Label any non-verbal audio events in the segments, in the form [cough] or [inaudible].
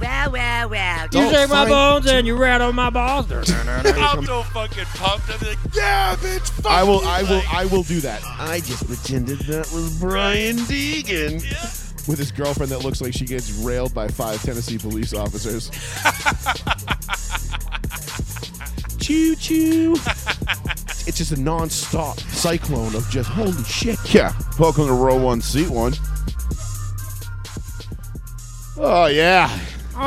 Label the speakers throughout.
Speaker 1: wow, wow.
Speaker 2: You
Speaker 3: Don't
Speaker 2: shake my
Speaker 3: find-
Speaker 2: bones and you rat on my balls.
Speaker 4: I'm so fucking pumped. I'm like, yeah, bitch, fuck
Speaker 3: I will.
Speaker 4: you,"
Speaker 3: I will.
Speaker 4: like,
Speaker 3: I will do that. I just pretended that was Brian Deegan
Speaker 4: yeah.
Speaker 3: with his girlfriend that looks like she gets railed by five Tennessee police officers. choo choo. it's just a non-stop cyclone of just holy shit. Yeah. Welcome to row one, seat one. Oh yeah.
Speaker 2: Oh,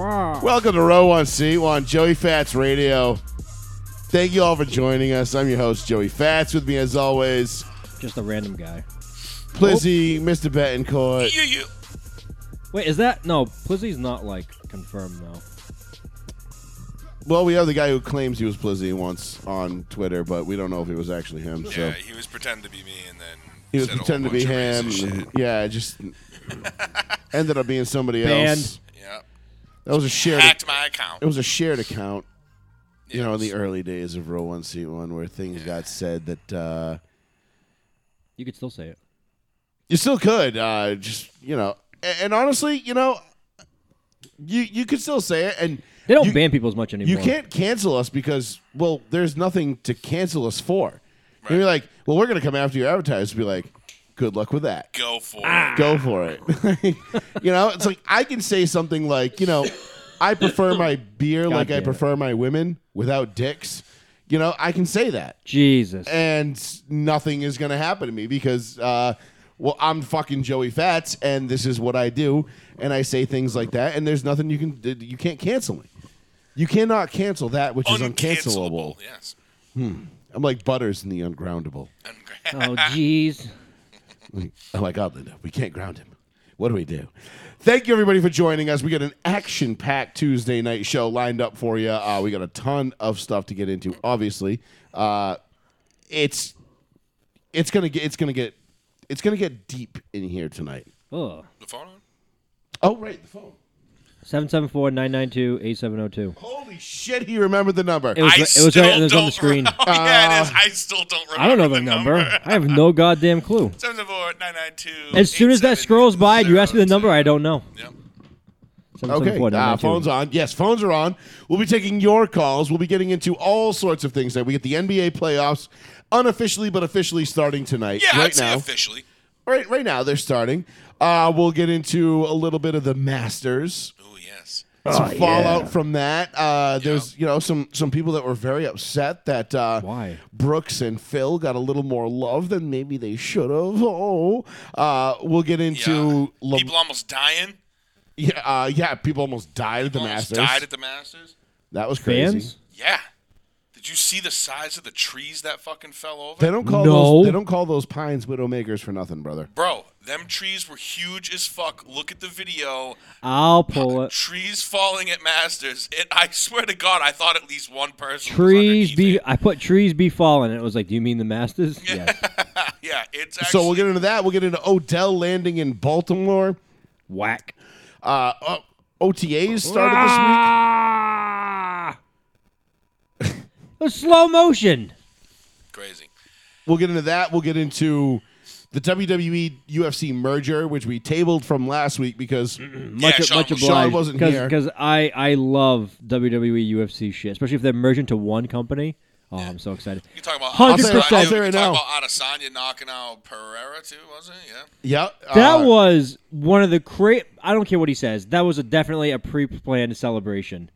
Speaker 2: wow.
Speaker 3: Welcome to Row One Seat One, Joey Fats Radio. Thank you all for joining us. I'm your host, Joey Fats. With me, as always,
Speaker 2: just a random guy.
Speaker 3: Plizzy, Mr. Betancourt.
Speaker 4: You, you.
Speaker 2: Wait, is that no? Plizzy's not like confirmed though.
Speaker 3: Well, we have the guy who claims he was Plizzy once on Twitter, but we don't know if it was actually him.
Speaker 4: Yeah,
Speaker 3: So
Speaker 4: he was pretending to be me, and then
Speaker 3: he was
Speaker 4: said a whole
Speaker 3: pretending to be
Speaker 4: bunch of
Speaker 3: him.
Speaker 4: racist
Speaker 3: and-
Speaker 4: shit.
Speaker 3: Yeah, it
Speaker 4: [laughs]
Speaker 3: just ended up being somebody
Speaker 2: Banned.
Speaker 3: else.
Speaker 4: Yeah,
Speaker 3: That was a shared.
Speaker 4: hacked my account.
Speaker 3: It was a shared account. you know, in the
Speaker 4: Yes.
Speaker 3: early days of Row One Seat One, where things got said that. uh
Speaker 2: You could still say it.
Speaker 3: You still could, uh, just you know, and, and honestly, you know, you you could still say it, and
Speaker 2: They don't
Speaker 3: you,
Speaker 2: ban people as much anymore.
Speaker 3: You can't cancel us because well, there's nothing to cancel us for. You'd be like, well, we're gonna come after your advertisers. Be like, good luck with that.
Speaker 4: Go for it.
Speaker 3: Go for Ah, it. [laughs] you know, it's like I can say something like, you know, I prefer my beer like I
Speaker 2: damn it.
Speaker 3: prefer my women without dicks. You know, I can say that [laughs]
Speaker 2: Jesus.
Speaker 3: and nothing is going to happen to me because uh, well i'm fucking joey fats and this is what i do and i say things like that and there's nothing you can you can't cancel me you cannot cancel that which is uncancelable
Speaker 4: Yes.
Speaker 3: i'm like butters in the ungroundable
Speaker 4: Ungra-
Speaker 2: Oh, jeez.
Speaker 3: oh my god linda we can't ground him what do we do thank you everybody for joining us we got an action-packed tuesday night show lined up for you uh, we got a ton of stuff to get into obviously uh, it's it's gonna get it's gonna get it's gonna get deep in here tonight.
Speaker 2: Oh.
Speaker 4: The phone on?
Speaker 3: Oh right, the phone.
Speaker 2: 774-992-8702.
Speaker 3: Holy shit, he remembered the number.
Speaker 2: It was,
Speaker 4: I
Speaker 2: it was right it was
Speaker 4: still
Speaker 2: on the
Speaker 4: don't
Speaker 2: screen.
Speaker 4: re- [laughs] Oh,
Speaker 3: Ah.
Speaker 4: yeah, it is. I still don't remember.
Speaker 2: I don't know the number. I have no goddamn clue.
Speaker 4: 774-992.
Speaker 2: As soon as that scrolls by and you ask me the number, I don't know.
Speaker 4: Yep.
Speaker 3: Okay, uh,
Speaker 2: 774-992.
Speaker 3: phones on. Yes, phones are on. We'll be taking your calls. We'll be getting into all sorts of things. That we get the NBA playoffs unofficially, but officially starting tonight.
Speaker 4: Yeah,
Speaker 3: right
Speaker 4: I'd say
Speaker 3: now.
Speaker 4: officially.
Speaker 3: Right, right now they're starting. Uh, we'll get into a little bit of the Masters.
Speaker 4: Oh, yes.
Speaker 3: some fallout from that. Uh, There's you know some some people that were very upset that uh,
Speaker 2: Why?
Speaker 3: Brooks and Phil got a little more love than maybe they should have. Oh, uh, we'll get into
Speaker 4: yeah.
Speaker 3: Le-
Speaker 4: People almost dying.
Speaker 3: yeah, uh, yeah, people almost died at the
Speaker 4: Almost
Speaker 3: Masters.
Speaker 4: died at the Masters.
Speaker 3: that was crazy.
Speaker 2: Fans?
Speaker 4: Yeah. Did you see the size of the trees that fucking fell over?
Speaker 3: They don't call
Speaker 2: No.
Speaker 3: those they don't call those pines widowmakers for nothing, brother.
Speaker 4: Bro, them trees were huge as fuck. Look at the video.
Speaker 2: I'll pull it.
Speaker 4: Trees falling at Masters. It, I swear to God, I thought at least one person. was
Speaker 2: Trees
Speaker 4: underneath
Speaker 2: be
Speaker 4: it.
Speaker 2: I put trees be fallen and it was like, Do you mean
Speaker 3: [laughs]
Speaker 2: the masters? Yes.
Speaker 4: Yeah, it's actually.
Speaker 3: So we'll get into that. We'll get into Odell landing in Baltimore.
Speaker 2: Whack.
Speaker 3: Uh, o- OTAs started this week.
Speaker 2: Ah! [laughs] the slow motion.
Speaker 4: crazy.
Speaker 3: We'll get into that. We'll get into the E WWE UFC merger, which we tabled from last week because [clears throat]
Speaker 2: Much,
Speaker 4: Yeah, Sean
Speaker 2: much obliged.
Speaker 4: was-
Speaker 3: Sean wasn't
Speaker 2: Cause,
Speaker 3: here.
Speaker 2: 'cause I, I love E WWE UFC shit, especially if they're merged into one company. Oh, I'm so excited.
Speaker 4: You talk about
Speaker 2: 100%.
Speaker 4: Adesanya.
Speaker 3: I'll say it
Speaker 4: You
Speaker 3: right
Speaker 4: talk
Speaker 3: now.
Speaker 4: about Adesanya knocking out Pereira too, wasn't it? Yeah.
Speaker 3: yeah,
Speaker 2: That
Speaker 3: uh,
Speaker 2: was one of the great. I don't care what he says. That was a, definitely a pre-planned celebration.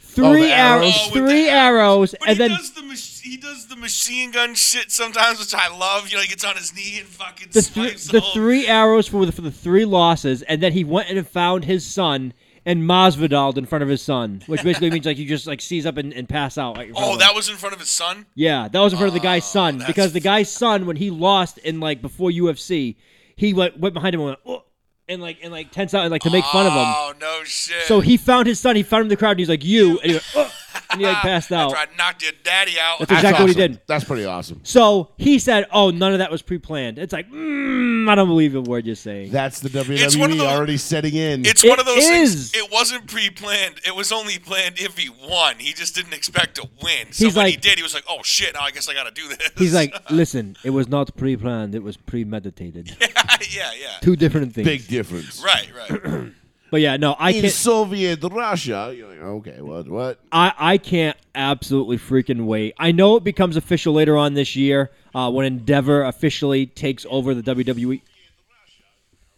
Speaker 2: Three
Speaker 3: Oh, arrows?
Speaker 2: arrows,
Speaker 4: Oh, with the
Speaker 2: three arrows,
Speaker 4: But
Speaker 2: and
Speaker 4: he
Speaker 2: then
Speaker 4: does the mach- he does the machine gun shit sometimes, which I love. You know, he gets on his knee and fucking
Speaker 2: the, thr-
Speaker 4: swipes
Speaker 2: the
Speaker 4: whole-
Speaker 2: three arrows for the, for the three losses, and then he went and found his son and Masvidal in front of his son, which basically means like you just like seize up and, and pass out. Like, in front
Speaker 4: Oh,
Speaker 2: of him.
Speaker 4: that was in front of his son.
Speaker 2: yeah, that was in front of the guy's son
Speaker 4: that's-
Speaker 2: because the guy's son when he lost in like before UFC, he went went behind him and went "Oh," and like and like tense out and like to make fun of him.
Speaker 4: Oh no shit!
Speaker 2: So he found his son. He found him in the crowd, and he's like, "You," and he, went, "Oh," and he like passed out.
Speaker 4: After [laughs] I knocked your daddy out.
Speaker 2: That's exactly what he
Speaker 3: awesome.
Speaker 2: did.
Speaker 3: That's pretty awesome.
Speaker 2: So he said, "Oh, none of that was pre-planned." It's like, mm, I don't believe a word you're saying.
Speaker 3: That's the WWE
Speaker 4: one of those-
Speaker 3: already setting in.
Speaker 4: It's
Speaker 2: It
Speaker 4: one of those
Speaker 2: is.
Speaker 4: things. It wasn't pre-planned. It was only planned if he won. He just didn't expect to win. So
Speaker 2: He's
Speaker 4: when he
Speaker 2: like-
Speaker 4: did, he was like, "Oh shit! Now I guess I gotta do this."
Speaker 2: He's like,
Speaker 3: [laughs]
Speaker 2: "Listen, it was not pre-planned. It was premeditated.
Speaker 4: [laughs] "Yeah, yeah, yeah.
Speaker 2: Two different things."
Speaker 3: Big difference.
Speaker 2: [clears throat]
Speaker 4: Right, right.
Speaker 2: But yeah, no, I
Speaker 3: in
Speaker 2: can't.
Speaker 3: Soviet Russia. You're like, okay, what, what?
Speaker 2: I, I can't absolutely freaking wait. I know it becomes official later on this year uh, when Endeavor officially takes over the WWE.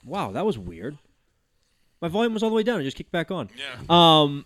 Speaker 2: Wow, that was weird. My volume was all the way down. It just kicked back on.
Speaker 4: Yeah.
Speaker 2: Um,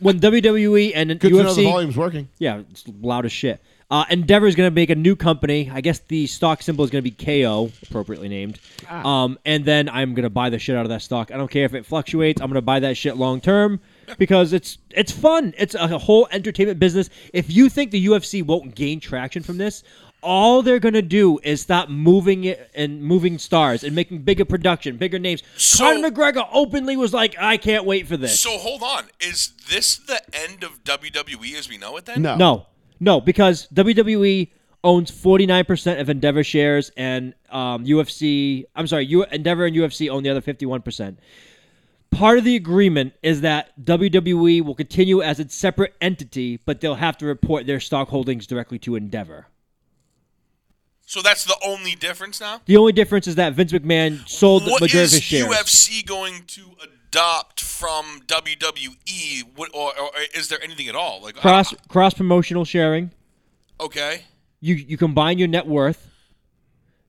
Speaker 2: when WWE and
Speaker 3: Good to know the
Speaker 2: UFC,
Speaker 3: volume's working.
Speaker 2: yeah, it's loud as shit. Uh, Endeavor is going to make a new company. I guess the stock symbol is going to be KO, appropriately named. Um, and then I'm going to buy the shit out of that stock. I don't care if it fluctuates. I'm going to buy that shit long term because it's it's fun. It's a whole entertainment business. If you think the UFC won't gain traction from this, all they're going to do is stop moving it and moving stars and making bigger production, bigger names.
Speaker 4: So-
Speaker 2: Conor McGregor openly was like, "I can't wait for this."
Speaker 4: So hold on. Is this the end of WWE as we know it then?
Speaker 3: No.
Speaker 2: No, no, because WWE owns 49% of Endeavor shares, and um, UFC, I'm sorry, U- Endeavor and UFC own the other 51%. Part of the agreement is that WWE will continue as its separate entity, but they'll have to report their stock holdings directly to Endeavor.
Speaker 4: So that's the only difference now?
Speaker 2: The only difference is that Vince McMahon sold the
Speaker 4: What
Speaker 2: majority
Speaker 4: is
Speaker 2: of his shares.
Speaker 4: UFC going to adopt from WWE? What, or, or is there anything at all? Like I-
Speaker 2: cross cross promotional sharing.
Speaker 4: okay.
Speaker 2: you you combine your net worth.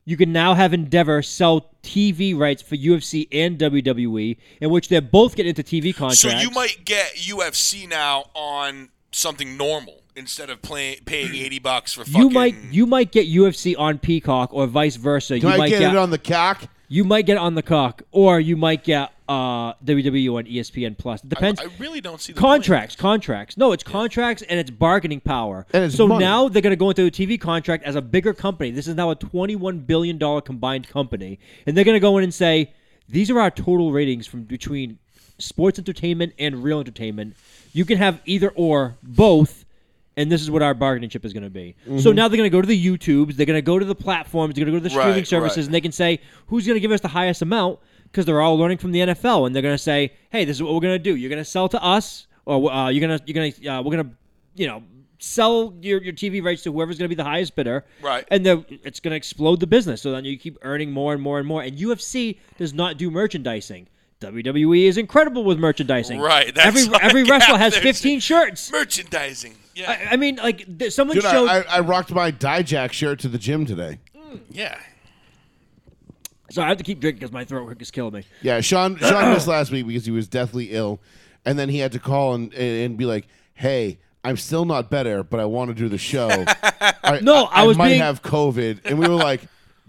Speaker 2: You can now have Endeavor sell TV rights for UFC and WWE, in which they're both getting into TV contracts.
Speaker 4: So you might get UFC now on something normal instead of play, paying 80 bucks for fucking
Speaker 2: you might you might get UFC on Peacock or vice versa.
Speaker 3: Do
Speaker 2: you
Speaker 3: I
Speaker 2: might
Speaker 3: get,
Speaker 2: get
Speaker 3: it on the cock?
Speaker 2: you might get it on the cock, or you might get uh, WWE on ESPN Plus. It depends.
Speaker 4: I really don't see the point.
Speaker 2: contracts, contracts. No, it's contracts and it's bargaining power.
Speaker 3: And it's
Speaker 2: so
Speaker 3: money.
Speaker 2: now they're going to go into a TV contract as a bigger company. This is now a twenty-one billion dollar combined company, and they're going to go in and say these are our total ratings from between sports entertainment and real entertainment. You can have either or both. And this is what our bargaining chip is going to be.
Speaker 3: Mm-hmm.
Speaker 2: So now they're going to go to the YouTubes, they're going to go to the platforms, they're going to go to the streaming
Speaker 4: Right, right.
Speaker 2: services, and they can say who's going to give us the highest amount because they're all learning from the NFL and they're going to say, "Hey, this is what we're going to do. You're going to sell to us, or uh, you're going to you're going to uh, we're going to you know sell your, your TV rights to whoever's going to be the highest bidder."
Speaker 4: Right.
Speaker 2: And then it's going to explode the business. So then you keep earning more and more and more. And UFC does not do merchandising. WWE is incredible with merchandising.
Speaker 4: Right, that's
Speaker 2: every
Speaker 4: what [laughs]
Speaker 2: every
Speaker 4: I
Speaker 2: wrestler
Speaker 4: got
Speaker 2: has
Speaker 4: there.
Speaker 2: 15 shirts.
Speaker 4: Merchandising. Yeah.
Speaker 2: I, I mean, like th- someone
Speaker 3: Dude,
Speaker 2: showed.
Speaker 3: I, I, I rocked my DiJack shirt to the gym today.
Speaker 4: yeah.
Speaker 2: sorry, I have to keep drinking because my throat is killing me.
Speaker 3: Yeah, Sean Sean missed last week because he was deathly ill, and then he had to call and and, and be like, "Hey, I'm still not better, but I want to do the show." I,
Speaker 2: No, I was
Speaker 3: might
Speaker 2: being-
Speaker 3: have COVID, and we were like,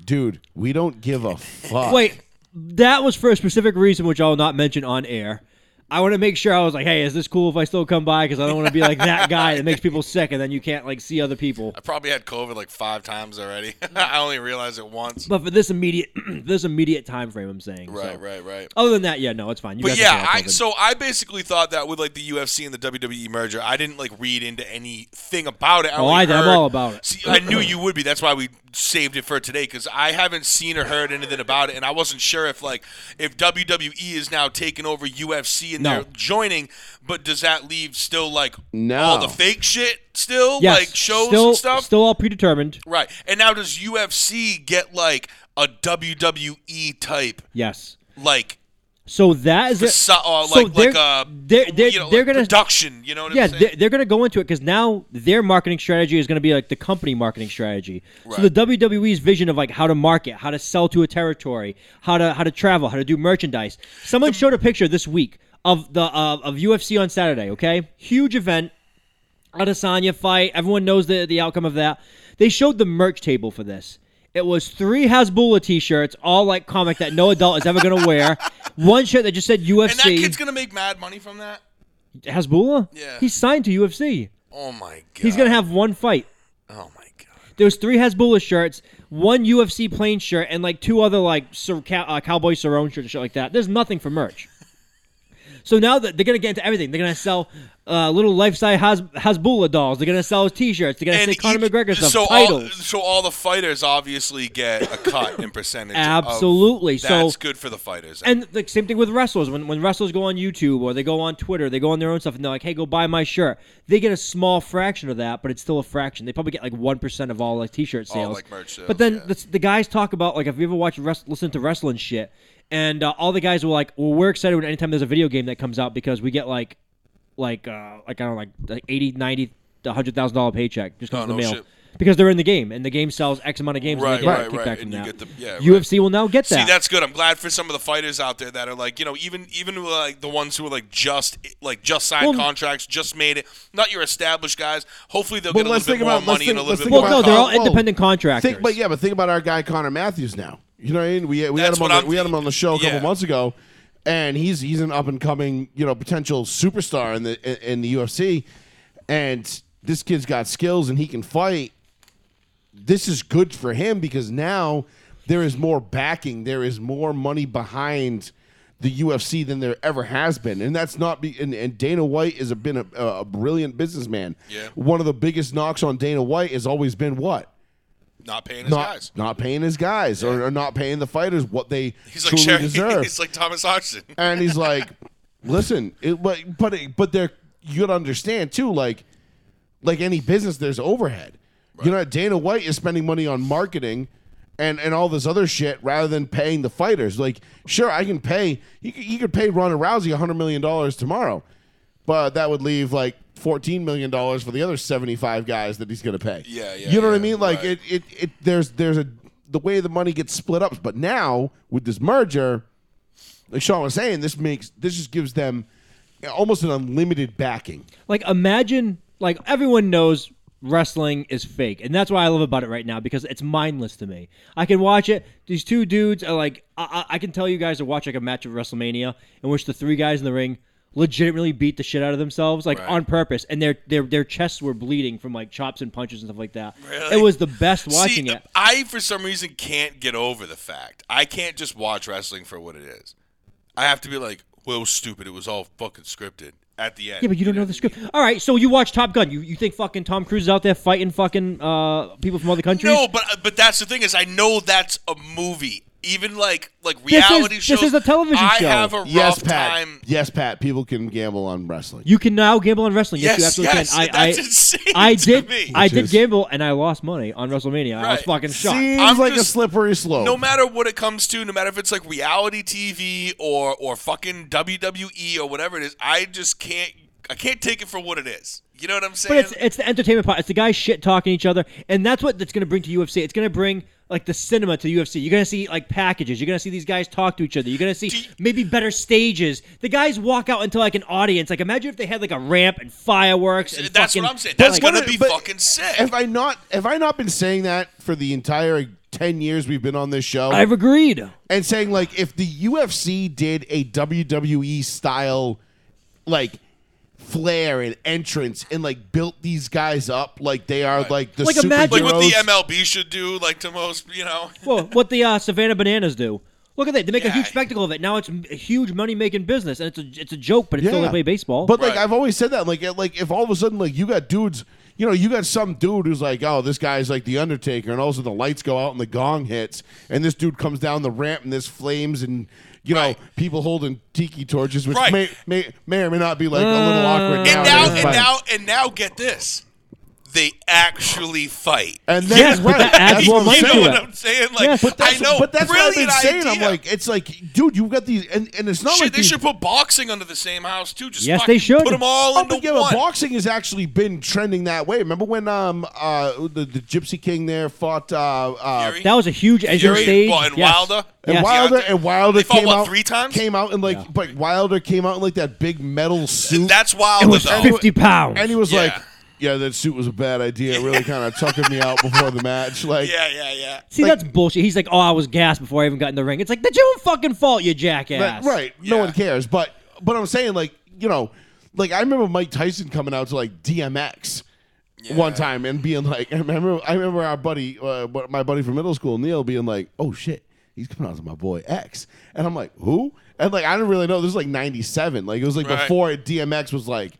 Speaker 3: "Dude, we don't give
Speaker 2: [laughs]
Speaker 3: a fuck."
Speaker 2: Wait, that was for a specific reason, which I will not mention on air. I want to make sure I was like, hey, is this cool if I still come by? Because I don't want to be like
Speaker 4: [laughs]
Speaker 2: that guy that makes people sick and then you can't like see other people.
Speaker 4: I probably had COVID like five times already. [laughs] I only realized it once.
Speaker 2: But for this immediate, [clears throat] this immediate time frame, I'm saying. so.
Speaker 4: Right, right, right.
Speaker 2: Other than that, yeah, no, it's fine. You
Speaker 4: But
Speaker 2: guys
Speaker 4: yeah,
Speaker 2: can
Speaker 4: I
Speaker 2: stay off of it.
Speaker 4: so I basically thought that with like the UFC and the WWE merger, I didn't like read into anything about it.
Speaker 2: Oh,
Speaker 4: only
Speaker 2: I did. I'm
Speaker 4: heard-
Speaker 2: all about it.
Speaker 4: See, I knew you would be. That's why we saved it for today because I haven't seen or heard anything about it, and I wasn't sure if like if WWE is now taking over UFC and
Speaker 2: No.
Speaker 4: they're joining, but does that leave still like
Speaker 3: No.
Speaker 4: all the fake shit still
Speaker 2: Yes,
Speaker 4: like shows
Speaker 2: still,
Speaker 4: and stuff?
Speaker 2: Still all predetermined.
Speaker 4: Right. And now does UFC get like a WWE type
Speaker 2: Yes.
Speaker 4: like
Speaker 2: So that is it.
Speaker 4: so, or
Speaker 2: so
Speaker 4: like
Speaker 2: they're-
Speaker 4: like a
Speaker 2: they're, they're,
Speaker 4: you know,
Speaker 2: they're
Speaker 4: like
Speaker 2: gonna
Speaker 4: production, you know what
Speaker 2: yeah,
Speaker 4: I'm saying?
Speaker 2: they're, they're going to go into it because now their marketing strategy is going to be like the company marketing strategy. So
Speaker 4: Right.
Speaker 2: the WWE's vision of like how to market, how to sell to a territory, how to how to travel, how to do merchandise. Someone showed a picture this week of the uh, of UFC on Saturday. Okay, huge event. Adesanya fight. Everyone knows the, the outcome of that. They showed the merch table for this. It was three Hasbulla t-shirts, all like comic that no adult is ever going to wear. [laughs] One shirt that just said UFC.
Speaker 4: and that kid's gonna make mad money from that.
Speaker 2: Hasbulla?
Speaker 4: Yeah.
Speaker 2: He's signed to UFC.
Speaker 4: Oh my god.
Speaker 2: He's gonna have one fight.
Speaker 4: Oh my god.
Speaker 2: There's three Hezbollah shirts, one UFC plain shirt, and like two other like sur- cow- uh, cowboy sarong shirts and shit like that. There's nothing for merch. So now that they're gonna get into everything, they're gonna sell uh, little life-size Has- Hasbullah dolls. They're gonna sell as T-shirts. They're gonna say Conor
Speaker 4: each-
Speaker 2: McGregor stuff.
Speaker 4: So all,
Speaker 2: titles.
Speaker 4: so all the fighters obviously get a cut in percentage. of-
Speaker 2: Absolutely. So-
Speaker 4: that's good for the fighters.
Speaker 2: and the same thing with wrestlers. When when wrestlers go on YouTube or they go on Twitter, they go on their own stuff and they're like, "Hey, go buy my shirt." They get a small fraction of that, but it's still a fraction. They probably get like one percent of all like T-shirt
Speaker 4: All,
Speaker 2: sales.
Speaker 4: like, merch sales,
Speaker 2: but then
Speaker 4: yeah.
Speaker 2: the, the guys talk about like, if you ever watch wrest- listen to wrestling shit, and uh, all the guys were like, "Well, we're excited when anytime there's a video game that comes out because we get like, like, uh, like I don't know, like, like eighty, ninety, a hundred thousand dollar paycheck just comes
Speaker 4: Oh,
Speaker 2: in the
Speaker 4: no
Speaker 2: mail."
Speaker 4: shit.
Speaker 2: Because they're in the game, and the game sells X amount of games,
Speaker 4: Right,
Speaker 2: and they get a
Speaker 4: right,
Speaker 2: kickback
Speaker 4: right,
Speaker 2: from
Speaker 4: and you
Speaker 2: that.
Speaker 4: get the- yeah, right.
Speaker 2: UFC will now get that.
Speaker 4: See, that's good. I'm glad for some of the fighters out there that are like, you know, even even like the ones who are like just like just signed
Speaker 2: Well-
Speaker 4: contracts, just made it. Not your established guys. Hopefully they'll
Speaker 3: But
Speaker 4: get a
Speaker 3: let's
Speaker 4: little bit
Speaker 3: think
Speaker 4: more
Speaker 3: about- let's
Speaker 4: money
Speaker 3: think-
Speaker 4: and a
Speaker 3: let's
Speaker 4: little bit
Speaker 3: think
Speaker 4: more.
Speaker 2: Well, no, they're all
Speaker 3: Whoa.
Speaker 2: independent contractors.
Speaker 3: Think, but yeah, but think about our guy Connor Matthews now. You know what I mean? We, we had
Speaker 4: That's
Speaker 3: him on the,
Speaker 4: what I'm-
Speaker 3: we had him on the show a couple
Speaker 4: yeah.
Speaker 3: months ago, and he's he's an up and coming you know potential superstar in the in, in the UFC, and this kid's got skills and he can fight. This is good for him because now there is more backing, there is more money behind the UFC than there ever has been, and that's not be and, and Dana White has been a, a brilliant businessman.
Speaker 4: Yeah.
Speaker 3: One of the biggest knocks on Dana White has always been what
Speaker 4: uh, not paying his
Speaker 3: not
Speaker 4: guys.
Speaker 3: not paying his guys or, or not paying the fighters what they
Speaker 4: He's like
Speaker 3: truly
Speaker 4: Sherry, [laughs]
Speaker 3: deserve.
Speaker 4: He's like Thomas Hodgson.
Speaker 3: and he's like, listen, it, but but it- but there you gotta understand too, like like any business, there's overhead. You know, Dana White is spending money on marketing. And, and all this other shit rather than paying the fighters. Like, sure, I can pay. You could, you could pay Ronda Rousey $100 million tomorrow, but that would leave like $14 million for the other 75 guys that he's going to pay.
Speaker 4: Yeah, yeah,
Speaker 3: You know what I
Speaker 4: yeah,
Speaker 3: mean? Like,
Speaker 4: right.
Speaker 3: it, it, it, there's, there's a, the way the money gets split up. But now with this merger, like Sean was saying, this makes this just gives them almost an unlimited backing.
Speaker 2: like imagine like everyone knows wrestling is fake and that's what i love about it right now because it's mindless to me i can watch it these two dudes are like i, I I can tell you guys to watch like a match of wrestlemania in which the three guys in the ring legitimately beat the shit out of themselves like
Speaker 4: Right.
Speaker 2: on purpose and their their their chests were bleeding from like chops and punches and stuff like that
Speaker 4: Really?
Speaker 2: it was the best watching
Speaker 4: See,
Speaker 2: it
Speaker 4: I for some reason can't get over the fact I can't just watch wrestling for what it is. I have to be like, well, it was stupid. It was all fucking scripted at the end.
Speaker 2: yeah, but you don't know the script. All right, so you watch Top Gun. You, you think fucking Tom Cruise is out there fighting fucking uh, people from other countries?
Speaker 4: [laughs] No, but but that's the thing is I know that's a movie. Even like like
Speaker 2: is-
Speaker 4: reality
Speaker 2: this
Speaker 4: shows.
Speaker 2: is a television
Speaker 4: I
Speaker 2: show.
Speaker 4: have a rough
Speaker 3: Yes, Pat.
Speaker 4: time.
Speaker 3: Yes, Pat. People can gamble on wrestling.
Speaker 2: You can now gamble on wrestling. Yes,
Speaker 4: Yes,
Speaker 2: you absolutely
Speaker 4: yes,
Speaker 2: can. I,
Speaker 4: that's
Speaker 2: I,
Speaker 4: insane
Speaker 2: I
Speaker 4: to
Speaker 2: did.
Speaker 4: me.
Speaker 2: I
Speaker 3: Which
Speaker 2: did
Speaker 3: is-
Speaker 2: gamble and I lost money on WrestleMania. I was
Speaker 4: Right.
Speaker 2: fucking shocked.
Speaker 3: Seems
Speaker 4: I'm
Speaker 3: like a
Speaker 4: just-
Speaker 3: slippery slope.
Speaker 4: No matter what it comes to, no matter if it's like reality TV or or fucking WWE or whatever it is, I just can't. I can't take it for what it is. You know what I'm
Speaker 2: but
Speaker 4: saying?
Speaker 2: it's it's the entertainment part. It's the guys shit talking each other, and that's what that's going to bring to UFC. It's going to bring like the cinema to UFC. You're going to see like packages. You're going to see these guys talk to each other. You're going to see maybe better stages. The guys walk out into like an audience. Like imagine if they had like a ramp and fireworks. And
Speaker 4: that's
Speaker 2: fucking-
Speaker 4: what I'm saying. That's
Speaker 2: like,
Speaker 3: what
Speaker 4: gonna
Speaker 3: it-
Speaker 4: be
Speaker 3: but-
Speaker 4: fucking sick.
Speaker 3: Have I not? Have I not been saying that for the entire ten years we've been on this show?
Speaker 2: I've agreed.
Speaker 3: and saying like, if the UFC did a WWE style, like flair and entrance, and like built these guys up like they are like the
Speaker 2: Like,
Speaker 3: superheroes.
Speaker 2: imagine-
Speaker 4: like what the MLB should do, like to most, you know.
Speaker 2: well, what the uh, Savannah Bananas do. Look at that. They make a
Speaker 4: Yeah.
Speaker 2: huge spectacle of it. Now it's m- a huge money making business, and it's a, it's a joke, but it's still they play baseball.
Speaker 3: But like
Speaker 4: Oh, Right.
Speaker 3: I've always said that, like it- like if all of a sudden like you got dudes, you know, you got some dude who's like, oh, this guy's like the Undertaker, and all of a sudden the lights go out and the gong hits, and this dude comes down the ramp and there's flames and you
Speaker 4: Right.
Speaker 3: know people holding tiki torches, which
Speaker 4: Right. Mm.
Speaker 3: may, may may or may not be like a little awkward
Speaker 4: And
Speaker 3: nowadays,
Speaker 4: now, and
Speaker 3: but-
Speaker 4: now, and now, get this. They actually fight.
Speaker 3: And then,
Speaker 2: Yes, but
Speaker 3: right,
Speaker 2: that adds
Speaker 3: that's
Speaker 2: more
Speaker 3: what
Speaker 2: money
Speaker 3: I'm
Speaker 2: to
Speaker 4: you know
Speaker 3: saying.
Speaker 4: what I'm saying? Like,
Speaker 2: Yes, but
Speaker 4: I know,
Speaker 3: but that's what I've
Speaker 4: brilliant
Speaker 3: been saying.
Speaker 4: idea.
Speaker 3: I'm like, it's like, dude, you've got these, and, and it's not
Speaker 4: Shit,
Speaker 3: like
Speaker 4: they
Speaker 3: these
Speaker 4: should put boxing under the same house too. Just
Speaker 2: Yes,
Speaker 4: fucking
Speaker 2: they should.
Speaker 4: put them all
Speaker 3: Oh,
Speaker 4: into
Speaker 3: but yeah,
Speaker 4: one.
Speaker 3: but boxing has actually been trending that way. Remember when um uh the, the Gypsy King there fought uh, uh
Speaker 4: Fury?
Speaker 2: that was a huge entry
Speaker 4: Fury
Speaker 2: stage.
Speaker 4: and
Speaker 2: yes.
Speaker 4: Wilder.
Speaker 3: and
Speaker 2: Yes.
Speaker 3: Wilder
Speaker 4: Deontay-
Speaker 3: and Wilder
Speaker 4: They fought,
Speaker 3: came
Speaker 4: what,
Speaker 3: out
Speaker 4: three times?
Speaker 3: Came out in like, but Wilder came out in like that big metal suit,
Speaker 4: That's
Speaker 2: It
Speaker 4: Wilder
Speaker 2: was
Speaker 4: though.
Speaker 2: 50 pounds.
Speaker 3: and he was
Speaker 4: Yeah.
Speaker 3: like, "Yeah, that suit was a bad idea. It really
Speaker 4: [laughs]
Speaker 3: kind of tuckered me out before the match." Like,
Speaker 4: Yeah, yeah, yeah.
Speaker 2: See, that's bullshit. He's like, oh, I was gassed before I even got in the ring. It's like, that's your own fucking fault, you jackass.
Speaker 3: But- right. No
Speaker 4: Yeah.
Speaker 3: one cares. But but I'm saying like you know, like I remember Mike Tyson coming out to like DMX. One time and being like, I remember, I remember our buddy, uh, but my buddy from middle school, Neil, being like, "Oh shit, he's coming out to my boy X," and I'm like, "Who?" And like, I didn't really know. This was like '97, like it was like
Speaker 4: Right.
Speaker 3: before DMX was like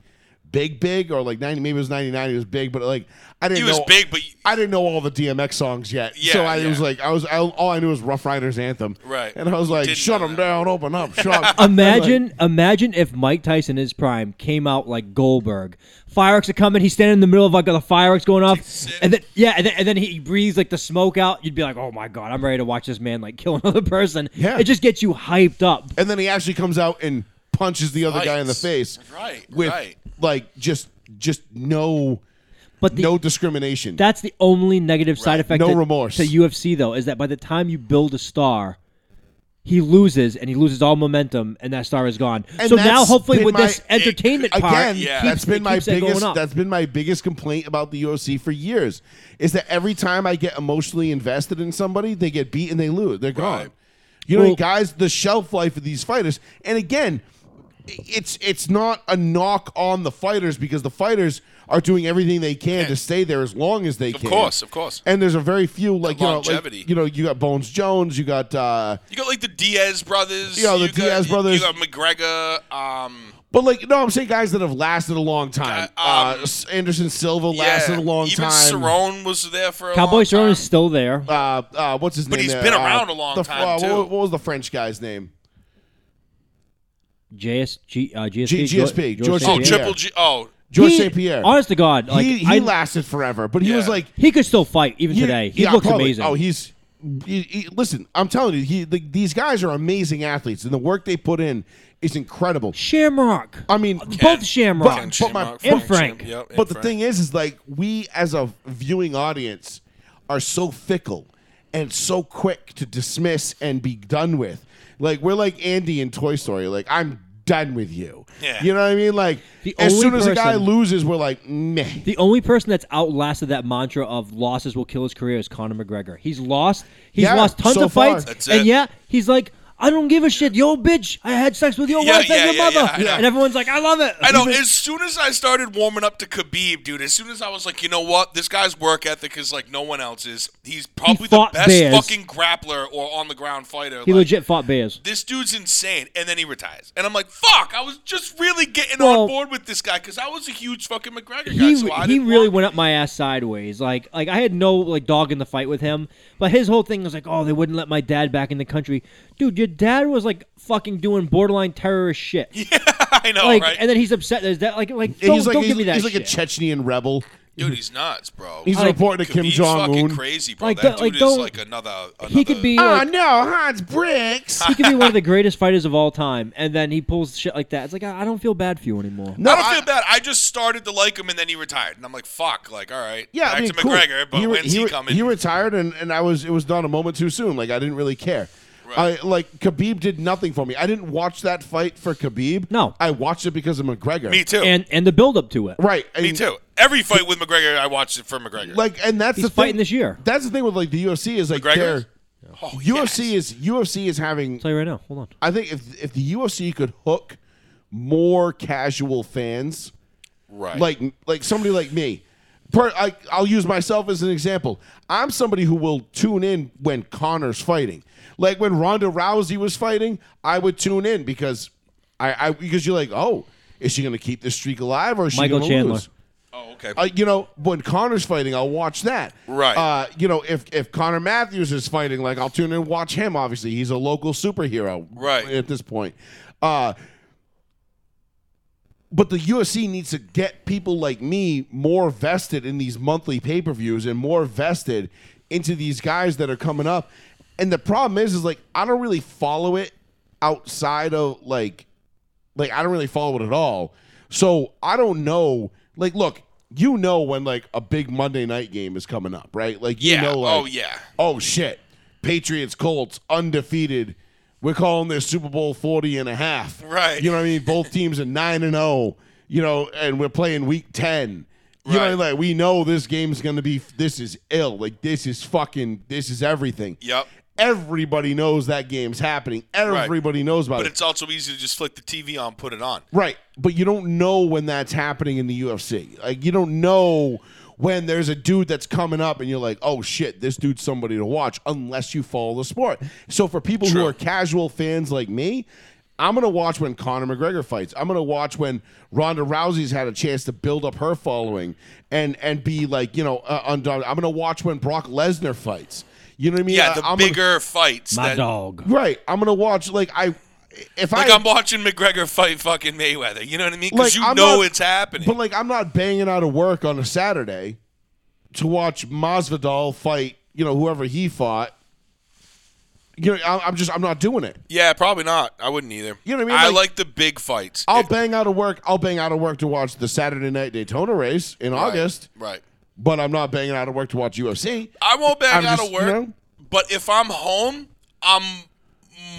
Speaker 3: big, big, or like ninety. Maybe it was ninety nine. He was big, but like I didn't.
Speaker 4: He was
Speaker 3: know,
Speaker 4: big, but y-
Speaker 3: I didn't know all the DMX songs yet.
Speaker 4: Yeah,
Speaker 3: so I
Speaker 4: yeah.
Speaker 3: was like, I was I, all I knew was Rough Riders anthem.
Speaker 4: Right.
Speaker 3: And I was like,
Speaker 4: Didn't
Speaker 3: shut
Speaker 4: know
Speaker 3: them
Speaker 4: that.
Speaker 3: down, open up, shut. [laughs] 'em."
Speaker 2: Imagine, imagine if Mike Tyson, in his prime, came out like Goldberg. Fireworks are coming. He's standing in the middle of like the fireworks going off, and then yeah, and then, and then he breathes like the smoke out. You'd be like, oh my god, I'm ready to watch this man like [laughs] kill another person.
Speaker 3: Yeah.
Speaker 2: it just gets you hyped up.
Speaker 3: and then he actually comes out and punches the other guy in the
Speaker 4: Fights.
Speaker 3: face.
Speaker 4: Right,
Speaker 3: With
Speaker 4: right.
Speaker 3: like just just no
Speaker 2: But the,
Speaker 3: no discrimination.
Speaker 2: that's the only negative side effect.
Speaker 3: No
Speaker 2: to,
Speaker 3: remorse.
Speaker 2: to UFC though is that by the time you build a star. He loses and he loses all momentum, and that star is gone.
Speaker 3: And
Speaker 2: so now,
Speaker 3: that's
Speaker 2: hopefully,
Speaker 3: been
Speaker 2: with
Speaker 3: my-
Speaker 2: this entertainment part,
Speaker 3: again,
Speaker 4: yeah.
Speaker 2: it
Speaker 3: that's
Speaker 2: keeps,
Speaker 4: that's
Speaker 3: been
Speaker 2: it
Speaker 3: my
Speaker 2: keeps that going
Speaker 3: biggest
Speaker 2: up.
Speaker 3: that's been my biggest complaint about the UFC for years is that every time I get emotionally invested in somebody, they get beat and they lose. They're gone.
Speaker 4: Right.
Speaker 3: You know,
Speaker 2: Well-
Speaker 3: guys, the shelf life of these fighters. And again, it's it's not a knock on the fighters because the fighters are doing everything they can to stay there as long as they
Speaker 4: Of
Speaker 3: can.
Speaker 4: course, of course.
Speaker 3: And there's a very few like you know, like,
Speaker 4: longevity.
Speaker 3: you know, you got Bones Jones, you got uh
Speaker 4: You got like the Diaz brothers.
Speaker 3: Yeah, the
Speaker 4: you got-
Speaker 3: Diaz
Speaker 4: you-
Speaker 3: brothers.
Speaker 4: You got McGregor. Um,
Speaker 3: But like, no, I'm saying guys that have lasted a long time.
Speaker 4: Uh,
Speaker 3: Uh,
Speaker 4: um,
Speaker 3: S- Anderson Silva
Speaker 4: yeah,
Speaker 3: lasted a long
Speaker 4: even
Speaker 3: time.
Speaker 4: Cerrone was there for a
Speaker 2: Cowboy
Speaker 4: long
Speaker 2: Cerrone
Speaker 4: time.
Speaker 2: is still there.
Speaker 3: Uh, uh, what's his
Speaker 4: But
Speaker 3: name?
Speaker 4: he's
Speaker 3: there?
Speaker 4: been
Speaker 3: Uh,
Speaker 4: around a long
Speaker 3: the,
Speaker 4: time,
Speaker 3: uh,
Speaker 4: too.
Speaker 3: What, what was the French guy's name?
Speaker 2: JSG, uh, GSP,
Speaker 3: G-
Speaker 2: Geor-
Speaker 3: GSP,
Speaker 2: George
Speaker 3: George
Speaker 2: St.
Speaker 4: Oh,
Speaker 2: Pierre.
Speaker 3: J-
Speaker 4: Triple G. Oh,
Speaker 3: George
Speaker 2: He-
Speaker 3: St. Pierre.
Speaker 2: Honest to God, like
Speaker 3: he he
Speaker 2: I,
Speaker 3: lasted forever, but he was
Speaker 4: Yeah.
Speaker 3: like
Speaker 2: he could still fight even
Speaker 3: he-
Speaker 2: today. He
Speaker 3: yeah,
Speaker 2: looks
Speaker 3: probably.
Speaker 2: amazing.
Speaker 3: Oh, he's. he- he- listen, I'm telling you, he, the, these guys are amazing athletes, and the work they put in is incredible.
Speaker 2: Shamrock.
Speaker 3: I mean,
Speaker 2: both Shamrock.
Speaker 3: But- but
Speaker 4: Ken
Speaker 3: my-
Speaker 4: Shamrock,
Speaker 2: and
Speaker 4: Sham-
Speaker 2: Frank.
Speaker 4: yep, and
Speaker 3: but the
Speaker 4: Frank.
Speaker 3: thing is, is like we as a viewing audience are so fickle and so quick to dismiss and be done with. Like we're like Andy in Toy Story. Like I'm done with you.
Speaker 4: Yeah.
Speaker 3: You know what I mean? Like
Speaker 2: The
Speaker 3: as
Speaker 2: only
Speaker 3: soon as a guy
Speaker 2: person-
Speaker 3: loses, we're like meh.
Speaker 2: the only person that's outlasted that mantra of losses will kill his career is Conor McGregor. He's lost. He's
Speaker 3: Yeah,
Speaker 2: lost tons
Speaker 3: so
Speaker 2: of
Speaker 3: far.
Speaker 2: fights,
Speaker 4: That's
Speaker 2: and
Speaker 4: it.
Speaker 2: yeah, he's like, I don't give a shit. Yo, bitch, I had sex with your
Speaker 4: Yeah,
Speaker 2: wife
Speaker 4: yeah,
Speaker 2: and your
Speaker 4: yeah, yeah,
Speaker 2: mother,
Speaker 4: I know.
Speaker 2: and everyone's like, I love it.
Speaker 4: I know.
Speaker 2: Even-
Speaker 4: As soon as I started warming up to Khabib, dude, as soon as I was like, you know what, this guy's work ethic is like no one else's. He's probably the
Speaker 2: fought
Speaker 4: best
Speaker 2: bears.
Speaker 4: fucking grappler or on the ground fighter.
Speaker 2: he
Speaker 4: like,
Speaker 2: legit fought Bears.
Speaker 4: this dude's insane. And then he retires, and I'm like, fuck, I was just really getting
Speaker 2: Well-
Speaker 4: on board with this guy because I was a huge fucking McGregor guy.
Speaker 2: he,
Speaker 4: so I
Speaker 2: he
Speaker 4: didn't
Speaker 2: really
Speaker 4: want-
Speaker 2: went up my ass sideways. Like like I had no like dog in the fight with him, but his whole thing was like, oh, they wouldn't let my dad back in the country, dude. Your dad was like fucking doing borderline terrorist
Speaker 4: [laughs]
Speaker 2: shit,
Speaker 4: I know,
Speaker 2: like,
Speaker 4: right?
Speaker 2: and then he's upset. Is that like like
Speaker 3: And
Speaker 2: don't,
Speaker 3: he's like
Speaker 2: don't
Speaker 3: he's,
Speaker 2: give me that
Speaker 3: he's like a
Speaker 2: shit.
Speaker 3: Chechnyan rebel.
Speaker 4: dude, he's nuts, bro.
Speaker 3: He's
Speaker 2: Like-
Speaker 3: reporting to Kim
Speaker 4: Khabib's
Speaker 3: Jong
Speaker 4: fucking
Speaker 3: Un.
Speaker 4: crazy, bro.
Speaker 2: Like,
Speaker 4: that
Speaker 2: don't- like,
Speaker 4: dude is
Speaker 2: don't-
Speaker 4: like another.
Speaker 2: he could
Speaker 4: another-
Speaker 2: be
Speaker 3: Oh
Speaker 4: [laughs]
Speaker 2: like,
Speaker 3: no, Hans Bricks.
Speaker 2: he could be one of the greatest fighters of all time, and then he pulls shit like that. It's like I, I don't feel bad for you anymore.
Speaker 3: No,
Speaker 4: I don't
Speaker 3: I-
Speaker 4: feel bad. I just started to like him, and then he retired, and I'm like, "Fuck!" Like, all right,
Speaker 3: Yeah,
Speaker 4: back
Speaker 3: I mean,
Speaker 4: to
Speaker 3: cool.
Speaker 4: McGregor, but
Speaker 3: he, re-
Speaker 4: when's he,
Speaker 3: re-
Speaker 4: coming?
Speaker 3: He retired, and, and I was it was done a moment too soon. Like I didn't really care.
Speaker 4: Right.
Speaker 3: I like Khabib did nothing for me. I didn't watch that fight for Khabib.
Speaker 2: No.
Speaker 3: I watched it because of McGregor.
Speaker 4: Me too.
Speaker 2: And and the build up to it,
Speaker 3: Right.
Speaker 4: Me
Speaker 3: and-
Speaker 4: too. Every fight with McGregor, I watched it for McGregor.
Speaker 3: Like, and that's
Speaker 2: He's
Speaker 3: the thing-
Speaker 2: fighting this year.
Speaker 3: That's the thing with like the UFC is like
Speaker 4: McGregor.
Speaker 3: their
Speaker 4: Oh,
Speaker 3: UFC is
Speaker 4: yes.
Speaker 3: UFC is having.
Speaker 2: I'll tell you right now. Hold on.
Speaker 3: I think if if the UFC could hook more casual fans,
Speaker 4: right.
Speaker 3: like like somebody like me. Per, I, I'll use myself as an example. I'm somebody who will tune in when Connor's fighting. Like when Ronda Rousey was fighting, I would tune in because I, I because you're like, oh, is she going to keep this streak alive or is she
Speaker 2: Michael
Speaker 3: gonna
Speaker 2: Chandler.
Speaker 3: lose?
Speaker 4: oh, okay.
Speaker 3: Uh, you know, when Connor's fighting, I'll watch that.
Speaker 4: Right.
Speaker 3: Uh, you know, if if Connor Matthews is fighting, like I'll tune in and watch him. Obviously, he's a local superhero.
Speaker 4: Right.
Speaker 3: At this point, uh, but the UFC needs to get people like me more vested in these monthly pay per views and more vested into these guys that are coming up. And the problem is, is like I don't really follow it outside of like like I don't really follow it at all. So I don't know. Like, look, you know when like a big Monday night game is coming up, right? Like you
Speaker 4: yeah.
Speaker 3: know, like
Speaker 4: oh yeah.
Speaker 3: oh shit, Patriots Colts undefeated. We're calling this Super Bowl 40 and a half.
Speaker 4: Right.
Speaker 3: You know what I mean? Both teams are 9 and 0, you know, and we're playing week 10. You know, what I mean? like we know this game's going to be this is ill. Like this is fucking this is everything.
Speaker 4: Yep.
Speaker 3: Everybody knows that game's happening. Everybody knows about
Speaker 4: But
Speaker 3: it.
Speaker 4: it's also easy to just flick the TV on, put it on.
Speaker 3: Right, but you don't know when that's happening in the UFC. Like you don't know when there's a dude that's coming up and you're like, "Oh shit, this dude's somebody to watch," unless you follow the sport. So for people who are casual fans like me, I'm gonna watch when Conor McGregor fights. I'm gonna watch when Ronda Rousey's had a chance to build up her following and and be like you know uh, undone. I'm gonna watch when Brock Lesnar fights. You know what I mean?
Speaker 4: Yeah,
Speaker 3: I-
Speaker 4: the
Speaker 3: I'm gonna-
Speaker 4: bigger fights.
Speaker 2: My
Speaker 4: that,
Speaker 2: dog.
Speaker 3: right. I'm gonna watch like I if
Speaker 4: Like
Speaker 3: I
Speaker 4: I'm watching McGregor fight fucking Mayweather. You know what I mean?
Speaker 3: Like,
Speaker 4: Because you
Speaker 3: I'm
Speaker 4: know
Speaker 3: not-
Speaker 4: it's happening.
Speaker 3: But like, I'm not banging out of work on a Saturday to watch Masvidal fight. You know, whoever he fought. You know, I- I'm just I'm not doing it.
Speaker 4: yeah, probably not. I wouldn't either.
Speaker 3: You know what I mean?
Speaker 4: I
Speaker 3: Like-
Speaker 4: like, the big fights.
Speaker 3: I'll
Speaker 4: It-
Speaker 3: bang out of work. I'll bang out of work to watch the Saturday night Daytona race in
Speaker 4: right,
Speaker 3: August.
Speaker 4: Right.
Speaker 3: But I'm not banging out of work to watch UFC.
Speaker 4: I won't bang
Speaker 3: I'm
Speaker 4: out
Speaker 3: just-
Speaker 4: of
Speaker 3: you
Speaker 4: work.
Speaker 3: know?
Speaker 4: But if I'm home, I'm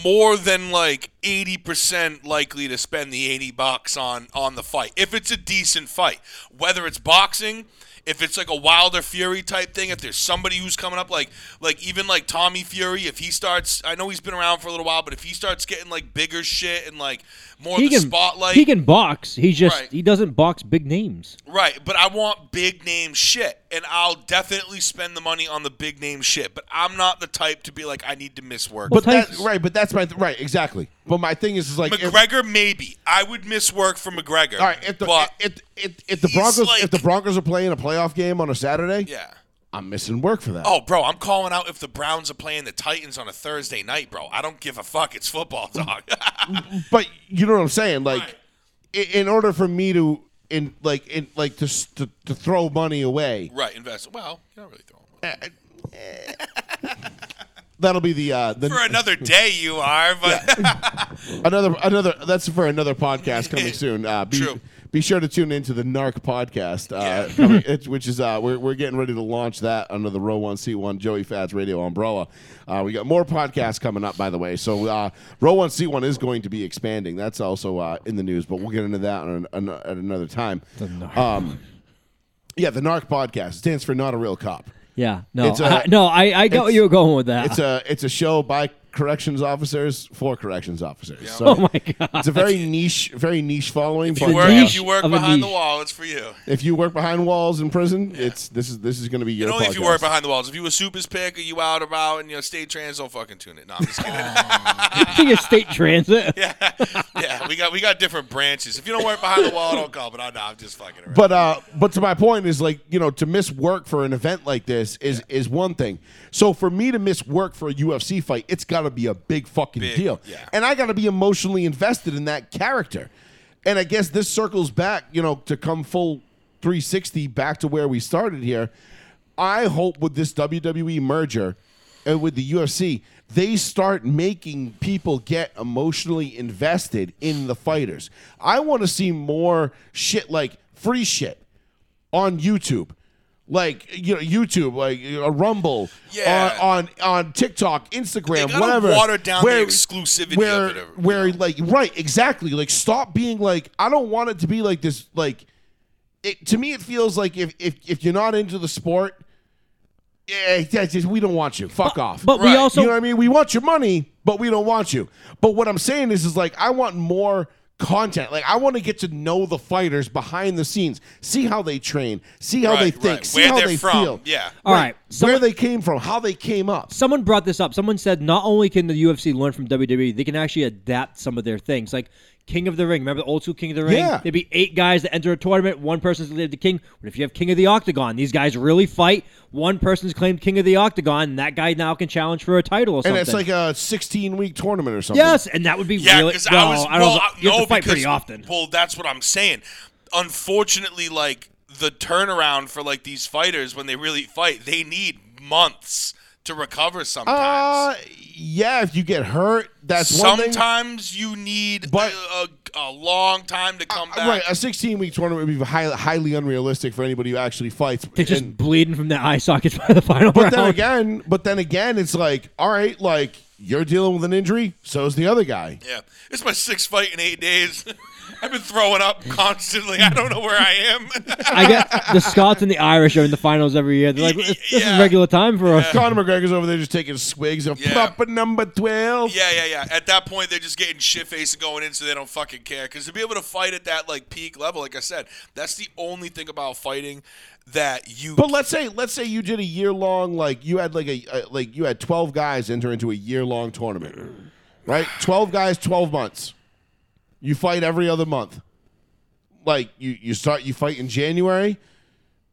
Speaker 4: more than like 80% likely to spend the 80 bucks on on the fight. If it's a decent fight, whether it's boxing, if it's like a Wilder Fury type thing, if there's somebody who's coming up like like even like Tommy Fury, if he starts I know he's been around for a little while, but if he starts getting like bigger shit and like more
Speaker 2: He
Speaker 4: of the
Speaker 2: can
Speaker 4: spotlight,
Speaker 2: He can box. He just
Speaker 4: Right.
Speaker 2: he doesn't box big names.
Speaker 4: Right, but I want big name shit, and I'll definitely spend the money on the big name shit. But I'm not the type to be like, I need to miss work.
Speaker 3: But that,
Speaker 2: types-
Speaker 3: right, but that's my th- right exactly. But my thing is, is like, if, all
Speaker 4: McGregor, maybe I would miss work for McGregor.
Speaker 3: right, if the
Speaker 4: but
Speaker 3: if, if, if the
Speaker 4: he's
Speaker 3: Broncos
Speaker 4: like-
Speaker 3: if the Broncos are playing a playoff game on a Saturday,
Speaker 4: yeah.
Speaker 3: I'm missing work for that.
Speaker 4: Oh, bro, I'm calling out if the Browns are playing the Titans on a Thursday night, bro. I don't give a fuck. It's football talk. [laughs]
Speaker 3: But you know what I'm saying? Like,
Speaker 4: Right.
Speaker 3: i- in order for me to in like in like to s- to, to throw money away,
Speaker 4: right, invest. Well, you're not really throwing. money.
Speaker 3: that'll be the uh the [laughs]
Speaker 4: For another day, you are, but
Speaker 3: another another that's for another podcast
Speaker 4: [laughs]
Speaker 3: coming soon. Uh, be,
Speaker 4: True.
Speaker 3: Be sure to tune into the NARC podcast, uh,
Speaker 4: Yeah. [laughs]
Speaker 3: coming, it's, which is uh, we're, we're getting ready to launch that under the Row One C One Joey Fads Radio umbrella. Uh, we got more podcasts coming up, by the way. So uh, Row One C One is going to be expanding. That's also uh, in the news, but we'll get into that on an, an, at another time.
Speaker 2: NARC.
Speaker 3: Um, yeah, the NARC podcast It stands for Not a Real Cop.
Speaker 2: Yeah. No.
Speaker 3: It's a-
Speaker 2: I- no. I I got where
Speaker 3: it's-
Speaker 2: you were going with that. [laughs]
Speaker 3: It's a it's a show by corrections officers for corrections officers. So
Speaker 2: oh my god. [laughs]
Speaker 3: It's a
Speaker 4: [laughs]
Speaker 3: very niche, very niche following.
Speaker 4: if
Speaker 3: but,
Speaker 4: [laughs] you work,
Speaker 3: uh,
Speaker 4: if you
Speaker 2: niche
Speaker 4: work
Speaker 2: of a
Speaker 4: behind the
Speaker 2: niche.
Speaker 4: wall, it's for you.
Speaker 3: if you work behind walls in prison, it's this is this is going to be your.
Speaker 4: And only if you
Speaker 3: podcast.
Speaker 4: work behind the walls. If you a supers pick or you out about and you know, stay trans, don't fucking tune it. No, I'm just
Speaker 3: [laughs]
Speaker 4: kidding.
Speaker 2: Think of state transit.
Speaker 4: yeah, yeah, we got we got different branches. If you don't work behind the wall, don't call. But I know I'm just fucking around.
Speaker 3: But uh, but to my point is like you know to miss work for an event like this is is one thing. So for me to miss work for a UFC fight, it's got to be a big fucking
Speaker 4: Big,
Speaker 3: deal,
Speaker 4: yeah.
Speaker 3: and I got to be emotionally invested in that character. And I guess this circles back, you know, to come full 360 back to where we started here. I hope with this WWE merger and with the UFC, they start making people get emotionally invested in the fighters. I want to see more shit like free shit on YouTube. Like you know, YouTube, like you know, a Rumble, uh,
Speaker 4: Yeah.
Speaker 3: on, on on TikTok, Instagram,
Speaker 4: They gotta
Speaker 3: whatever.
Speaker 4: water down the exclusivity
Speaker 3: where,
Speaker 4: of it, you
Speaker 3: Where like right, exactly. Like stop being like I don't want it to be like this. Like it, to me, it feels like if if if you're not into the sport, eh, yeah, that's just, we don't want you. Fuck off.
Speaker 2: But we
Speaker 4: Right.
Speaker 2: also
Speaker 3: you know what I mean? We want your money, but we don't want you. But what I'm saying is, is like I want more content. Like I want to get to know the fighters behind the scenes, see how they train, see how
Speaker 4: Right,
Speaker 3: they think,
Speaker 4: right.
Speaker 3: see
Speaker 4: Where
Speaker 3: how
Speaker 4: they're
Speaker 3: they
Speaker 4: from.
Speaker 3: feel.
Speaker 4: Yeah.
Speaker 2: All right.
Speaker 3: where
Speaker 2: Someone-
Speaker 3: they came from, how they came up.
Speaker 2: someone brought this up. Someone said not only can the UFC learn from WWE, they can actually adapt some of their things. Like King of the Ring. Remember the old school King of the Ring?
Speaker 3: Yeah.
Speaker 2: There'd be eight guys that enter a tournament. One person's the the king. But if you have King of the Octagon, these guys really fight. One person's claimed King of the Octagon. And that guy now can challenge for a title or
Speaker 3: And
Speaker 2: something.
Speaker 3: it's like a 16 week tournament or something.
Speaker 2: yes, and that would be
Speaker 4: yeah,
Speaker 2: really.
Speaker 4: because
Speaker 2: well,
Speaker 4: I was
Speaker 2: I don't
Speaker 4: well,
Speaker 2: know.
Speaker 4: I-
Speaker 2: You have
Speaker 4: no,
Speaker 2: to fight pretty
Speaker 4: because-
Speaker 2: often.
Speaker 4: Well, that's what I'm saying. Unfortunately, like the turnaround for like these fighters when they really fight, they need months to recover. Sometimes.
Speaker 3: Uh, yeah, if you get hurt, that's one thing.
Speaker 4: Sometimes you need
Speaker 3: But-
Speaker 4: a, a, a long time to come back.
Speaker 3: Uh, Right, a 16 week tournament would be highly, highly unrealistic for anybody who actually fights.
Speaker 2: They're just
Speaker 3: And-
Speaker 2: bleeding from their eye sockets by the [laughs] final
Speaker 3: but
Speaker 2: round.
Speaker 3: then again, but then again, it's like, all right, like you're dealing with an injury, so's the other guy.
Speaker 4: Yeah, it's my sixth fight in eight days. [laughs] I've been throwing up constantly. I don't know where I am. [laughs]
Speaker 2: I get the Scots and the Irish are in the finals every year. They're like, this, this
Speaker 4: Yeah.
Speaker 2: is regular time for us.
Speaker 3: Conor McGregor's over there just taking swigs of
Speaker 4: Yeah.
Speaker 3: proper number 12.
Speaker 4: yeah, yeah, yeah. At that point, they're just getting shit faced and going in, so they don't fucking care. Because to be able to fight at that like peak level, like I said, that's the only thing about fighting that you.
Speaker 3: But let's say let's say you did a year long like you had like a, a like you had 12 guys enter into a year long tournament. Right? 12 guys, 12 months. You fight every other month. Like you, you start you fight in January.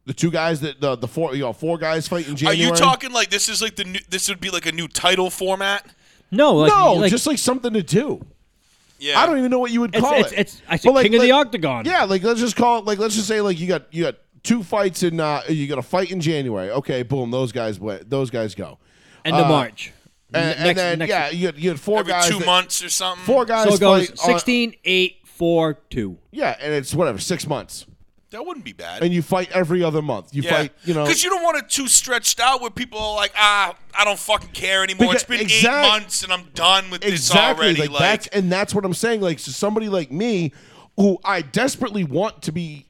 Speaker 3: The two guys that the the four you know, four guys fight in
Speaker 4: Are
Speaker 3: January.
Speaker 4: you talking like this is like the new? This would be like a new title format.
Speaker 2: No, like,
Speaker 3: No,
Speaker 2: like,
Speaker 3: just like something to do.
Speaker 4: Yeah,
Speaker 3: I don't even know what you would
Speaker 2: It's-
Speaker 3: call
Speaker 2: it's-
Speaker 3: it.
Speaker 2: it's- I
Speaker 3: But,
Speaker 2: said King of
Speaker 3: let-
Speaker 2: the Octagon.
Speaker 3: Yeah, like let's just call it like let's just say like you got you got two fights in uh you got a fight in January. Okay, boom, those guys went those guys go.
Speaker 2: end of
Speaker 3: uh,
Speaker 2: March.
Speaker 3: And,
Speaker 2: Ne-
Speaker 3: and then yeah, you had, you had four
Speaker 4: every
Speaker 3: guys
Speaker 4: two
Speaker 3: that-
Speaker 4: months or something.
Speaker 3: four guys
Speaker 2: So it goes
Speaker 3: fight on-
Speaker 2: 16, 8, 4, 2.
Speaker 3: yeah, and it's whatever, 6 months.
Speaker 4: That wouldn't be bad.
Speaker 3: And you fight every other month. You fight, you know.
Speaker 4: because you don't want it too stretched out where people are like, ah, I don't fucking care anymore.
Speaker 3: Because-
Speaker 4: it's been
Speaker 3: exact-
Speaker 4: eight months and I'm done with
Speaker 3: exactly
Speaker 4: this already.
Speaker 3: like, that's and that's what i'm saying like so somebody like me who i desperately want to be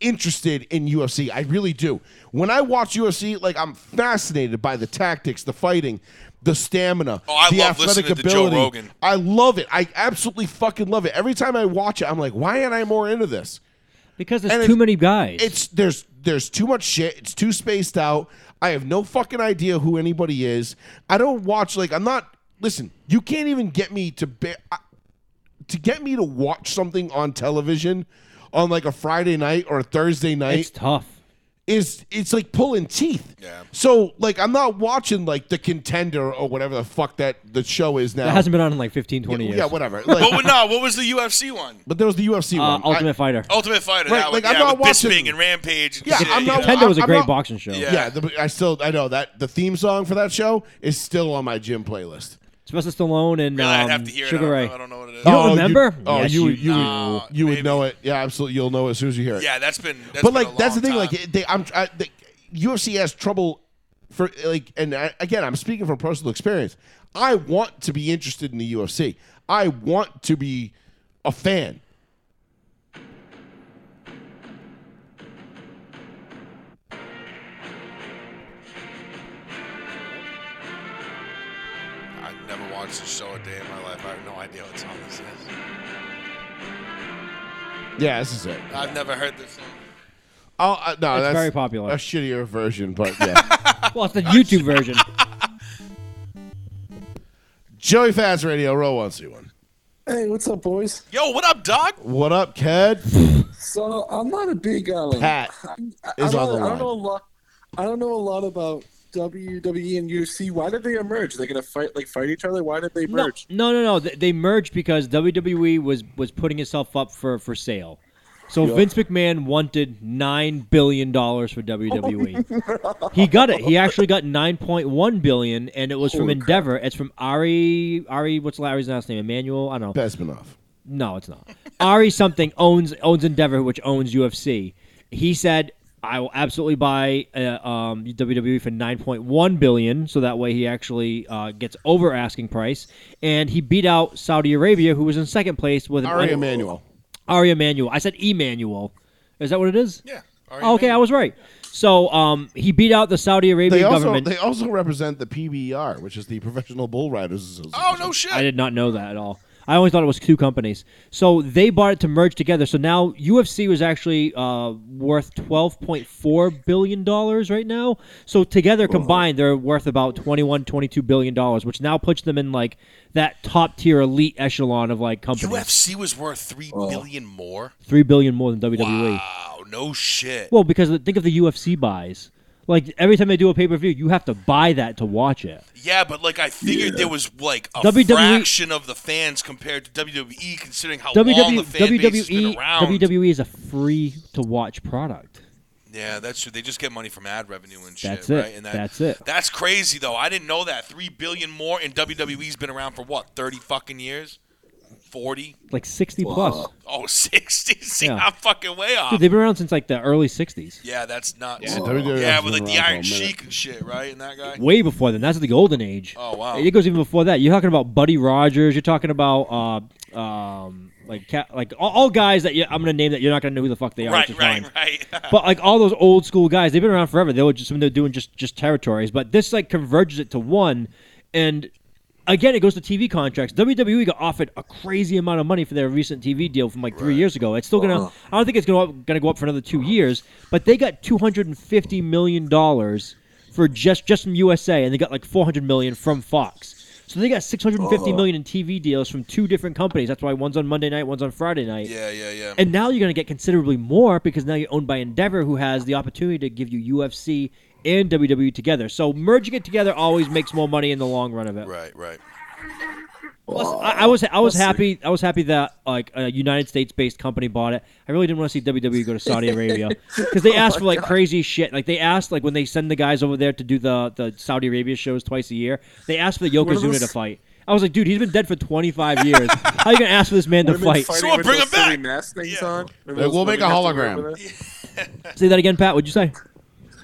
Speaker 3: interested in ufc i really do when i watch ufc like i'm fascinated by the tactics the fighting the stamina
Speaker 4: Oh, I
Speaker 3: the
Speaker 4: love
Speaker 3: athletic
Speaker 4: listening to Joe
Speaker 3: ability
Speaker 4: Rogan.
Speaker 3: i love it i absolutely fucking love it every time i watch it i'm like why ain't i more into this
Speaker 2: Because there's
Speaker 3: And
Speaker 2: too
Speaker 3: it's-
Speaker 2: many guys.
Speaker 3: it's there's there's too much shit. It's too spaced out. I have no fucking idea who anybody is. I don't watch like I'm not. Listen, you can't even get me to be, I- to get me to watch something on television on like a Friday night or a Thursday night
Speaker 2: it's tough.
Speaker 3: is it's like pulling teeth.
Speaker 4: Yeah.
Speaker 3: So like I'm not watching like the contender or whatever the fuck that the show is now.
Speaker 2: It hasn't been on in like 15, 20 years.
Speaker 3: yeah, whatever.
Speaker 4: [laughs] But
Speaker 3: Like,
Speaker 4: what- no, what was the UFC one?
Speaker 3: but there was the UFC
Speaker 2: Uh,
Speaker 3: one. I-
Speaker 2: Ultimate Fighter.
Speaker 4: Ultimate Fighter.
Speaker 3: Right,
Speaker 4: that one,
Speaker 3: like, I'm
Speaker 4: yeah,
Speaker 3: not
Speaker 4: with
Speaker 3: watching-
Speaker 4: Bisping and Rampage. And
Speaker 3: Yeah,
Speaker 4: shit,
Speaker 3: I'm
Speaker 4: you
Speaker 3: not-
Speaker 4: know?
Speaker 2: Contender was a
Speaker 3: I'm
Speaker 2: great
Speaker 3: not-
Speaker 2: boxing show.
Speaker 4: Yeah.
Speaker 3: yeah, the, I still I know that the theme song for that show is still on my gym playlist.
Speaker 2: Sylvester Stallone and
Speaker 4: Really,
Speaker 2: um,
Speaker 4: I'd have to hear
Speaker 2: Sugar
Speaker 4: it. I
Speaker 2: Ray.
Speaker 4: don't, know- I don't know what it is.
Speaker 2: You don't
Speaker 3: you-
Speaker 2: remember?
Speaker 3: oh,
Speaker 2: Yes,
Speaker 3: you
Speaker 2: you-
Speaker 3: would- you, would-
Speaker 4: No,
Speaker 3: you would
Speaker 4: Uh, maybe.
Speaker 3: know it. Yeah, absolutely. You'll know it as soon as you hear it.
Speaker 4: yeah, that's been. that's
Speaker 3: but
Speaker 4: been a
Speaker 3: like that's the
Speaker 4: long
Speaker 3: thing.
Speaker 4: time.
Speaker 3: Like it- they, I'm I, the, UFC has trouble for like, and I, again, I'm speaking from personal experience. I want to be interested in the UFC. I want to be a fan.
Speaker 4: I never watched this show a day in my life. I have no idea what song this is.
Speaker 3: Yeah, this is it.
Speaker 4: I've never heard this song.
Speaker 3: Oh uh, no,
Speaker 2: It's
Speaker 3: that's
Speaker 2: very popular.
Speaker 3: A shittier version, but yeah. [laughs]
Speaker 2: Well, it's the YouTube version.
Speaker 3: Joey Fats Radio, row one, C one.
Speaker 1: Hey, what's up, boys?
Speaker 4: Yo, what up, dog?
Speaker 3: What up, Ked?
Speaker 1: So I'm not a big um,
Speaker 3: Pat
Speaker 1: I, I,
Speaker 3: is
Speaker 1: I
Speaker 3: on the
Speaker 1: don't- I don't know a
Speaker 3: line.
Speaker 1: lot. I don't know a lot about WWE and UFC. Why did they emerge? They gonna fight like fight each other? Why did they
Speaker 2: No,
Speaker 1: merge?
Speaker 2: no, no, no. They, they merged because WWE was was putting itself up for for sale. So Vince McMahon wanted nine billion dollars
Speaker 1: [laughs]
Speaker 2: for WWE. he got it. He actually got nine point one billion, and it was from
Speaker 1: Holy crap.
Speaker 2: Endeavor. It's from Ari Ari. What's Larry's last name? Emmanuel. I don't know.
Speaker 3: Besmanov.
Speaker 2: No, it's not. Ari something owns owns Endeavor, which owns UFC. He said, "I will absolutely buy uh, um, WWE for 9.1 billion, so that way he actually uh, gets over asking price." And he beat out Saudi Arabia, who was in second place with an
Speaker 3: Ari Emanuel.
Speaker 2: Ari Emanuel. I said Emanuel. Is that what it is?
Speaker 4: Yeah. Ari
Speaker 2: Oh, okay, I was right. So um, he beat out the Saudi Arabian
Speaker 3: They also
Speaker 2: government.
Speaker 3: they also represent the PBR, which is the Professional Bull Riders Association.
Speaker 4: Oh no shit.
Speaker 2: I did not know that at all. I always thought it was two companies. So they bought it to merge together. So now UFC was actually uh, worth twelve point four billion dollars right now. So together combined, they're worth about 21, 22 billion dollars, which now puts them in like that top tier elite echelon of like companies.
Speaker 4: UFC was worth three
Speaker 2: Oh.
Speaker 4: billion more.
Speaker 2: Three billion more than WWE.
Speaker 4: Wow, no shit.
Speaker 2: Well, because think of the UFC buys. Like every time they do a pay per view, you have to buy that to watch it.
Speaker 4: Yeah, but like I figured there was like a
Speaker 2: WWE
Speaker 4: fraction of the fans compared to WWE, considering how long
Speaker 2: WWE
Speaker 4: the fan base has been
Speaker 2: WWE
Speaker 4: around.
Speaker 2: WWE E is a free to watch product.
Speaker 4: Yeah, that's true. They just get money from ad revenue and shit,
Speaker 2: That's it.
Speaker 4: right? And that,
Speaker 2: That's it.
Speaker 4: That's crazy though. I didn't know that. Three billion more, and WWE's been around for what, thirty fucking years? Forty?
Speaker 2: Like sixty plus.
Speaker 4: Oh, [laughs] 60? See,
Speaker 2: Yeah.
Speaker 4: I'm fucking way off.
Speaker 2: Dude, they've been around since like the early '60s,
Speaker 4: yeah, that's nuts.
Speaker 3: Yeah, WWF
Speaker 4: yeah,
Speaker 3: has
Speaker 4: with
Speaker 3: been
Speaker 4: like
Speaker 3: around for a
Speaker 4: the Iron
Speaker 3: minute.
Speaker 4: Sheik and shit, right? And that guy.
Speaker 2: way before then. That's the golden age.
Speaker 4: Oh, wow.
Speaker 2: It goes even before that. You're talking about Buddy Rogers. You're talking about uh, um, like ca- like all, all guys that you, I'm gonna name that you're not gonna know who the fuck they are.
Speaker 4: [laughs] Right,
Speaker 2: which is
Speaker 4: right,
Speaker 2: fine.
Speaker 4: right.
Speaker 2: [laughs] But like all those old school guys, they've been around forever. They were just when they're doing just just territories. But this like converges it to one, and again it goes to TV contracts. WWE got offered a crazy amount of money for their recent TV deal from like three years ago. It's still gonna. I don't think it's gonna gonna go up for another two years. But they got two hundred and fifty million dollars for just just from USA, and they got like four hundred million from Fox. So they got six hundred and fifty million in TV deals from two different companies. That's why one's on Monday night, one's on Friday night.
Speaker 4: Yeah, yeah, yeah.
Speaker 2: And now you're going to get considerably more because now you're owned by Endeavor, who has the opportunity to give you UFC and WWE together. So merging it together always makes more money in the long run of it.
Speaker 4: right,
Speaker 2: [laughs]
Speaker 4: right.
Speaker 2: Plus, I, I was I was happy I was happy that like a United States based company bought it. I really didn't want to see WWE go to Saudi Arabia because they asked for like crazy shit. Like they asked like when they send the guys over there to do the the Saudi Arabia shows twice a year, they asked for the Yokozuna to fight. I was like, dude, he's been dead for 25 years. How are you gonna ask for this man to
Speaker 1: Women
Speaker 2: fight?
Speaker 1: fighting
Speaker 4: Someone
Speaker 1: with
Speaker 4: bring
Speaker 1: those
Speaker 4: 'em back.
Speaker 1: silly Mask things
Speaker 4: Yeah.
Speaker 1: on. Remember
Speaker 3: We'll
Speaker 1: those
Speaker 3: make a
Speaker 1: women have
Speaker 3: hologram.
Speaker 1: to wear that?
Speaker 2: Say that again, Pat. What'd you say?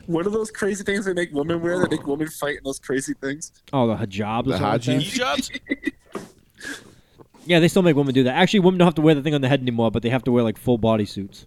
Speaker 1: What are those crazy things they make women wear? They make women fight in those crazy things. [laughs]
Speaker 2: Oh, the hijab.
Speaker 3: The
Speaker 2: or something like
Speaker 3: hajib.
Speaker 2: that?
Speaker 4: E-jobs?
Speaker 2: Yeah, they still make women do that. Actually, women don't have to wear the thing on the head anymore, but they have to wear like full body suits.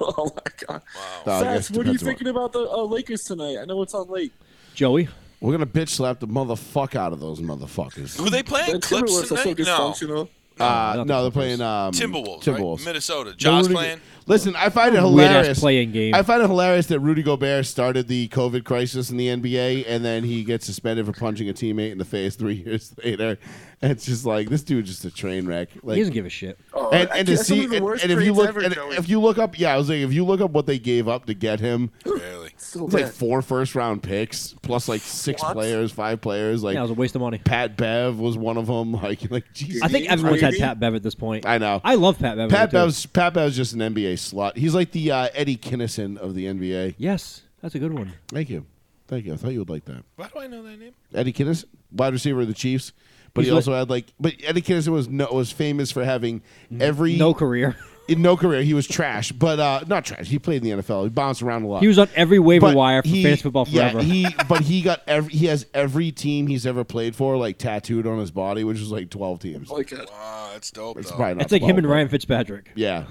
Speaker 1: oh my god.
Speaker 3: Uh, I guess
Speaker 1: Sats, what are you
Speaker 3: depends on
Speaker 1: thinking about the uh, Lakers tonight? I know it's on late.
Speaker 2: Joey,
Speaker 3: We're gonna bitch slap the motherfuck out of those motherfuckers.
Speaker 4: Were they
Speaker 1: The
Speaker 4: playing clips
Speaker 1: Timberwolves are so
Speaker 4: tonight? No.
Speaker 1: dysfunctional.
Speaker 3: Uh, no, they're playing um,
Speaker 4: Timberwolves,
Speaker 3: Timberwolves.
Speaker 4: right? Minnesota. Josh
Speaker 3: Rudy-
Speaker 4: playing.
Speaker 3: Listen, I find it
Speaker 2: Weird-ass
Speaker 3: hilarious.
Speaker 2: play-in game.
Speaker 3: I find it hilarious that Rudy Gobert started the COVID crisis in the NBA, and then he gets suspended for punching a teammate in the face three [laughs] years later. And it's just like this dude's just a train wreck. Like,
Speaker 2: he doesn't give a shit.
Speaker 1: Oh,
Speaker 3: and,
Speaker 1: I-
Speaker 3: and to
Speaker 1: that's some
Speaker 3: see,
Speaker 1: of
Speaker 3: and,
Speaker 1: the worst
Speaker 3: and if you
Speaker 1: trades
Speaker 3: look,
Speaker 1: ever,
Speaker 3: and
Speaker 1: Joey.
Speaker 3: if you look up, yeah, I was like, if you look up what they gave up to get him, it
Speaker 4: Barely.
Speaker 1: So
Speaker 3: was like
Speaker 1: bad.
Speaker 3: four first round picks plus like six
Speaker 1: What?
Speaker 3: players, five players. Like
Speaker 2: Yeah, it was a waste of money.
Speaker 3: Pat Bev was one of them. [laughs] Like, like Jesus.
Speaker 2: I think everyone's had
Speaker 1: Brady?
Speaker 2: Pat Bev at this point.
Speaker 3: I know.
Speaker 2: I love Pat Bev.
Speaker 3: Pat
Speaker 2: too.
Speaker 3: Bev's Pat Bev's just an NBA slut. He's like the uh, Eddie Kinnison of the NBA.
Speaker 2: Yes, that's a good one.
Speaker 3: Thank you, thank you. I thought you would like that.
Speaker 4: Why do I know that name?
Speaker 3: Eddie Kinnison, wide receiver of the Chiefs, but
Speaker 2: He's
Speaker 3: he
Speaker 2: like-
Speaker 3: also had like. But Eddie Kinnison was no, was famous for having every
Speaker 2: No career.
Speaker 3: in no career. He was trash, but uh, not trash. He played in the NFL. He bounced around a lot.
Speaker 2: He was on every waiver
Speaker 3: But
Speaker 2: wire for
Speaker 3: he-
Speaker 2: fantasy football forever.
Speaker 3: Yeah,
Speaker 2: [laughs]
Speaker 3: he but he got every he has every team he's ever played for like tattooed on his body, which is like twelve teams.
Speaker 1: Oh my God.
Speaker 4: Wow, that's dope.
Speaker 3: it's
Speaker 4: though.
Speaker 3: probably not
Speaker 2: it's like him
Speaker 3: 12,
Speaker 2: and
Speaker 3: but-
Speaker 2: Ryan Fitzpatrick.
Speaker 3: Yeah,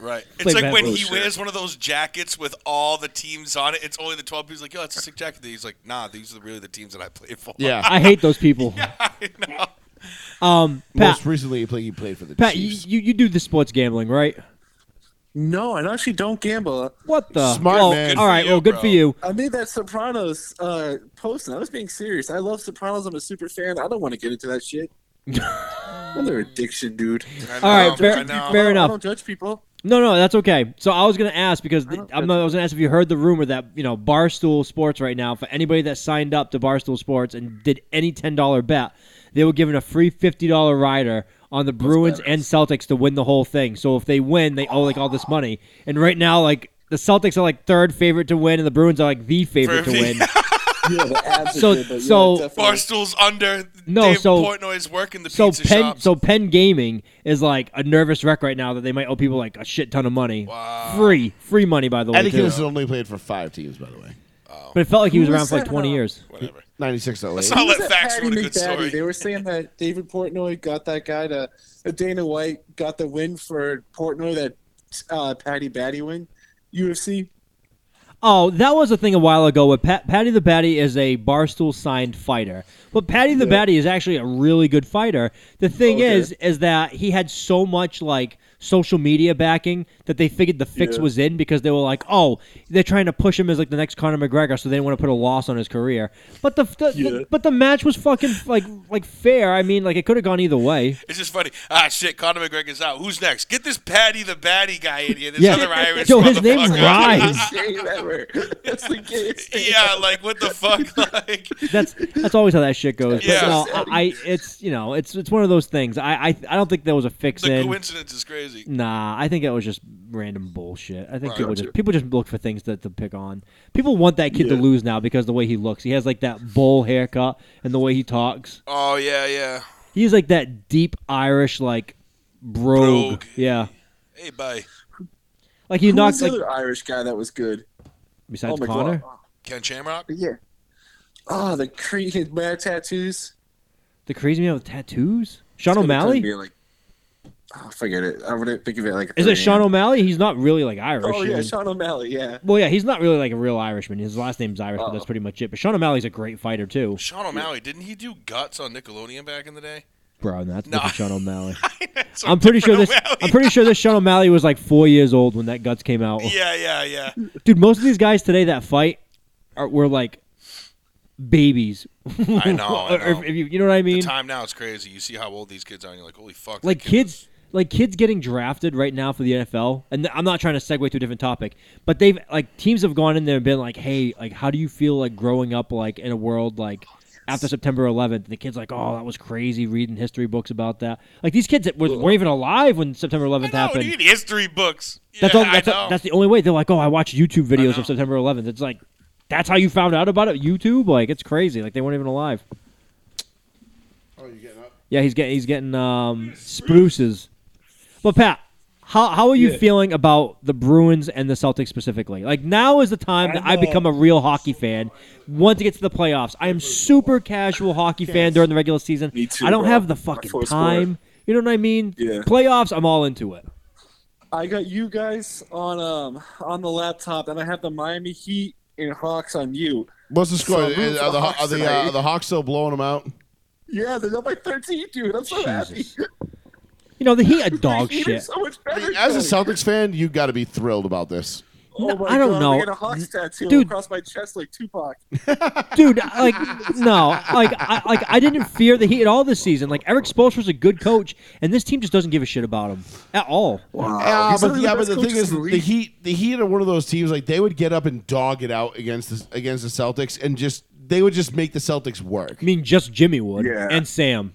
Speaker 4: Right. It's
Speaker 2: Play
Speaker 4: like
Speaker 2: Matt
Speaker 4: when
Speaker 2: Rule
Speaker 4: he
Speaker 1: shit.
Speaker 4: wears one of those jackets with all the teams on it. It's only the 12 people. He's like, yo, that's a sick jacket. He's like, nah, these are really the teams that I played for. [laughs]
Speaker 3: [laughs] yeah.
Speaker 2: I hate those people.
Speaker 4: I know.
Speaker 2: Um, Pat,
Speaker 3: Most recently, he played, he played for the
Speaker 2: Pat, you,
Speaker 3: Chiefs.
Speaker 2: you you do the sports gambling, right?
Speaker 1: No, I actually don't gamble.
Speaker 2: What the?
Speaker 3: Smart
Speaker 2: well,
Speaker 3: man.
Speaker 2: All right,
Speaker 4: Good for
Speaker 2: well,
Speaker 4: you,
Speaker 2: good
Speaker 4: bro.
Speaker 2: for you.
Speaker 1: I made that Sopranos uh, post, and I was being serious. I love Sopranos. I'm a super fan. I don't want to get into
Speaker 2: [laughs]
Speaker 1: that shit. Another addiction, dude.
Speaker 4: I
Speaker 2: All right,
Speaker 4: know,
Speaker 2: fair-
Speaker 4: I know.
Speaker 2: fair-
Speaker 1: I don't-
Speaker 2: enough.
Speaker 1: I don't judge people.
Speaker 2: No, no, that's okay. So I was gonna ask because
Speaker 1: I don't
Speaker 2: I'm not, I was gonna ask if you heard the rumor that you know Barstool Sports right now for anybody that signed up to Barstool Sports and did any ten dollar bet, they were given a free fifty dollar rider on the Bruins and Celtics to win the whole thing. So if they win, they owe like all this money. And right now, like the Celtics are like third favorite to win, and the Bruins are like the favorite to
Speaker 4: For-
Speaker 2: win.
Speaker 1: [laughs] Yeah, the abs are
Speaker 2: So-
Speaker 1: good, but yeah,
Speaker 2: so-
Speaker 1: definitely.
Speaker 4: Barstool's under.
Speaker 2: No,
Speaker 4: Dave
Speaker 2: so-
Speaker 4: Portnoy's working the
Speaker 2: So
Speaker 4: pizza
Speaker 2: Penn,
Speaker 4: shop.
Speaker 2: so Penn Gaming is like a nervous wreck right now that they might owe people like a shit ton of money.
Speaker 4: Wow.
Speaker 2: Free, free money by the way.
Speaker 3: Eddie
Speaker 2: too.
Speaker 3: Kinnison only played for five teams, by the way.
Speaker 2: But it felt like he
Speaker 1: Who
Speaker 2: was
Speaker 1: was
Speaker 2: around for like
Speaker 1: that,
Speaker 2: twenty
Speaker 1: uh,
Speaker 2: years.
Speaker 4: Whatever.
Speaker 3: Ninety six.
Speaker 4: Let's not
Speaker 1: Who was
Speaker 4: let
Speaker 1: that
Speaker 4: facts
Speaker 1: Patty
Speaker 4: ruin a good
Speaker 1: McDaddy?
Speaker 4: story.
Speaker 1: They were saying that David Portnoy got that guy to that Dana White got the win for Portnoy that uh, Patty Batty win
Speaker 4: [laughs]
Speaker 1: UFC.
Speaker 2: Oh, that was a thing a while ago. Where Pat, Patty the Batty is a barstool signed fighter, but Patty the Batty is actually a really good fighter. The thing
Speaker 1: Oh, Okay.
Speaker 2: is, is that he had so much like social media backing that they figured the fix
Speaker 1: Yeah.
Speaker 2: was in because they were like, oh, they're trying to push him as like the next Conor McGregor, so they didn't want to put a loss on his career. But the, the
Speaker 1: Yeah.
Speaker 2: but the match was fucking like like fair. I mean, like it could have gone either way.
Speaker 4: It's just funny. Ah, shit. Conor McGregor's out. Who's next? Get this Patty the Batty guy in here. This
Speaker 2: Yeah.
Speaker 4: other Irish
Speaker 2: Yo, his name's
Speaker 4: motherfucker.
Speaker 2: Ryan.
Speaker 1: Shame ever. [laughs] That's the gayest thing.
Speaker 4: [laughs] yeah, like what the fuck? [laughs] Like,
Speaker 2: that's that's always how that shit
Speaker 1: [laughs]
Speaker 2: goes.
Speaker 4: Yeah.
Speaker 2: But no, I, I it's you know it's it's one of those things. I I, I don't think there was a fix
Speaker 4: the
Speaker 2: in.
Speaker 4: coincidence is crazy.
Speaker 2: Nah, I think that was just random bullshit. I think
Speaker 4: Right.
Speaker 2: people just people just look for things to, to pick on. People want that kid to lose now because the way he looks. He has like that bowl haircut and the way he talks.
Speaker 4: Oh yeah, yeah.
Speaker 2: He's like that deep Irish like brogue.
Speaker 4: Brogue.
Speaker 2: Yeah.
Speaker 4: Hey, bye.
Speaker 2: Like he
Speaker 1: Who was
Speaker 2: knocked
Speaker 1: the
Speaker 2: like
Speaker 1: other Irish guy that was good?
Speaker 2: besides
Speaker 1: oh my
Speaker 2: Connor.
Speaker 1: god.
Speaker 4: Ken Shamrock.
Speaker 1: Yeah. Oh, the created mad tattoos.
Speaker 2: The crazy man with tattoos? Sean
Speaker 1: It's gonna
Speaker 2: O'Malley?
Speaker 1: be like- oh, forget it. I wouldn't think of it like.
Speaker 2: Is
Speaker 1: a
Speaker 2: it Sean O'Malley? He's not really like Irish.
Speaker 1: Oh yeah,
Speaker 2: and-
Speaker 1: Sean O'Malley. Yeah.
Speaker 2: Well, yeah, he's not really like a real Irishman. His last name's Irish, but
Speaker 1: Oh.
Speaker 2: that's pretty much it. But Sean O'Malley's a great fighter too,
Speaker 4: Sean O'Malley. Didn't he do guts on Nickelodeon back in the day?
Speaker 2: bro. And that's
Speaker 4: No.
Speaker 2: different Sean O'Malley.
Speaker 4: [laughs] It's a
Speaker 2: I'm pretty sure
Speaker 4: different
Speaker 2: this.
Speaker 4: O'Malley.
Speaker 2: I'm pretty sure this Sean O'Malley was like four years old when that guts came out. [laughs]
Speaker 4: Yeah, yeah, yeah.
Speaker 2: Dude, most of these guys today that fight are were like babies.
Speaker 4: I know, I
Speaker 2: Or if-
Speaker 4: know.
Speaker 2: if you, you know what I mean?
Speaker 4: The time now is crazy. You see how old these kids are, and you're like, holy fuck.
Speaker 2: like
Speaker 4: that kid
Speaker 2: kids like kids getting drafted right now for the NFL and th- I'm not trying to segue to a different topic but they've like teams have gone in there and been like hey like how do you feel like growing up like in a world like after September 11th and the kids like oh that was crazy reading history books about that like these kids that was, weren't even alive when September 11th
Speaker 4: was- I know,
Speaker 2: happened
Speaker 4: dude, history books.
Speaker 2: that's
Speaker 4: yeah,
Speaker 2: all that's,
Speaker 4: I know.
Speaker 2: that's the only way they're like oh I watched YouTube videos
Speaker 4: know.
Speaker 2: of September 11th it's like that's how you found out about it YouTube like it's crazy like they weren't even alive
Speaker 3: Oh, you getting up?
Speaker 2: Yeah, he's getting he's getting um, spruces. But Pat, how how are you feeling about the Bruins and the Celtics specifically? Like now is the time that I become a real hockey fan. Once it gets to the playoffs, I am super casual hockey fan during the regular season.
Speaker 1: Me too,
Speaker 2: I don't
Speaker 1: bro.
Speaker 2: have the
Speaker 1: My
Speaker 2: fucking
Speaker 1: fourth
Speaker 2: time. You know what I mean?
Speaker 1: Yeah.
Speaker 2: Playoffs, I'm all into it.
Speaker 1: I got you guys on um on the laptop, and I have the Miami Heat and Hawks on you.
Speaker 3: What's the score?
Speaker 1: So I'm rooting
Speaker 3: Is-
Speaker 1: for
Speaker 3: are, the,
Speaker 1: the
Speaker 3: Haw-
Speaker 1: Hawks
Speaker 3: are, the, uh,
Speaker 1: tonight.
Speaker 3: are the Hawks still blowing them out?
Speaker 1: Yeah, they're up by 13, dude. I'm so happy.
Speaker 2: Jesus. You know the Heat
Speaker 1: [laughs]
Speaker 2: a dog
Speaker 1: The Heat are
Speaker 2: shit.
Speaker 1: So much
Speaker 3: I
Speaker 1: better,
Speaker 3: mean, as a
Speaker 1: though.
Speaker 3: Celtics fan, you got to be thrilled about this.
Speaker 1: oh my
Speaker 2: I don't
Speaker 1: God,
Speaker 2: know.
Speaker 1: I got a Hawks tattoo
Speaker 2: Dude.
Speaker 1: across my chest like Tupac.
Speaker 2: dude. Like no, like I, like I didn't fear the Heat at all this season. Like Eric Spoelstra's a good coach, and this team just doesn't give a shit about him at all.
Speaker 3: Yeah,
Speaker 1: He's
Speaker 3: but,
Speaker 1: one of
Speaker 3: yeah, but
Speaker 1: best
Speaker 3: the thing
Speaker 1: coaches
Speaker 3: is,
Speaker 1: in
Speaker 3: the
Speaker 1: league.
Speaker 3: Heat, the Heat are one of those teams like they would get up and dog it out against the, against the Celtics, and just they would just make the Celtics work.
Speaker 2: I mean, just Jimmy would
Speaker 1: Yeah.
Speaker 2: and Sam.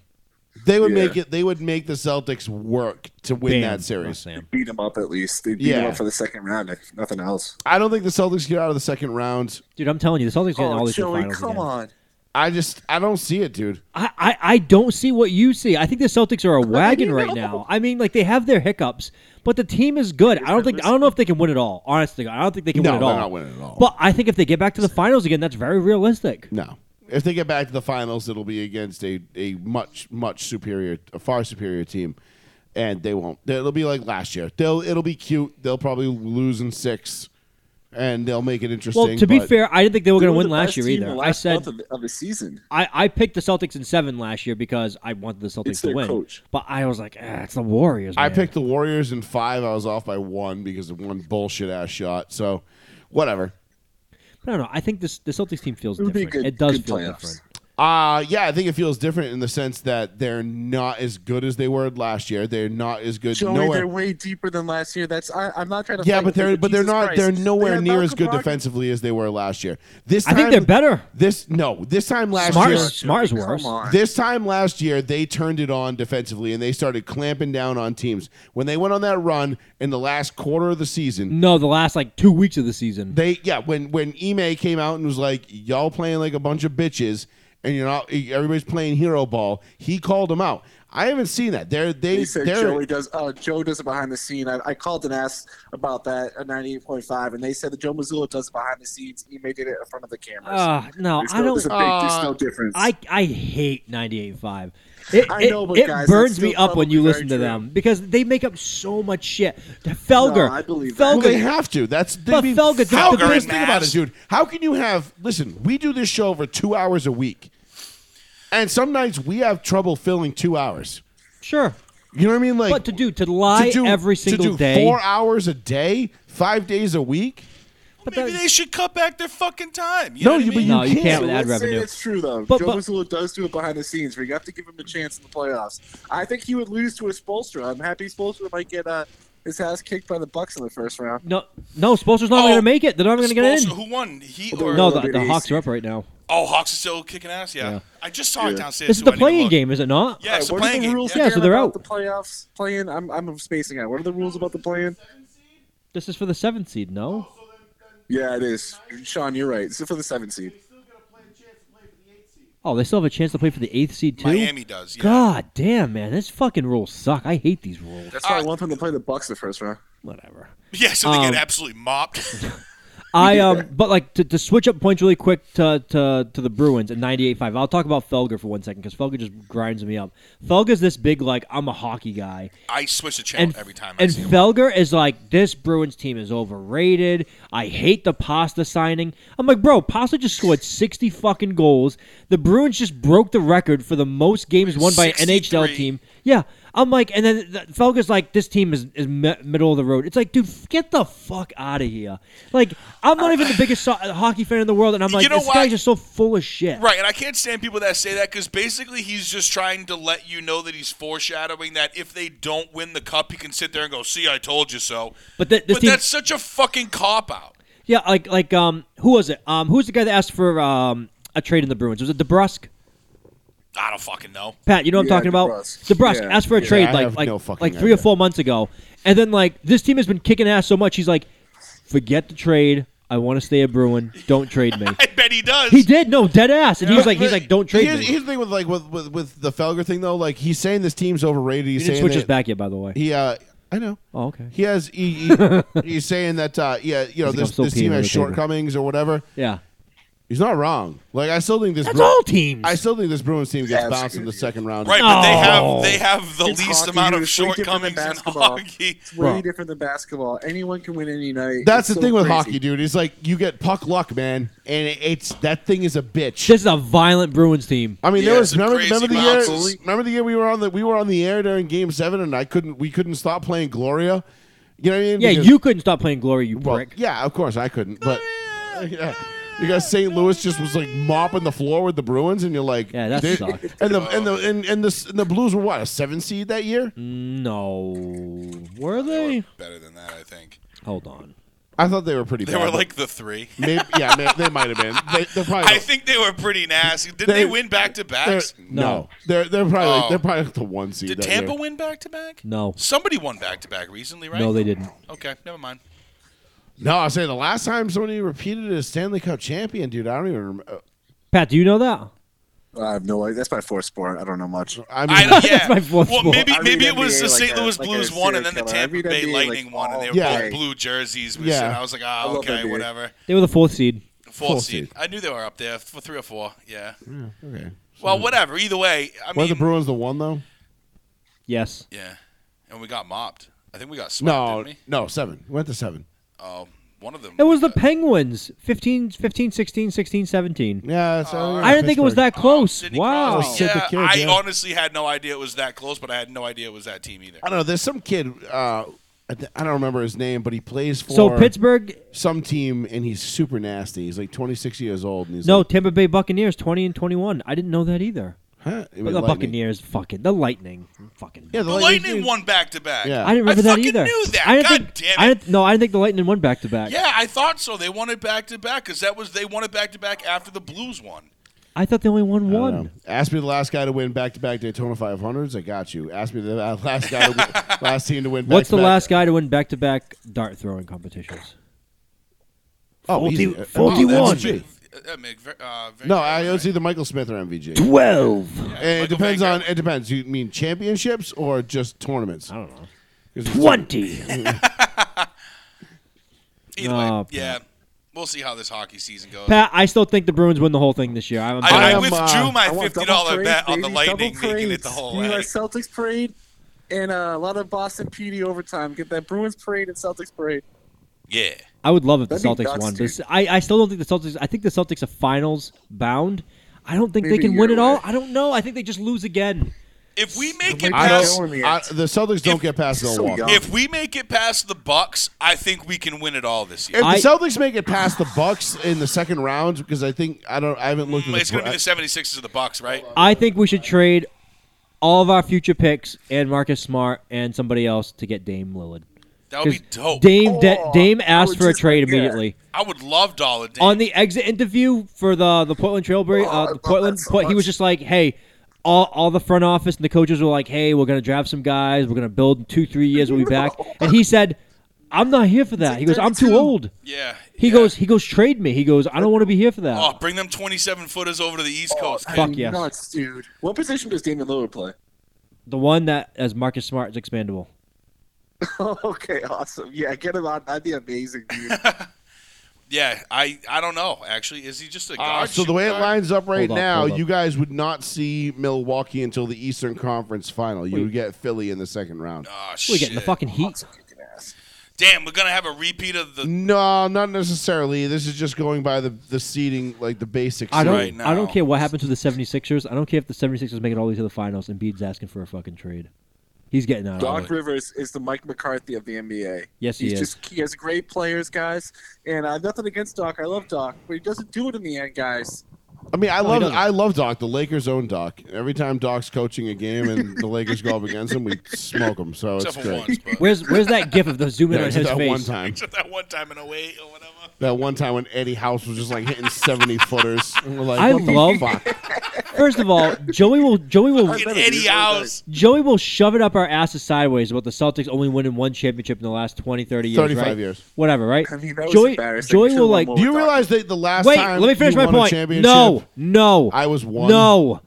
Speaker 3: They would
Speaker 1: Yeah.
Speaker 3: make it. They would make the Celtics work to win
Speaker 2: Bam.
Speaker 3: that
Speaker 2: Not
Speaker 3: series.
Speaker 2: Sam.
Speaker 1: beat him up at least. They beat
Speaker 3: Yeah.
Speaker 1: him up for the second round, if nothing else.
Speaker 3: I don't think the Celtics get out of the second round.
Speaker 2: Dude, I'm telling you, the Celtics are getting all
Speaker 1: Oh,
Speaker 2: these to the
Speaker 1: Joey,
Speaker 2: finals
Speaker 1: come
Speaker 2: again.
Speaker 1: on.
Speaker 3: I just I don't see it, dude.
Speaker 2: I, I, I don't see what you see. I think the Celtics
Speaker 1: [laughs]
Speaker 2: are a wagon
Speaker 1: know.
Speaker 2: right now. I mean, like they have their hiccups, but the team is good. I don't think I don't know if they can win it all. Honestly, I don't think they can
Speaker 3: No,
Speaker 2: win it
Speaker 3: they're
Speaker 2: all.
Speaker 3: not winning at all.
Speaker 2: But I think if they get back to the finals again, that's very realistic.
Speaker 3: No. If they get back to the finals, it'll be against a, a much much superior, a far superior team, and they won't. It'll be like last year. They'll it'll be cute. They'll probably lose in six, and they'll make it interesting.
Speaker 2: Well, to be
Speaker 3: but-
Speaker 2: fair, I didn't think they were
Speaker 1: They
Speaker 2: going to
Speaker 1: were
Speaker 2: win
Speaker 1: the
Speaker 2: last
Speaker 1: best
Speaker 2: year
Speaker 1: team
Speaker 2: either.
Speaker 1: the
Speaker 2: I
Speaker 1: last
Speaker 2: said
Speaker 1: month of, the- of the season.
Speaker 2: I, I picked the Celtics in seven last year because I wanted the Celtics
Speaker 1: It's
Speaker 2: to
Speaker 1: their
Speaker 2: win.
Speaker 1: coach.
Speaker 2: But I was like, eh, it's the Warriors.
Speaker 3: I
Speaker 2: man."
Speaker 3: picked the Warriors in five. I was off by one because of one bullshit ass shot. So, whatever.
Speaker 2: I don't know. I think this the Celtics team feels
Speaker 1: It would
Speaker 2: different.
Speaker 1: be good-
Speaker 2: it does
Speaker 1: good
Speaker 2: feel
Speaker 1: playoffs.
Speaker 2: different.
Speaker 3: Uh yeah, I think it feels different in the sense that they're not as good as they were last year. They're not as good.
Speaker 1: Joey,
Speaker 3: nowhere.
Speaker 1: they're way deeper than last year. That's I, I'm not trying to.
Speaker 3: Yeah,
Speaker 1: fight
Speaker 3: but
Speaker 1: with you,
Speaker 3: they're but they're
Speaker 1: Jesus
Speaker 3: not
Speaker 1: Christ.
Speaker 3: they're nowhere
Speaker 1: They had
Speaker 3: near as
Speaker 1: Malcolm
Speaker 3: good
Speaker 1: Brogdon.
Speaker 3: defensively as they were last year. This
Speaker 2: I
Speaker 3: time,
Speaker 2: think they're better.
Speaker 3: This no, this time last
Speaker 2: Smart
Speaker 3: year.
Speaker 2: is- Smart is
Speaker 1: Come
Speaker 2: worse.
Speaker 1: on.
Speaker 3: This time last year, they turned it on defensively and they started clamping down on teams. When they went on that run in the last quarter of the season,
Speaker 2: No, the last like two weeks of the season.
Speaker 3: they yeah, when when Ime came out and was like, "Y'all playing like a bunch of bitches," and you're not everybody's playing hero ball, he called them out. I haven't seen that. They're they
Speaker 1: He said
Speaker 3: they're,
Speaker 1: Joey does. Uh, Joe does it behind the scene. I, I called and asked about that at 98.5, and they said that Joe Mazzulla does it behind the scenes. Ime did it in front of the cameras.
Speaker 2: Ah, no,
Speaker 1: there's
Speaker 2: I
Speaker 1: no, there's
Speaker 2: don't.
Speaker 1: a big- there's
Speaker 3: uh,
Speaker 1: no difference.
Speaker 2: I I hate 98.5. It,
Speaker 1: I
Speaker 2: it-
Speaker 1: know, but
Speaker 2: it
Speaker 1: guys,
Speaker 2: burns
Speaker 1: that's
Speaker 2: me
Speaker 1: still
Speaker 2: up when you
Speaker 1: probably
Speaker 2: listen
Speaker 1: very
Speaker 2: to
Speaker 1: true.
Speaker 2: them because they make up so much shit. Felger,
Speaker 1: No, I believe that.
Speaker 3: Well,
Speaker 2: Felger,
Speaker 3: they have to. That's they
Speaker 2: But
Speaker 3: mean,
Speaker 2: Felga did
Speaker 3: how
Speaker 2: the
Speaker 3: can
Speaker 4: best.
Speaker 3: think about it, dude? How can you have? Listen, we do this show for two hours a week, and some nights we have trouble filling two hours.
Speaker 2: sure.
Speaker 3: You know what I mean? Like
Speaker 2: But to do to lie every single
Speaker 3: to do
Speaker 2: day.
Speaker 3: four hours a day, five days a week.
Speaker 2: but
Speaker 4: Maybe
Speaker 2: that-
Speaker 4: they should cut back their fucking time. You
Speaker 3: No,
Speaker 4: know what
Speaker 3: you-
Speaker 4: I
Speaker 3: but
Speaker 4: mean?
Speaker 2: no, you
Speaker 3: can't.
Speaker 2: can't
Speaker 1: So
Speaker 2: with ad
Speaker 1: let's say
Speaker 2: revenue.
Speaker 1: It's true though.
Speaker 2: But-
Speaker 1: Joe
Speaker 2: but-
Speaker 1: Mazzulla does do it behind the scenes. We have to give him a chance in the playoffs. I think he would lose to a Spolstra. I'm happy Spolstra might get uh, his ass kicked by the Bucks in the first round.
Speaker 2: No, no, Spoelstra's not
Speaker 4: Oh,
Speaker 2: going to make it. They're not going to get
Speaker 4: Spolstra-
Speaker 2: in.
Speaker 4: Who won? He or
Speaker 2: No,
Speaker 1: Well,
Speaker 2: the,
Speaker 1: it
Speaker 2: the
Speaker 1: is.
Speaker 2: Hawks are up right now.
Speaker 4: oh, Hawks is still kicking ass. Yeah,
Speaker 2: Yeah.
Speaker 4: I just saw it
Speaker 1: Yeah.
Speaker 4: downstairs.
Speaker 2: This is
Speaker 4: too.
Speaker 2: the
Speaker 4: I didn't
Speaker 2: playing
Speaker 4: look.
Speaker 2: game, is it not?
Speaker 4: Yeah, it's the
Speaker 1: what
Speaker 4: playing
Speaker 1: are the
Speaker 4: game.
Speaker 1: rules
Speaker 2: Yeah, so
Speaker 1: again
Speaker 2: they're
Speaker 1: about
Speaker 2: out.
Speaker 1: the playoffs playing? I'm I'm spacing out. What are the rules about the playing?
Speaker 2: This is for the seventh seed. No,
Speaker 1: Yeah, it is. Sean, you're right. It's for the seventh seed.
Speaker 2: oh, they still have a chance to play for the eighth seed too.
Speaker 4: Miami does. Yeah.
Speaker 2: God damn, man, this fucking rules suck. I hate these rules.
Speaker 1: That's why I want them to play the Bucks the first round.
Speaker 2: Whatever.
Speaker 4: Yeah, so they
Speaker 2: Um,
Speaker 4: get absolutely
Speaker 2: [laughs]
Speaker 4: mopped.
Speaker 2: I um, [laughs] but like to, to switch up points really quick to to, to the Bruins at 98.5. I'll talk about Felger for one second because Felger just grinds me up. Felger's this big like I'm a hockey guy,
Speaker 4: I switch the channel
Speaker 2: and
Speaker 4: every time. I
Speaker 2: and
Speaker 4: see him.
Speaker 2: Felger is like this Bruins team is overrated. I hate the Pasta signing. I'm like, bro, Pasta just scored 60 fucking goals. The Bruins just broke the record for the most games won by an NHL
Speaker 4: 63.
Speaker 2: team. Yeah, I'm like, and then the, Felga's like, this team is, is mi- middle of the road. It's like, dude, f- get the fuck out of here. Like, I'm not even the biggest so- hockey fan in the world, and I'm like,
Speaker 4: You know
Speaker 2: this
Speaker 4: why-
Speaker 2: guy's just so full of shit.
Speaker 4: Right, and I can't stand people that say that because basically he's just trying to let you know that he's foreshadowing that if they don't win the cup, he can sit there and go, "See, I told you so."
Speaker 2: But th- this
Speaker 4: but
Speaker 2: team-
Speaker 4: that's such a fucking cop out.
Speaker 2: Yeah, like like um, who was it? Um, who's the guy that asked for um a trade in the Bruins? Was it DeBrusque?
Speaker 4: I don't fucking know.
Speaker 2: Pat, you know what
Speaker 1: Yeah,
Speaker 2: I'm talking about?
Speaker 1: DeBrusque.
Speaker 2: DeBrusque
Speaker 1: Yeah.
Speaker 2: asked for a
Speaker 3: Yeah,
Speaker 2: trade
Speaker 3: I
Speaker 2: like
Speaker 3: have
Speaker 2: like
Speaker 3: no fucking
Speaker 2: like three or
Speaker 3: idea.
Speaker 2: four months ago, and then like this team has been kicking ass so much. He's like, forget the trade. I want to stay a Bruin. Don't
Speaker 3: [laughs]
Speaker 2: trade me.
Speaker 4: I bet he does.
Speaker 2: he did no dead ass, and he was
Speaker 3: But-
Speaker 2: like he's
Speaker 3: but
Speaker 2: like don't trade
Speaker 3: here's,
Speaker 2: me.
Speaker 3: Here's the thing with like with, with with the Felger thing though. Like he's saying this team's overrated. He's
Speaker 2: He didn't
Speaker 3: saying
Speaker 2: switch
Speaker 3: that
Speaker 2: us back yet, by the way.
Speaker 3: He uh, I know.
Speaker 2: Oh, okay.
Speaker 3: He has he,
Speaker 2: [laughs]
Speaker 3: he- he's saying that uh, yeah you know
Speaker 2: He's like,
Speaker 3: this,
Speaker 2: I'm still
Speaker 3: this team
Speaker 2: peeing on
Speaker 3: has
Speaker 2: the table.
Speaker 3: shortcomings or whatever.
Speaker 2: Yeah,
Speaker 3: He's not wrong. Like I still think this.
Speaker 2: that's
Speaker 3: Bru-
Speaker 2: all teams.
Speaker 3: I still think this Bruins team gets
Speaker 1: That's
Speaker 3: bounced in the
Speaker 1: good.
Speaker 3: second round.
Speaker 4: Right, but they
Speaker 2: No.
Speaker 4: have they have the
Speaker 1: It's
Speaker 4: least
Speaker 1: hockey,
Speaker 4: amount
Speaker 1: dude.
Speaker 4: of
Speaker 1: It's way different than
Speaker 4: shortcomings in
Speaker 1: basketball.
Speaker 4: hockey.
Speaker 1: It's way
Speaker 2: Bro.
Speaker 1: different than basketball. Anyone can win any night.
Speaker 3: That's
Speaker 1: It's
Speaker 3: the
Speaker 1: so
Speaker 3: thing with
Speaker 1: crazy.
Speaker 3: hockey, dude. It's like you get puck luck, man, and it- it's that thing is a bitch.
Speaker 2: This is a violent Bruins team.
Speaker 3: I mean, there
Speaker 4: Yeah,
Speaker 3: was
Speaker 4: some
Speaker 3: remember,
Speaker 4: crazy
Speaker 3: remember the
Speaker 4: bounces.
Speaker 3: year. Remember the year we were on the we were on the air during Game Seven, and I couldn't we couldn't stop playing Gloria. You know what I mean?
Speaker 2: Yeah,
Speaker 3: Because-
Speaker 2: you couldn't stop playing Glory, you
Speaker 3: well,
Speaker 2: prick.
Speaker 3: yeah, of course I couldn't, but [laughs] yeah, because St. Louis just was like mopping the floor with the Bruins, and you're like,
Speaker 2: Yeah, that
Speaker 3: they-
Speaker 2: sucked.
Speaker 3: And the and
Speaker 4: Oh.
Speaker 3: the and, and the s- and the Blues were what a seven seed that year.
Speaker 2: Mm. No, were they?
Speaker 4: Better than that, I think.
Speaker 2: Hold on.
Speaker 3: I thought they were pretty.
Speaker 4: They
Speaker 3: bad,
Speaker 4: were
Speaker 3: but
Speaker 4: like
Speaker 2: [laughs]
Speaker 4: the three.
Speaker 3: maybe, yeah, they, they might have been. They, they're probably.
Speaker 4: I think they were pretty nasty. Did
Speaker 3: They-
Speaker 4: they, win back to
Speaker 3: they're-
Speaker 4: backs?
Speaker 3: no. they're they're probably like,
Speaker 4: Oh.
Speaker 3: they're probably like the one seed.
Speaker 4: Did
Speaker 3: that
Speaker 4: Tampa
Speaker 3: year.
Speaker 4: win back to back?
Speaker 2: No,
Speaker 4: Somebody won back to back recently, right?
Speaker 2: no, they didn't.
Speaker 4: Okay, never mind.
Speaker 3: No, I was saying the last time somebody repeated as Stanley Cup champion, dude. I don't even. remember.
Speaker 2: Pat, do you know that?
Speaker 1: I have no idea. That's my fourth sport. I don't know much.
Speaker 3: I mean,
Speaker 4: I, yeah.
Speaker 2: [laughs] That's my fourth
Speaker 4: well,
Speaker 2: sport.
Speaker 4: maybe
Speaker 1: I read
Speaker 4: maybe it was
Speaker 1: NBA
Speaker 4: the
Speaker 1: like
Speaker 4: St.
Speaker 1: a-
Speaker 4: Louis
Speaker 1: like a
Speaker 4: Blues
Speaker 1: serial
Speaker 4: won, and then the
Speaker 1: killer. I
Speaker 4: Tampa
Speaker 1: read
Speaker 4: Bay
Speaker 1: NBA, like,
Speaker 4: Lightning won, and they were
Speaker 3: all
Speaker 4: both
Speaker 3: day.
Speaker 4: blue jerseys. with
Speaker 3: Yeah.
Speaker 4: shit. I was like, ah,
Speaker 1: I love
Speaker 4: okay,
Speaker 1: NBA.
Speaker 4: whatever.
Speaker 2: They were the fourth seed.
Speaker 4: Fourth
Speaker 3: Fourth
Speaker 4: seed.
Speaker 3: seed.
Speaker 4: I knew they were up there for three or four. Yeah.
Speaker 3: okay.
Speaker 4: Well, whatever. Either way, I
Speaker 3: Were
Speaker 4: mean,
Speaker 3: the Bruins the one though?
Speaker 2: Yes.
Speaker 4: yeah. And we got mopped. I think we got swept,
Speaker 3: No,
Speaker 4: didn't we?
Speaker 3: no, seven. Went to seven.
Speaker 4: Oh, one of them.
Speaker 2: It was the Penguins 15, 15 16, 16, 17.
Speaker 3: Yeah, so,
Speaker 4: Oh,
Speaker 3: yeah,
Speaker 2: I didn't think it was
Speaker 3: Pittsburgh.
Speaker 2: that close.
Speaker 4: Sidney
Speaker 2: wow.
Speaker 4: Crosby.
Speaker 3: Said the
Speaker 4: Yeah,
Speaker 3: kid,
Speaker 4: I
Speaker 3: yeah.
Speaker 4: honestly had no idea it was that close, but I had no idea it was that team either.
Speaker 3: I don't know. There's some kid. Uh, I th- I don't remember his name, but he plays for
Speaker 2: So Pittsburgh,
Speaker 3: some team, and he's super nasty. He's like 26 years old, and he's
Speaker 2: no,
Speaker 3: like,
Speaker 2: Tampa Bay Buccaneers 20 and 21. I didn't know that either.
Speaker 3: huh? It
Speaker 2: But
Speaker 3: was
Speaker 2: the
Speaker 3: lightning.
Speaker 2: Buccaneers, fucking the Lightning, fucking.
Speaker 3: Yeah, the,
Speaker 4: The
Speaker 3: Lightning,
Speaker 4: Lightning
Speaker 3: dude.
Speaker 4: won back to back.
Speaker 3: Yeah.
Speaker 2: I didn't
Speaker 4: I
Speaker 2: remember that
Speaker 4: fucking
Speaker 2: either.
Speaker 4: knew that.
Speaker 2: I didn't
Speaker 4: God
Speaker 2: think,
Speaker 4: damn
Speaker 2: I
Speaker 4: it.
Speaker 2: didn't, no, I didn't think the Lightning won back to back.
Speaker 4: Yeah, I thought so. They won it back to back because that was they won it back to back after the Blues won.
Speaker 2: I thought they only won
Speaker 3: I don't
Speaker 2: one.
Speaker 3: know. Ask me the last guy to win back-to-back Daytona 500s. I got you. Ask me the [laughs] last guy, to
Speaker 4: [laughs]
Speaker 3: win, last team to win.
Speaker 2: What's the
Speaker 3: back-to-back.
Speaker 2: last guy to win back to back dart throwing competitions?
Speaker 3: Oh,
Speaker 2: 40
Speaker 3: easy. Uh,
Speaker 2: 41.
Speaker 3: oh,
Speaker 4: That's
Speaker 3: that's McVay.
Speaker 4: Mc- uh, Mc- uh, Mc-
Speaker 3: No, I, it was either Michael Smith or MVG.
Speaker 2: Twelve.
Speaker 4: Yeah,
Speaker 3: And it
Speaker 4: Michael
Speaker 3: depends
Speaker 4: Baker.
Speaker 3: on. It depends. You mean championships or just tournaments?
Speaker 2: I don't know.
Speaker 3: 'Cause it's-
Speaker 2: Twenty.
Speaker 4: Either
Speaker 2: Oh,
Speaker 4: way, yeah, we'll see how this hockey season goes.
Speaker 2: Pat, I still think the Bruins win the whole thing this year. I'm,
Speaker 4: I, I
Speaker 3: am, uh,
Speaker 4: withdrew
Speaker 1: I
Speaker 4: my
Speaker 1: want
Speaker 4: fifty
Speaker 1: double
Speaker 4: dollar
Speaker 1: parades,
Speaker 4: bet on the
Speaker 1: baby,
Speaker 4: Lightning
Speaker 1: double
Speaker 4: making it
Speaker 1: parades.
Speaker 4: the whole
Speaker 1: You
Speaker 4: way.
Speaker 1: are Celtics parade and uh, a lot of Boston PD overtime. Get that Bruins parade and Celtics parade.
Speaker 4: Yeah,
Speaker 2: I would love if the
Speaker 1: That'd be
Speaker 2: Celtics
Speaker 1: nuts,
Speaker 2: won.
Speaker 1: dude.
Speaker 2: But I, I still don't think the Celtics. I think the Celtics are finals bound. I don't think they
Speaker 1: Maybe
Speaker 2: can win
Speaker 1: you're
Speaker 2: it all.
Speaker 1: right.
Speaker 2: I don't know. I think they just lose again.
Speaker 4: if we make it
Speaker 3: I
Speaker 4: past,
Speaker 1: Going
Speaker 3: don't.
Speaker 1: yet.
Speaker 3: I, the Celtics don't get past
Speaker 1: so
Speaker 3: Milwaukee.
Speaker 1: young.
Speaker 4: if we make it past the Bucks, I think we can win it all this year.
Speaker 3: If
Speaker 2: I-
Speaker 3: the Celtics make it past the Bucks in the second round, because I think I don't. I haven't looked at
Speaker 4: Mm,
Speaker 3: the.
Speaker 4: It's going to be
Speaker 3: bra-
Speaker 4: the 76ers of the Bucks, right?
Speaker 2: I think we should trade all of our future picks and Marcus Smart and somebody else to get Dame Lillard.
Speaker 4: That would be
Speaker 2: 'Cause
Speaker 4: dope.
Speaker 2: Dame de-
Speaker 1: Oh,
Speaker 2: Dame
Speaker 1: I
Speaker 2: asked
Speaker 1: would
Speaker 2: for a
Speaker 1: just
Speaker 2: trade
Speaker 1: like that.
Speaker 2: immediately.
Speaker 4: I would love Dollar Dame.
Speaker 2: on the exit interview for the the Portland Trailblazer,
Speaker 1: Oh, I
Speaker 2: uh, the
Speaker 1: love
Speaker 2: Portland,
Speaker 1: that so
Speaker 2: Port- he was
Speaker 1: much.
Speaker 2: just like, "Hey, all, all the front office and the coaches were like, "Hey, we're gonna draft some guys. We're gonna build in two, three years. We'll be
Speaker 1: [laughs]
Speaker 2: back." And he said, "I'm not here for that." he goes, "I'm too
Speaker 1: 32.
Speaker 2: old."
Speaker 4: yeah.
Speaker 2: He
Speaker 4: yeah.
Speaker 2: goes, "He goes, trade me." He goes, "I don't want to be here for that."
Speaker 4: Oh, bring them 27 footers over to the
Speaker 3: Oh,
Speaker 4: East Coast. kid.
Speaker 2: Fuck
Speaker 1: And
Speaker 2: yes.
Speaker 1: Oh, Nuts, dude. What position does Damian Lillard play? [laughs]
Speaker 2: The one that as Marcus Smart is expandable.
Speaker 1: okay, awesome. Yeah, get him on. That'd be amazing,
Speaker 2: [laughs]
Speaker 1: dude.
Speaker 4: Yeah, I, I don't know, actually. Is he just a
Speaker 3: Uh,
Speaker 4: guard?
Speaker 3: so the way it
Speaker 4: shooting guard?
Speaker 3: lines up right
Speaker 2: Hold up,
Speaker 3: now,
Speaker 2: hold up.
Speaker 3: you guys would not see Milwaukee until the Eastern Conference Final. You would get Philly in the second round.
Speaker 4: Oh,
Speaker 2: We're
Speaker 4: shit.
Speaker 2: getting the fucking heat.
Speaker 4: Damn, we're going to have a repeat of
Speaker 3: [laughs]
Speaker 4: the.
Speaker 3: No, not necessarily. This is just going by the the seeding, like the basic.
Speaker 2: I don't.
Speaker 4: Right
Speaker 2: I don't
Speaker 4: now.
Speaker 2: care what happens to the 76ers. I don't care if the 76ers make it all the way to the finals and Bede's asking for a fucking trade. He's getting out of
Speaker 1: Doc
Speaker 2: it.
Speaker 1: Rivers is the Mike McCarthy of the NBA.
Speaker 2: Oh, Yes, he
Speaker 1: He's
Speaker 2: is.
Speaker 1: just he has great players, guys, and uh, nothing against Doc. I love Doc, but he doesn't do it in the end, guys.
Speaker 3: I mean, I
Speaker 2: he
Speaker 3: love
Speaker 2: doesn't.
Speaker 3: I love Doc, the Lakers' own Doc. Every time Doc's coaching a game and the Lakers go up against him, we smoke him. So it's
Speaker 4: Except for
Speaker 3: great.
Speaker 4: once, but [laughs]
Speaker 2: Where's where's that gif of the zoom in
Speaker 3: Yeah,
Speaker 2: on
Speaker 3: except
Speaker 2: his
Speaker 3: that
Speaker 2: face?
Speaker 3: one time,
Speaker 4: except that one time in 08 or whatever.
Speaker 3: that one time when Eddie House was just like hitting seventy footers. And we're like,
Speaker 2: I
Speaker 3: what the
Speaker 2: love-
Speaker 3: fuck?
Speaker 2: First of all, Joey will Joey will
Speaker 4: Fucking
Speaker 1: better be
Speaker 4: Eddie
Speaker 1: one
Speaker 4: House.
Speaker 2: Joey will shove it up our asses sideways about the Celtics only winning one championship in the last 20, 30 years.
Speaker 3: 35
Speaker 2: right?
Speaker 3: years.
Speaker 2: Whatever, right?
Speaker 1: I mean, that was
Speaker 2: Joey,
Speaker 1: embarrassing.
Speaker 2: Joey
Speaker 1: Should've
Speaker 2: will,
Speaker 1: won
Speaker 2: like.
Speaker 1: more.
Speaker 3: Do you realize that the last
Speaker 2: Wait,
Speaker 3: time
Speaker 2: let me finish
Speaker 3: you
Speaker 2: my
Speaker 3: won a
Speaker 2: point.
Speaker 3: championship,
Speaker 2: No, no.
Speaker 3: I was one.
Speaker 2: No.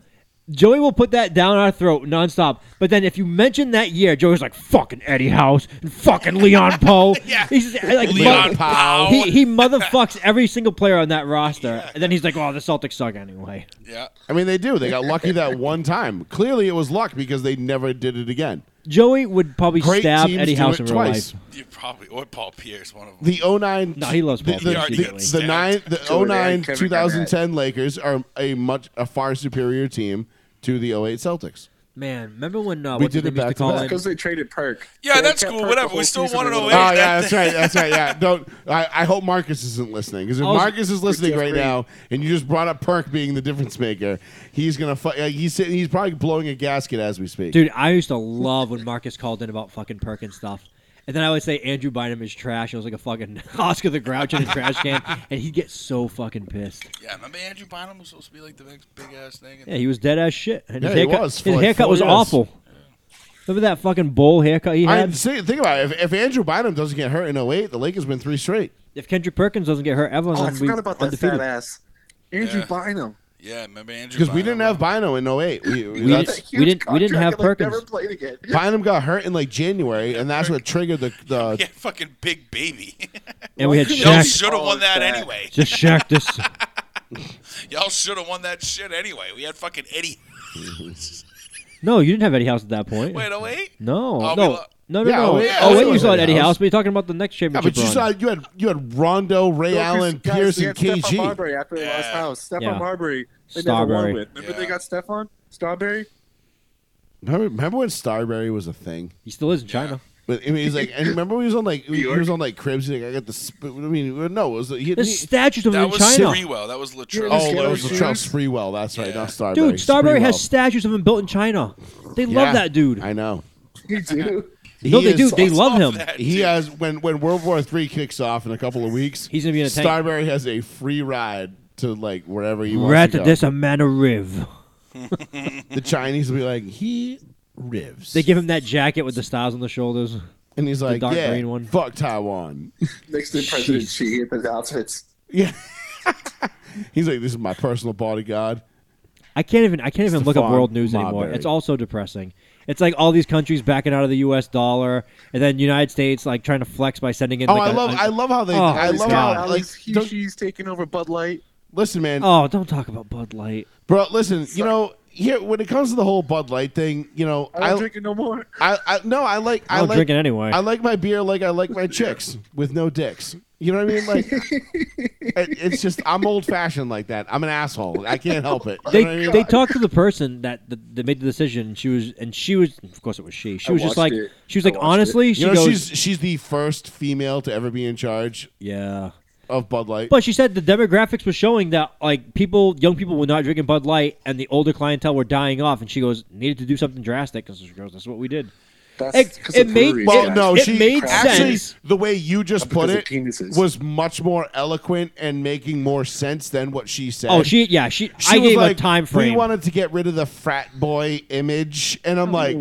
Speaker 2: Joey will put that down our throat nonstop. But then if you mention that year, Joey's like, fucking Eddie House and fucking
Speaker 3: [laughs]
Speaker 2: Leon Poe.
Speaker 4: Yeah.
Speaker 2: He's just, like,
Speaker 4: Leon
Speaker 2: mother-
Speaker 4: Powell.
Speaker 2: He, he motherfucks every single player on that roster. And then he's like, oh, the Celtics suck anyway.
Speaker 4: Yeah.
Speaker 3: I mean, they do. They got lucky that one time. Clearly, it was luck because they never did it again.
Speaker 2: Joey would probably
Speaker 3: Great
Speaker 2: stab
Speaker 3: teams
Speaker 2: Eddie
Speaker 3: do
Speaker 2: House
Speaker 3: it
Speaker 2: in real
Speaker 3: twice.
Speaker 2: life.
Speaker 4: You probably, or Paul Pierce, one of them.
Speaker 3: The 09
Speaker 2: No, he loves
Speaker 3: the,
Speaker 2: Paul
Speaker 3: the,
Speaker 2: Pierce,
Speaker 3: the,
Speaker 2: secretly.
Speaker 3: the, nine, the
Speaker 1: Sure, they
Speaker 3: 09
Speaker 1: had Kevin
Speaker 3: 2010 Lakers are a much a far superior team to the 08 Celtics.
Speaker 2: Man, remember when uh,
Speaker 3: We
Speaker 2: what's his
Speaker 3: did it
Speaker 2: name used to
Speaker 3: back to
Speaker 2: call
Speaker 3: back.
Speaker 2: in?
Speaker 1: Because they traded Perk.
Speaker 4: Yeah,
Speaker 1: They
Speaker 4: that's
Speaker 1: kept
Speaker 4: cool,
Speaker 1: Perk
Speaker 4: whatever,
Speaker 1: the whole
Speaker 4: we still
Speaker 1: season
Speaker 4: won it
Speaker 1: with
Speaker 4: all
Speaker 1: a
Speaker 4: Wait,
Speaker 3: oh
Speaker 1: lot.
Speaker 3: yeah,
Speaker 4: that-
Speaker 3: that's right. That's right. Yeah, don't. I, I hope Marcus isn't listening because if
Speaker 2: Also-
Speaker 3: Marcus is listening
Speaker 1: Jeff
Speaker 3: right
Speaker 1: Green.
Speaker 3: now, and you just brought up Perk being the difference maker, he's gonna. Fu- uh, he's sitting, he's probably blowing a gasket as we speak.
Speaker 2: Dude, I used to love when Marcus called in about fucking Perkins stuff. And then I would say Andrew Bynum is trash. It was like a fucking [laughs] Oscar the Grouch in a trash can, and he'd get so fucking pissed.
Speaker 4: Yeah, remember Andrew Bynum was supposed to be like the big, big ass thing.
Speaker 2: Yeah, he was dead ass shit. And
Speaker 3: Yeah,
Speaker 2: his
Speaker 3: he
Speaker 2: haircut,
Speaker 3: was for
Speaker 2: his
Speaker 3: like
Speaker 2: haircut
Speaker 3: four
Speaker 2: was
Speaker 3: years.
Speaker 2: awful. Remember that fucking bowl haircut he
Speaker 3: I
Speaker 2: had?
Speaker 3: see, think about it. If, if Andrew Bynum doesn't get hurt in 08, the Lakers win three straight.
Speaker 2: if Kendrick Perkins doesn't get hurt, everyone's
Speaker 1: Oh, I
Speaker 2: gonna be
Speaker 1: forgot about that
Speaker 2: undefeated.
Speaker 1: fat ass. Andrew
Speaker 4: Yeah.
Speaker 1: Bynum.
Speaker 4: yeah, remember Andrew
Speaker 3: Because we
Speaker 4: Bynum?
Speaker 3: didn't have Bynum in 08. We,
Speaker 2: We
Speaker 3: that's-
Speaker 2: didn't- we didn't- we didn't have
Speaker 1: contract
Speaker 2: Perkins.
Speaker 1: and, like, Never played again.
Speaker 3: Bynum got hurt in like January, and that's what triggered the. the
Speaker 4: [laughs] Yeah, fucking big baby. [laughs]
Speaker 2: And we had
Speaker 1: Why couldn't
Speaker 4: Y'all
Speaker 1: Jack-
Speaker 2: Shaq.
Speaker 4: should have won that
Speaker 1: Oh, that.
Speaker 4: anyway.
Speaker 2: Just Shaq this. [laughs]
Speaker 4: Y'all should have won that shit anyway. We had fucking Eddie.
Speaker 2: No, you didn't have Eddie House at that point.
Speaker 4: Wait, oh wait.
Speaker 2: no,
Speaker 4: Oh, we
Speaker 2: no.
Speaker 4: lo-
Speaker 2: no, no,
Speaker 3: Yeah,
Speaker 2: no.
Speaker 3: oh, yeah,
Speaker 2: oh,
Speaker 3: we
Speaker 2: wait, you
Speaker 3: lost
Speaker 2: saw
Speaker 3: Eddie
Speaker 2: Eddie
Speaker 3: House.
Speaker 2: House, but you're talking about the next
Speaker 3: Yeah,
Speaker 2: championship.
Speaker 3: but you
Speaker 2: run.
Speaker 3: saw you had you had Rondo, Ray Allen,
Speaker 1: Guys,
Speaker 3: Pierce,
Speaker 1: we
Speaker 3: and
Speaker 1: had Stephon
Speaker 3: KG.
Speaker 1: Marbury after they lost
Speaker 4: Yeah.
Speaker 1: house. Stephon
Speaker 2: Yeah.
Speaker 1: Marbury. They never
Speaker 2: Starbury.
Speaker 1: won with. Remember
Speaker 4: Yeah.
Speaker 1: they got Stephon
Speaker 3: [laughs]
Speaker 1: Starberry.
Speaker 3: Remember, remember when Starberry was a thing?
Speaker 2: He still is in China.
Speaker 3: But I mean, he's like, and remember when he was on like he was on like cribs. He's like, I got the. Sp- I mean, no, it was he,
Speaker 2: There's
Speaker 3: he-
Speaker 2: statues of him
Speaker 4: That
Speaker 2: in
Speaker 4: was
Speaker 2: China.
Speaker 4: Sprewell. That was Latrell.
Speaker 3: oh, that was
Speaker 1: Shoes.
Speaker 3: Latrell Sprewell. That's right,
Speaker 4: Yeah.
Speaker 3: not Starberry.
Speaker 2: Dude, Starberry
Speaker 3: Sprewell.
Speaker 2: has statues of him built in China. They love
Speaker 3: Yeah,
Speaker 2: that dude.
Speaker 3: I know.
Speaker 1: You do.
Speaker 2: no,
Speaker 3: He
Speaker 2: they
Speaker 3: is-
Speaker 2: do. They love him.
Speaker 3: He has when when World War Three kicks off in a couple of weeks.
Speaker 2: He's gonna be in a tank.
Speaker 3: Starberry has a free ride to like wherever he wants
Speaker 2: Rat
Speaker 3: to go.
Speaker 2: this a man of riv.
Speaker 3: The Chinese will be like, he rives.
Speaker 2: They give him that jacket with the stars on the shoulders.
Speaker 3: and he's like,
Speaker 2: dark
Speaker 3: yeah,
Speaker 2: green one.
Speaker 3: fuck Taiwan. [laughs]
Speaker 1: Next to President
Speaker 2: Jeez.
Speaker 1: Xi in his outfits.
Speaker 3: yeah. he's like, this is my personal bodyguard.
Speaker 2: I can't even I can't even look up
Speaker 3: Stefan
Speaker 2: world news anymore.
Speaker 3: Marbury.
Speaker 2: It's all so depressing. It's like all these countries backing out of the U.S. dollar, and then United States like trying to flex by sending in.
Speaker 3: Oh, I
Speaker 2: like a-
Speaker 3: love,
Speaker 2: a-
Speaker 3: I love how they,
Speaker 2: Oh,
Speaker 3: I
Speaker 2: Alex
Speaker 3: love
Speaker 2: Scott.
Speaker 3: how, like,
Speaker 1: Alex
Speaker 3: don't-
Speaker 1: Hughes taking over Bud Light.
Speaker 3: listen, man,
Speaker 2: Oh, don't talk about Bud Light.
Speaker 3: bro, listen, you know, here when it comes to the whole Bud Light thing, you know,
Speaker 1: I don't
Speaker 3: I,
Speaker 1: drink it no more.
Speaker 3: I, I, no, I like,
Speaker 2: I
Speaker 3: I
Speaker 2: don't
Speaker 3: like,
Speaker 2: drink it anyway.
Speaker 3: I like my beer like I like my chicks with no dicks. You know what I mean?
Speaker 1: [laughs]
Speaker 3: Like, it- it's just I'm old fashioned like that. I'm an asshole. I can't help it. You
Speaker 2: they
Speaker 3: know what I mean?
Speaker 2: they talked to the person that, that that made the decision. And she was and she was of course it was she. She
Speaker 1: I
Speaker 2: was just like
Speaker 1: watched it.
Speaker 2: she was
Speaker 1: I
Speaker 2: like
Speaker 1: watched it.
Speaker 2: honestly she
Speaker 3: you know,
Speaker 2: goes
Speaker 3: she's she's the first female to ever be in charge
Speaker 2: yeah.
Speaker 3: of Bud Light.
Speaker 2: But she said the demographics were showing that like people, young people were not drinking Bud Light, and the older clientele were dying off. And she goes, needed to do something drastic because girls, that's what we did.
Speaker 1: That's
Speaker 2: It-
Speaker 1: 'cause of
Speaker 2: it made-
Speaker 1: breweries,
Speaker 3: well,
Speaker 1: guys.
Speaker 3: no,
Speaker 2: it
Speaker 3: she
Speaker 2: made
Speaker 3: actually
Speaker 2: sense.
Speaker 3: the way you just put
Speaker 1: Because of
Speaker 3: it
Speaker 1: penises.
Speaker 3: was much more eloquent and making more sense than what she said.
Speaker 2: Oh, she yeah she.
Speaker 3: She
Speaker 2: I
Speaker 3: was
Speaker 2: gave
Speaker 3: like,
Speaker 2: a time frame.
Speaker 3: We wanted to get rid of the frat boy image, and I'm like,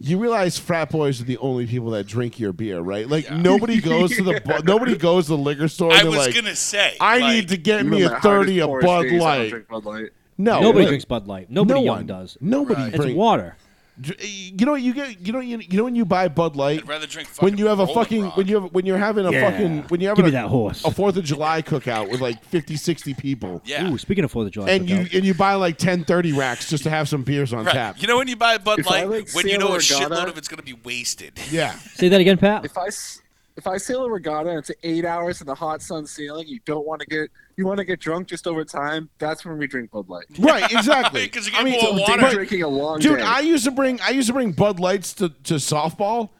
Speaker 3: You realize frat boys are the only people that drink your beer, right? Like
Speaker 2: [laughs]
Speaker 3: nobody goes to the bu- nobody goes to the liquor store.
Speaker 4: I
Speaker 3: and they're
Speaker 4: was
Speaker 3: like,
Speaker 4: gonna say.
Speaker 3: I
Speaker 4: like,
Speaker 3: need to get
Speaker 1: Even
Speaker 3: me
Speaker 1: on
Speaker 3: a
Speaker 1: my
Speaker 3: thirty of
Speaker 1: hardest, poorest
Speaker 3: Bud
Speaker 1: days, I don't
Speaker 3: Light.
Speaker 1: drink Bud Light.
Speaker 3: No,
Speaker 2: Nobody
Speaker 3: look,
Speaker 2: drinks Bud Light. Nobody
Speaker 3: no
Speaker 2: young
Speaker 3: one
Speaker 2: does.
Speaker 3: Nobody
Speaker 4: Right.
Speaker 2: It's
Speaker 3: drink-
Speaker 2: water.
Speaker 3: dr- You know what you get? You know you, you know when you buy Bud Light.
Speaker 4: I'd rather drink fucking
Speaker 3: When you have a
Speaker 4: Rolling
Speaker 3: fucking
Speaker 4: Rock.
Speaker 3: when you have when you're having a
Speaker 2: Yeah.
Speaker 3: fucking when you're
Speaker 2: Give
Speaker 3: having
Speaker 2: me
Speaker 3: a,
Speaker 2: that horse.
Speaker 3: a Fourth of July cookout with like 50, 60 people.
Speaker 4: yeah.
Speaker 2: Ooh, speaking of Fourth of July,
Speaker 3: And you
Speaker 2: cookout.
Speaker 3: and you buy like 10, 30 racks just to have some beers on
Speaker 4: [laughs] Right.
Speaker 3: tap.
Speaker 4: You know when you buy Bud
Speaker 1: If I
Speaker 4: Light,
Speaker 1: like
Speaker 4: when you know a
Speaker 1: Sierra Gorda-
Speaker 4: shitload of it's gonna be wasted.
Speaker 3: yeah.
Speaker 2: say that again, Pat.
Speaker 1: If I s- If I sail a regatta and it's eight hours in the hot sun sailing, you don't want to get you want to get drunk just over time. That's when we drink Bud Light.
Speaker 4: [laughs]
Speaker 3: Right, exactly.
Speaker 4: 'Cause you get more water.
Speaker 3: but-
Speaker 1: Drinking a long
Speaker 3: dude,
Speaker 1: day.
Speaker 3: I used to bring I used to bring Bud Lights to, to softball,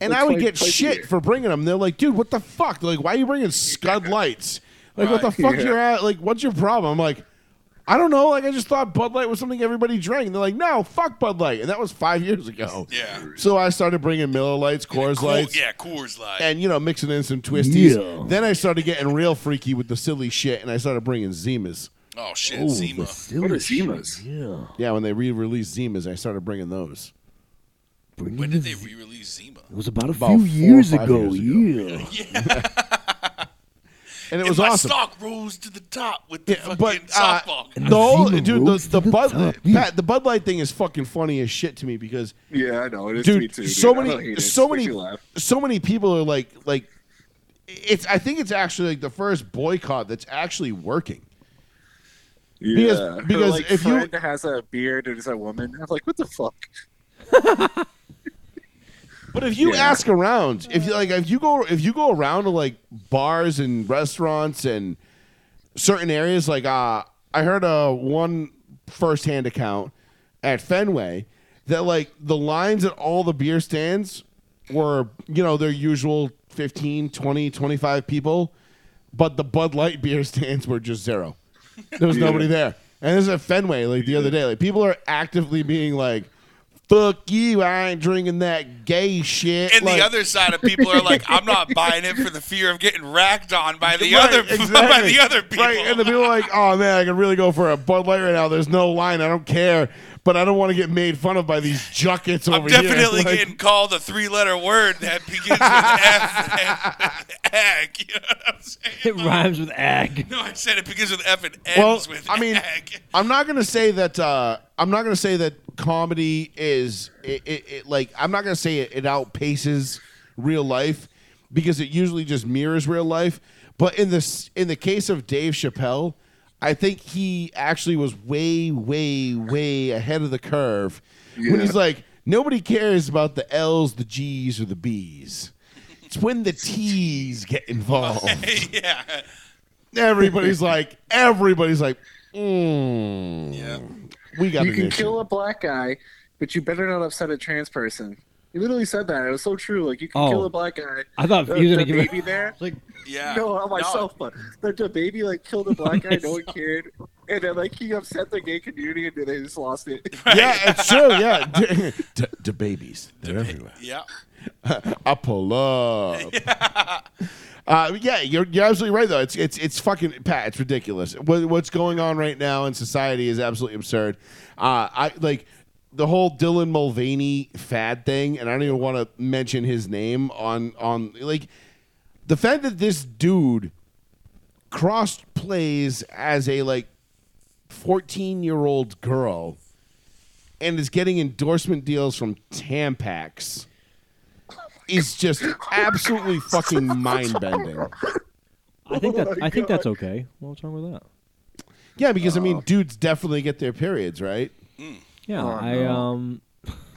Speaker 3: and
Speaker 1: Like
Speaker 3: I would
Speaker 1: twice-
Speaker 3: get
Speaker 1: twice a
Speaker 3: shit
Speaker 1: year.
Speaker 3: for bringing them. They're like, dude, what the fuck? They're like, why are you bringing
Speaker 4: [laughs]
Speaker 3: Scud Lights? Like, what the
Speaker 1: Right,
Speaker 3: fuck
Speaker 1: yeah.
Speaker 3: you're at? Like, what's your problem? I'm like, I don't know. Like, I just thought Bud Light was something everybody drank. And they're like, no, fuck Bud Light, and that was five years ago.
Speaker 4: [laughs] Yeah.
Speaker 3: So I started bringing Miller Lights, Coors
Speaker 4: Cool-
Speaker 3: Lights,
Speaker 4: yeah, Coors Light.
Speaker 3: and you know mixing in some twisties.
Speaker 2: Yeah.
Speaker 3: Then I started getting real freaky with the silly shit, and I started bringing Zimas.
Speaker 4: oh shit,
Speaker 2: Ooh,
Speaker 4: Zima.
Speaker 2: the silly
Speaker 1: What are
Speaker 2: shit,
Speaker 1: Zimas?
Speaker 2: Yeah.
Speaker 3: Yeah, when they re-released Zimas, I started bringing those.
Speaker 2: Bring
Speaker 4: When
Speaker 2: it
Speaker 4: did they
Speaker 2: in.
Speaker 4: re-release Zima?
Speaker 2: It was about a
Speaker 3: About
Speaker 2: few
Speaker 3: four or
Speaker 2: years
Speaker 3: five
Speaker 2: ago.
Speaker 3: years
Speaker 2: Yeah.
Speaker 3: [laughs] And it
Speaker 4: And
Speaker 3: was
Speaker 4: my
Speaker 3: awesome.
Speaker 4: stock rose to the top with the
Speaker 3: Yeah,
Speaker 4: fucking
Speaker 3: but uh,
Speaker 4: softball.
Speaker 3: the whole,
Speaker 2: Zima
Speaker 3: dude, the,
Speaker 2: rose
Speaker 3: the
Speaker 2: to the
Speaker 3: Bud
Speaker 2: top.
Speaker 3: Pat, the Bud Light thing is fucking funny as shit to me because
Speaker 1: yeah, I know it is. me
Speaker 3: dude,
Speaker 1: too,
Speaker 3: so
Speaker 1: dude. I don't hate
Speaker 3: many,
Speaker 1: it.
Speaker 3: so
Speaker 1: It makes
Speaker 3: many,
Speaker 1: you laugh.
Speaker 3: so many people are like, like it's. I think it's actually like the first boycott that's actually working.
Speaker 1: Yeah.
Speaker 3: Because-
Speaker 1: Her,
Speaker 3: because
Speaker 1: like,
Speaker 3: if you-
Speaker 1: friend has a beard and is a woman, I'm like, what the fuck?
Speaker 3: But if you
Speaker 1: Yeah.
Speaker 3: ask around, if you like, if you go, if you go around to like bars and restaurants and certain areas, like uh, I heard a one firsthand account at Fenway that like the lines at all the beer stands were you know their usual 15 20 25 people but the bud light beer [laughs] stands were just zero there was
Speaker 1: Yeah.
Speaker 3: nobody there and this is at fenway like the other day like people are actively being like fuck you i ain't drinking that gay shit
Speaker 4: [laughs] and
Speaker 3: like,
Speaker 4: the other side of people are like, I'm not buying it for the fear of getting ragged
Speaker 3: [laughs]
Speaker 4: on by the
Speaker 3: Right,
Speaker 4: other [laughs] by
Speaker 3: exactly.
Speaker 4: the other people.
Speaker 3: Right, and the people are like, oh man, I could really go for a Bud Light right now. There's no line. I don't care, but I don't want to get made fun of by these juckets over
Speaker 4: I'm
Speaker 2: [laughs]
Speaker 4: definitely
Speaker 3: here. [laughs] Like,
Speaker 4: getting called a three letter word that begins with F
Speaker 2: [laughs]
Speaker 4: and egg. [laughs] You know what I'm
Speaker 2: It
Speaker 4: saying?
Speaker 2: rhymes with ag.
Speaker 4: No, I said it begins with F and ends
Speaker 3: Well,
Speaker 4: with
Speaker 3: I mean,
Speaker 4: egg. [laughs]
Speaker 3: I'm not gonna say that. Uh, I'm not gonna say that comedy is it, it, it like. I'm not gonna say it, it outpaces real life because it usually just mirrors real life. But in this, in the case of Dave Chappelle, I think he actually was way, way, way ahead of the curve when he's like, nobody cares about the L's, the G's, or the B's. It's when the T's get involved
Speaker 4: yeah.
Speaker 3: everybody's like, everybody's like, mm,
Speaker 4: Yeah.
Speaker 3: we got
Speaker 1: You
Speaker 3: an
Speaker 1: can
Speaker 3: issue.
Speaker 1: kill a black guy, but you better not upset a trans person. He literally said that. It was so true. Like you can
Speaker 2: Oh.
Speaker 1: kill a black guy.
Speaker 2: I thought
Speaker 1: The,
Speaker 2: you were
Speaker 1: the
Speaker 2: going to give
Speaker 1: baby
Speaker 2: it.
Speaker 1: there.
Speaker 2: Like,
Speaker 4: Yeah.
Speaker 1: No, on myself, but the, the baby like killed
Speaker 3: [laughs]
Speaker 1: a black guy. No one cared, and then like he upset the gay community, and then they just
Speaker 3: [laughs]
Speaker 1: lost it.
Speaker 3: Yeah, it's true. Yeah, D- [laughs] d- d- babies, they're everywhere.
Speaker 4: Yeah.
Speaker 3: [laughs] I pull up. Uh, yeah, you're, you're absolutely right though. It's it's it's fucking Pat. It's ridiculous. What, what's going on right now in society is absolutely absurd. Uh, I like the whole Dylan Mulvaney fad thing, and I don't even want to mention his name on on like the fact that this dude cross plays as a like 14 year old girl and is getting endorsement deals from Tampax is just absolutely
Speaker 2: [laughs]
Speaker 3: fucking mind bending.
Speaker 2: I think that
Speaker 1: Oh my
Speaker 2: I think
Speaker 1: God.
Speaker 2: that's okay. What's wrong with that?
Speaker 3: Yeah, because I mean,
Speaker 2: Uh.
Speaker 3: dudes definitely get their periods, right?
Speaker 2: Yeah,
Speaker 1: Oh,
Speaker 2: I
Speaker 1: no.
Speaker 2: um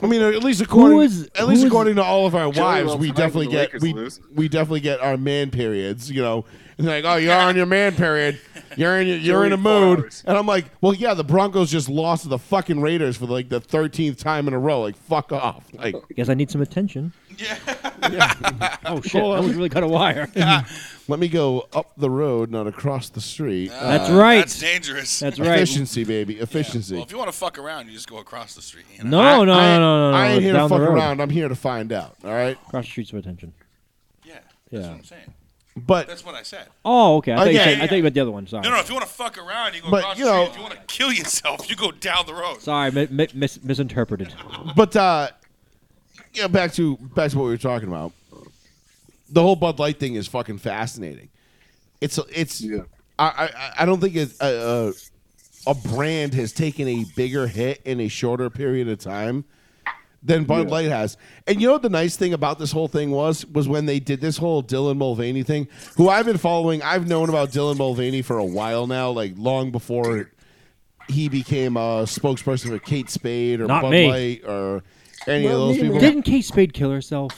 Speaker 3: I mean, at least according
Speaker 2: is-
Speaker 3: at least
Speaker 2: who is-
Speaker 3: according to all of our
Speaker 1: Joey
Speaker 3: wives, we
Speaker 1: Lozano
Speaker 3: definitely
Speaker 1: and the
Speaker 3: get
Speaker 1: Lakers
Speaker 3: we,
Speaker 1: lose.
Speaker 3: we definitely get our man periods. You know, and they're like, oh, you're on your
Speaker 1: [laughs]
Speaker 3: man period. You're in your, you're in a
Speaker 1: Joey, four
Speaker 3: mood.
Speaker 1: hours.
Speaker 3: And I'm like, well, yeah, the Broncos just lost to the fucking Raiders for like the thirteenth time in a row. Like, fuck off. Like,
Speaker 2: I guess I need some attention. oh shit!
Speaker 3: Hold
Speaker 2: I
Speaker 3: on.
Speaker 2: was really cut a wire.
Speaker 3: let me go up the road, not across the street.
Speaker 2: That's right.
Speaker 4: That's dangerous.
Speaker 2: That's right.
Speaker 3: efficiency, baby, efficiency.
Speaker 4: Well, if you want to fuck around, you just go across the street. You know?
Speaker 2: No,
Speaker 3: I-
Speaker 2: Oh, no, no,
Speaker 3: I-
Speaker 2: no, no, no.
Speaker 3: I ain't here to
Speaker 2: down the
Speaker 3: fuck
Speaker 2: road.
Speaker 3: around. I'm here to find out. All right.
Speaker 2: Cross the street some attention.
Speaker 4: Yeah. That's
Speaker 2: Yeah.
Speaker 4: what I'm saying.
Speaker 3: But
Speaker 4: That's what I said.
Speaker 2: Oh, okay. I thought, you
Speaker 3: yeah,
Speaker 2: said,
Speaker 3: yeah,
Speaker 2: I thought you meant the other one. Sorry.
Speaker 4: No, no. If you want to fuck around, you go
Speaker 3: But,
Speaker 4: across
Speaker 3: you
Speaker 4: the street.
Speaker 3: know-
Speaker 4: if you want to kill yourself, you go down the road.
Speaker 2: Sorry, mi- mi- mis- misinterpreted.
Speaker 3: But uh you know, back to back to what we were talking about. The whole Bud Light thing is fucking fascinating. It's it's
Speaker 1: Yeah.
Speaker 3: I I, I- I don't think it's a, a a brand has taken a bigger hit in a shorter period of time than Bud
Speaker 1: Yeah.
Speaker 3: Light has. And you know what the nice thing about this whole thing was was when they did this whole Dylan Mulvaney thing, who I've been following. I've known about Dylan Mulvaney for a while now, like long before he became a spokesperson for Kate Spade or
Speaker 2: Not
Speaker 3: Bud
Speaker 2: me.
Speaker 3: Light or any
Speaker 1: Well,
Speaker 3: of those
Speaker 1: me
Speaker 3: people.
Speaker 2: Didn't Kate Spade kill herself?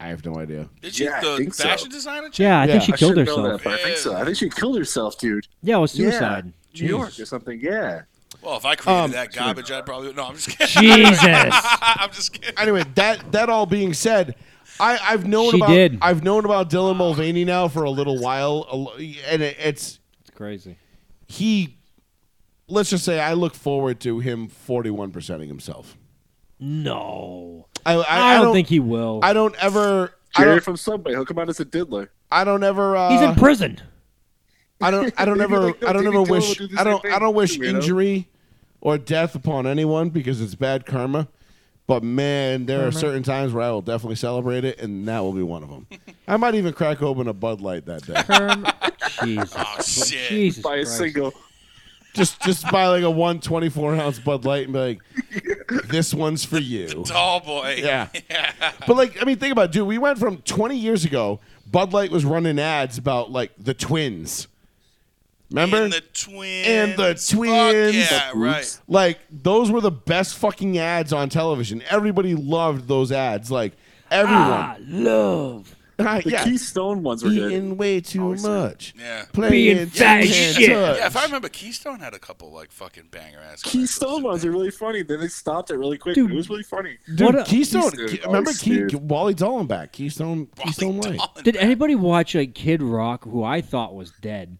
Speaker 3: I have no idea.
Speaker 4: Did she
Speaker 1: Yeah, I
Speaker 4: the
Speaker 1: think so.
Speaker 4: fashion designer? chick?
Speaker 2: Yeah, I
Speaker 3: Yeah.
Speaker 2: think she
Speaker 1: I
Speaker 2: killed
Speaker 1: should know
Speaker 2: herself.
Speaker 1: that, but I think so. I think she killed herself, dude.
Speaker 2: Yeah, it was suicide.
Speaker 1: Yeah, New York or something. Yeah.
Speaker 4: Well, if I created
Speaker 3: Um,
Speaker 4: that garbage, I'd probably no.
Speaker 2: [laughs]
Speaker 4: I'm just kidding. [laughs]
Speaker 2: Jesus.
Speaker 4: I'm just kidding.
Speaker 3: Anyway, that that all being said, I, I've known
Speaker 2: She
Speaker 3: about
Speaker 2: did.
Speaker 3: I've known about Dylan Mulvaney now for a little while, a lo- and it, it's
Speaker 2: It's crazy.
Speaker 3: he. Let's just say I look forward to him forty-one percenting himself.
Speaker 2: No,
Speaker 3: I, I,
Speaker 2: I, don't, think he will.
Speaker 3: I don't ever. I
Speaker 1: Jerry
Speaker 3: don't,
Speaker 1: from Subway. He'll come out as a diddler.
Speaker 3: I don't ever. Uh,
Speaker 2: He's in prison.
Speaker 3: I don't.
Speaker 1: [laughs]
Speaker 3: I don't
Speaker 1: You'd be
Speaker 3: ever.
Speaker 1: like, no,
Speaker 3: I don't
Speaker 1: David
Speaker 3: ever
Speaker 1: Dylan
Speaker 3: wish.
Speaker 1: would do the
Speaker 3: I
Speaker 1: same
Speaker 3: don't. I
Speaker 1: thing,
Speaker 3: don't wish
Speaker 1: weirdo.
Speaker 3: injury or death upon anyone because it's bad karma. But man, there are certain times where I will definitely celebrate it, and that will be one of them. I might even crack open a Bud Light that
Speaker 1: [laughs]
Speaker 3: day,
Speaker 2: Term. Jesus.
Speaker 4: Oh shit.
Speaker 2: Jesus.
Speaker 1: By a
Speaker 2: Christ.
Speaker 1: single.
Speaker 3: just just buy like a one twenty four ounce Bud Light and be
Speaker 1: [laughs]
Speaker 3: like, "This one's for you."
Speaker 4: Tall boy.
Speaker 3: Yeah. But like, I mean, think about it, dude. We went from 20 years ago. Bud Light was running ads about like the twins. Remember?
Speaker 4: And the twins.
Speaker 3: And the
Speaker 4: Fuck
Speaker 3: twins.
Speaker 4: yeah, right.
Speaker 3: like those were the best fucking ads on television. Everybody loved those ads. Like everyone.
Speaker 2: Ah, love.
Speaker 3: Ah,
Speaker 1: The
Speaker 3: yeah.
Speaker 1: Keystone ones were good.
Speaker 3: Eating way too
Speaker 1: Always said.
Speaker 3: much.
Speaker 4: Yeah.
Speaker 3: Playing
Speaker 2: Being fat
Speaker 3: too
Speaker 2: as shit.
Speaker 3: much.
Speaker 4: Yeah, if I remember, Keystone had a couple like fucking banger ass.
Speaker 1: Keystone ones are really funny. Then they stopped it really quick.
Speaker 2: Dude.
Speaker 1: It was really funny.
Speaker 3: Dude,
Speaker 2: What a-
Speaker 3: Keystone.
Speaker 1: Keystone,
Speaker 3: Ke- remember
Speaker 1: always
Speaker 3: Ke-
Speaker 1: dude.
Speaker 3: Wally Dollenbach? Keystone. Keystone Light.
Speaker 2: Did anybody watch like Kid Rock, who I thought was dead?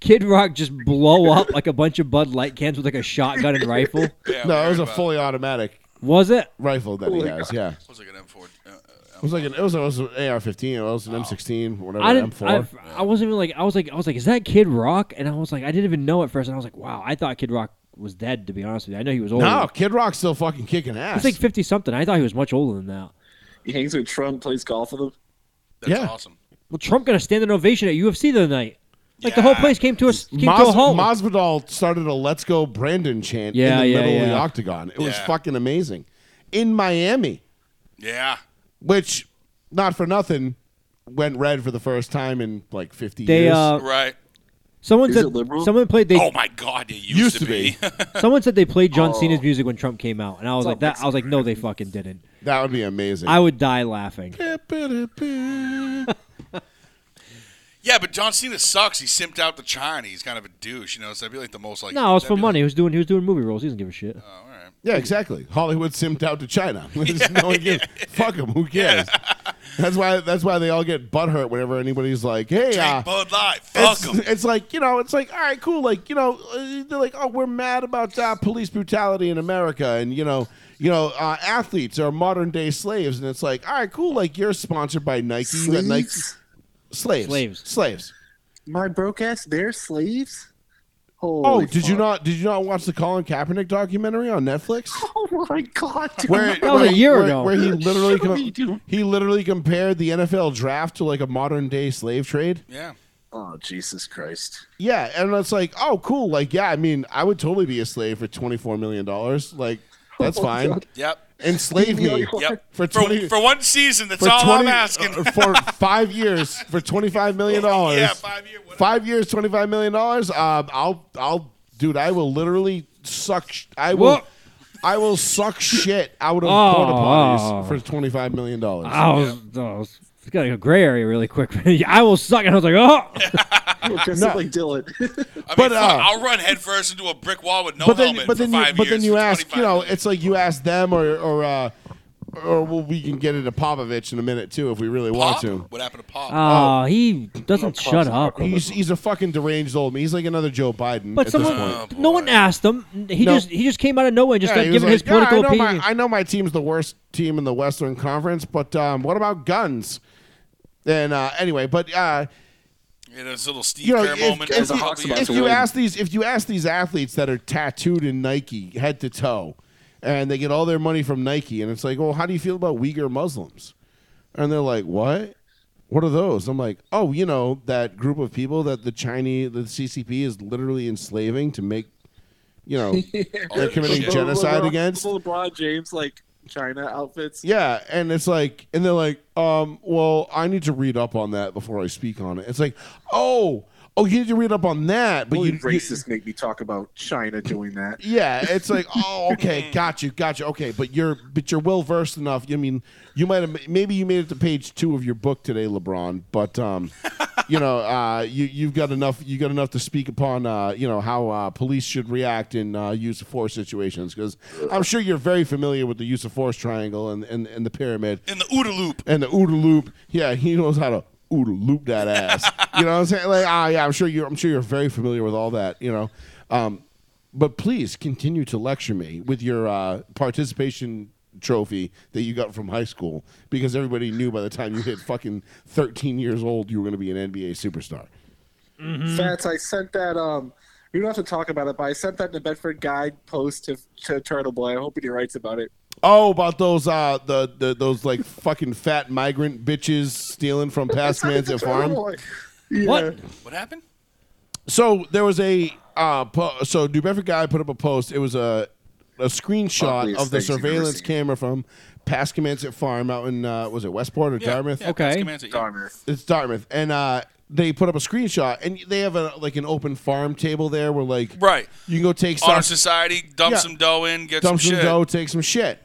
Speaker 2: Kid Rock just blow up like a bunch of Bud Light cans with like a shotgun and rifle.
Speaker 4: [laughs] Yeah,
Speaker 3: No, it was a
Speaker 4: full.
Speaker 3: fully automatic
Speaker 2: Was it?
Speaker 3: rifle that he
Speaker 1: Fully
Speaker 3: has. Yeah.
Speaker 4: Was like an M4. Uh, uh,
Speaker 3: It was like an it was, it was an AR-15. It was an M16, whatever.
Speaker 2: I didn't. I,
Speaker 3: M4.
Speaker 2: I wasn't even like. I was like. I was like, is that Kid Rock? And I was like, I didn't even know at first. And I was like, wow, I thought Kid Rock was dead. To be honest with you, I know he was old.
Speaker 3: no, Kid Rock's still fucking kicking
Speaker 2: he's
Speaker 3: ass.
Speaker 2: like fifty something. I thought he was much older than that.
Speaker 1: He hangs with Trump, plays golf with him.
Speaker 4: that's
Speaker 3: yeah.
Speaker 4: awesome.
Speaker 2: Well, Trump got a standing ovation at UFC the other night. Like the whole
Speaker 4: Yeah.
Speaker 2: place came to a s- came to a
Speaker 3: Mas-
Speaker 2: halt.
Speaker 3: Masvidal started a "Let's Go Brandon" chant
Speaker 2: Yeah,
Speaker 3: in the
Speaker 2: yeah,
Speaker 3: middle of the
Speaker 2: yeah.
Speaker 3: octagon. It was
Speaker 4: Yeah.
Speaker 3: fucking amazing in Miami,
Speaker 4: Yeah.
Speaker 3: which not for nothing went red for the first time in like 50
Speaker 2: they
Speaker 3: years.
Speaker 2: uh,
Speaker 4: Right.
Speaker 2: someone
Speaker 1: Is it
Speaker 2: said
Speaker 1: liberal?
Speaker 2: someone played they
Speaker 4: oh my God, it used,
Speaker 3: used
Speaker 4: to
Speaker 3: to
Speaker 4: be. [laughs]
Speaker 3: be.
Speaker 2: someone said they played John
Speaker 1: Oh.
Speaker 2: Cena's music when Trump came out, and I was
Speaker 1: It's
Speaker 2: like
Speaker 1: all
Speaker 2: that. I was like, no, they fucking didn't.
Speaker 3: [laughs] that would be amazing.
Speaker 2: I would die laughing.
Speaker 4: yeah, but John Cena sucks. He simped out the China. He's kind of a douche, you know. So I'd be like the most like.
Speaker 2: No, it was for
Speaker 4: that'd be
Speaker 2: money. He was doing he was doing movie roles. He doesn't give a shit.
Speaker 4: like, oh, all right.
Speaker 3: [laughs] yeah, exactly. Hollywood simped out to China. [laughs] There's no one gives- Fuck them.
Speaker 4: [laughs]
Speaker 3: Who cares? That's why. That's why they all get butthurt whenever anybody's like, "Hey,
Speaker 4: Drink
Speaker 3: uh,
Speaker 4: Bud Light. Fuck
Speaker 3: it's,
Speaker 4: 'em.
Speaker 3: [laughs] it's like you know, it's like all right, cool. Like you know, uh, they're like, oh, we're mad about uh, police brutality in America, and you know, you know, uh, athletes are modern day slaves, and it's like, all right, cool. Like you're sponsored by Nike, you got Nike
Speaker 1: Slaves?
Speaker 3: slaves,
Speaker 2: Slaves.
Speaker 3: slaves.
Speaker 1: My broke ass, they're slaves? Holy
Speaker 3: Oh, did you
Speaker 1: fuck.
Speaker 3: not? Did you not watch the Colin Kaepernick documentary on Netflix?
Speaker 1: [laughs] Oh my god, dude.
Speaker 3: Where,
Speaker 2: That was a
Speaker 3: where-
Speaker 2: year
Speaker 3: where-
Speaker 2: ago.
Speaker 3: Where he literally
Speaker 1: Show
Speaker 3: com-
Speaker 1: me, dude.
Speaker 3: he literally compared the NFL draft to like a modern day slave trade.
Speaker 4: Yeah.
Speaker 1: Oh, Jesus Christ.
Speaker 3: Yeah, and it's like, oh, cool. Like, yeah, I mean, I would totally be a slave for twenty four million dollars. Like, that's
Speaker 1: Oh,
Speaker 3: fine.
Speaker 1: God.
Speaker 4: Yep.
Speaker 3: Enslave me
Speaker 4: Yep.
Speaker 3: for
Speaker 4: For,
Speaker 3: twenty
Speaker 4: for one season, that's
Speaker 3: for
Speaker 4: all
Speaker 3: twenty
Speaker 4: I'm asking.
Speaker 3: uh, for five years for twenty five million dollars.
Speaker 4: [laughs] yeah, five year. Whatever.
Speaker 3: Five years, twenty five million dollars. Um, I'll, I'll, dude, I will literally suck. sh- I will,
Speaker 2: What?
Speaker 3: I will suck shit
Speaker 1: [laughs]
Speaker 3: out of
Speaker 2: Oh,
Speaker 3: porta potties
Speaker 2: oh.
Speaker 3: for twenty five million dollars.
Speaker 2: I was, I was it's got like a gray area really quick. [laughs] I will suck, and I was like, oh,
Speaker 3: [laughs]
Speaker 1: Just
Speaker 3: No.
Speaker 1: like Dylan.
Speaker 4: I mean,
Speaker 3: but,
Speaker 4: fuck,
Speaker 3: uh,
Speaker 4: I'll run headfirst into a brick wall with no
Speaker 3: but then,
Speaker 4: helmet
Speaker 3: but
Speaker 4: for
Speaker 3: then, you,
Speaker 4: five
Speaker 3: but then
Speaker 4: years
Speaker 3: you
Speaker 4: for
Speaker 3: ask, you
Speaker 4: 25
Speaker 3: know,
Speaker 4: million.
Speaker 3: it's like you ask them or or uh, or well, we can get into Popovich in a minute too if we really want
Speaker 4: Pop?
Speaker 3: to.
Speaker 4: What happened to Pop?
Speaker 2: oh he doesn't shut up.
Speaker 3: He's he's a fucking deranged old man. He's like another Joe Biden
Speaker 2: But
Speaker 3: at
Speaker 2: someone,
Speaker 3: this point.
Speaker 4: point.
Speaker 2: no one asked him. He
Speaker 3: No.
Speaker 2: just he just came out of nowhere and just
Speaker 3: Yeah,
Speaker 2: started
Speaker 3: he was
Speaker 2: giving his
Speaker 3: like, "Yeah,
Speaker 2: political
Speaker 3: I know,
Speaker 2: opinion.
Speaker 3: my, I know my team's the worst team in the Western Conference, but um, what about guns? And uh, anyway, but uh,
Speaker 4: You know, it's a little Steve
Speaker 3: you know,
Speaker 4: Kerr
Speaker 3: if,
Speaker 4: moment.
Speaker 3: if,
Speaker 1: a
Speaker 3: you-
Speaker 1: Hawks
Speaker 4: Yeah.
Speaker 1: about
Speaker 3: if
Speaker 1: to
Speaker 3: you
Speaker 1: win.
Speaker 3: ask these if you ask these athletes that are tattooed in Nike head to toe, and they get all their money from Nike, and it's like, well, how do you feel about Uyghur Muslims? And they're like, what? What are those? I'm like, oh, you know, that group of people that the Chinese, the CCP is literally enslaving to make, you know, they're committing
Speaker 4: shit.
Speaker 3: genocide
Speaker 1: LeBron-
Speaker 3: against.
Speaker 1: LeBron James, like China outfits.
Speaker 3: Yeah, and it's like, and they're like, um, well, I need to read up on that before I speak on it. It's like, oh, Oh, you need to read up on that, but
Speaker 1: Only
Speaker 3: you, Mm-hmm. you
Speaker 1: racists make me talk about China doing that.
Speaker 3: yeah, it's like, oh, okay, got you, got you, okay, but you're but you're well versed enough. I mean, you might have maybe you made it to page two of your book today, LeBron, but um, you know, uh, you you've got enough you got enough to speak upon, uh, you know, how uh, police should react in uh, use of force situations because I'm sure you're very familiar with the use of force triangle and and, and the pyramid
Speaker 4: in the OODA loop.
Speaker 3: and the OODA loop. Yeah, he knows how to OODA loop that ass. you know what I'm saying? Like, ah, yeah, I'm sure you. I'm sure you're very familiar with all that. You know, um, but please continue to lecture me with your uh, participation trophy that you got from high school because everybody knew by the time you hit fucking 13 years old you were going to be an NBA superstar. Mm-hmm.
Speaker 1: Fats, I sent that. Um, we don't have to talk about it, but I sent that in the Bedford Guide post to, to Turtle Boy. I hope he writes about it.
Speaker 3: Oh, about those uh the, the those like fucking fat migrant bitches stealing from past man's at farm.
Speaker 1: Turtle Boy. Yeah.
Speaker 2: What?
Speaker 4: What happened?
Speaker 3: So there was a uh, po- so New Bedford guy put up a post. It was a a screenshot
Speaker 1: Ugliest
Speaker 3: of the
Speaker 1: things you've ever
Speaker 3: surveillance
Speaker 1: seen.
Speaker 3: camera from Pascomance Farm out in uh, was it Westport or Dartmouth?
Speaker 2: Okay.
Speaker 4: that's Comanche, yeah.
Speaker 1: Dartmouth.
Speaker 3: It's Dartmouth, and uh, they put up a screenshot, and they have a like an open farm table there where like
Speaker 4: Right.
Speaker 3: you can go take
Speaker 4: Honor
Speaker 3: stuff,
Speaker 4: Society, dump
Speaker 3: Yeah.
Speaker 4: some dough in, get
Speaker 3: dump
Speaker 4: some,
Speaker 3: some
Speaker 4: shit.
Speaker 3: dough, take some shit,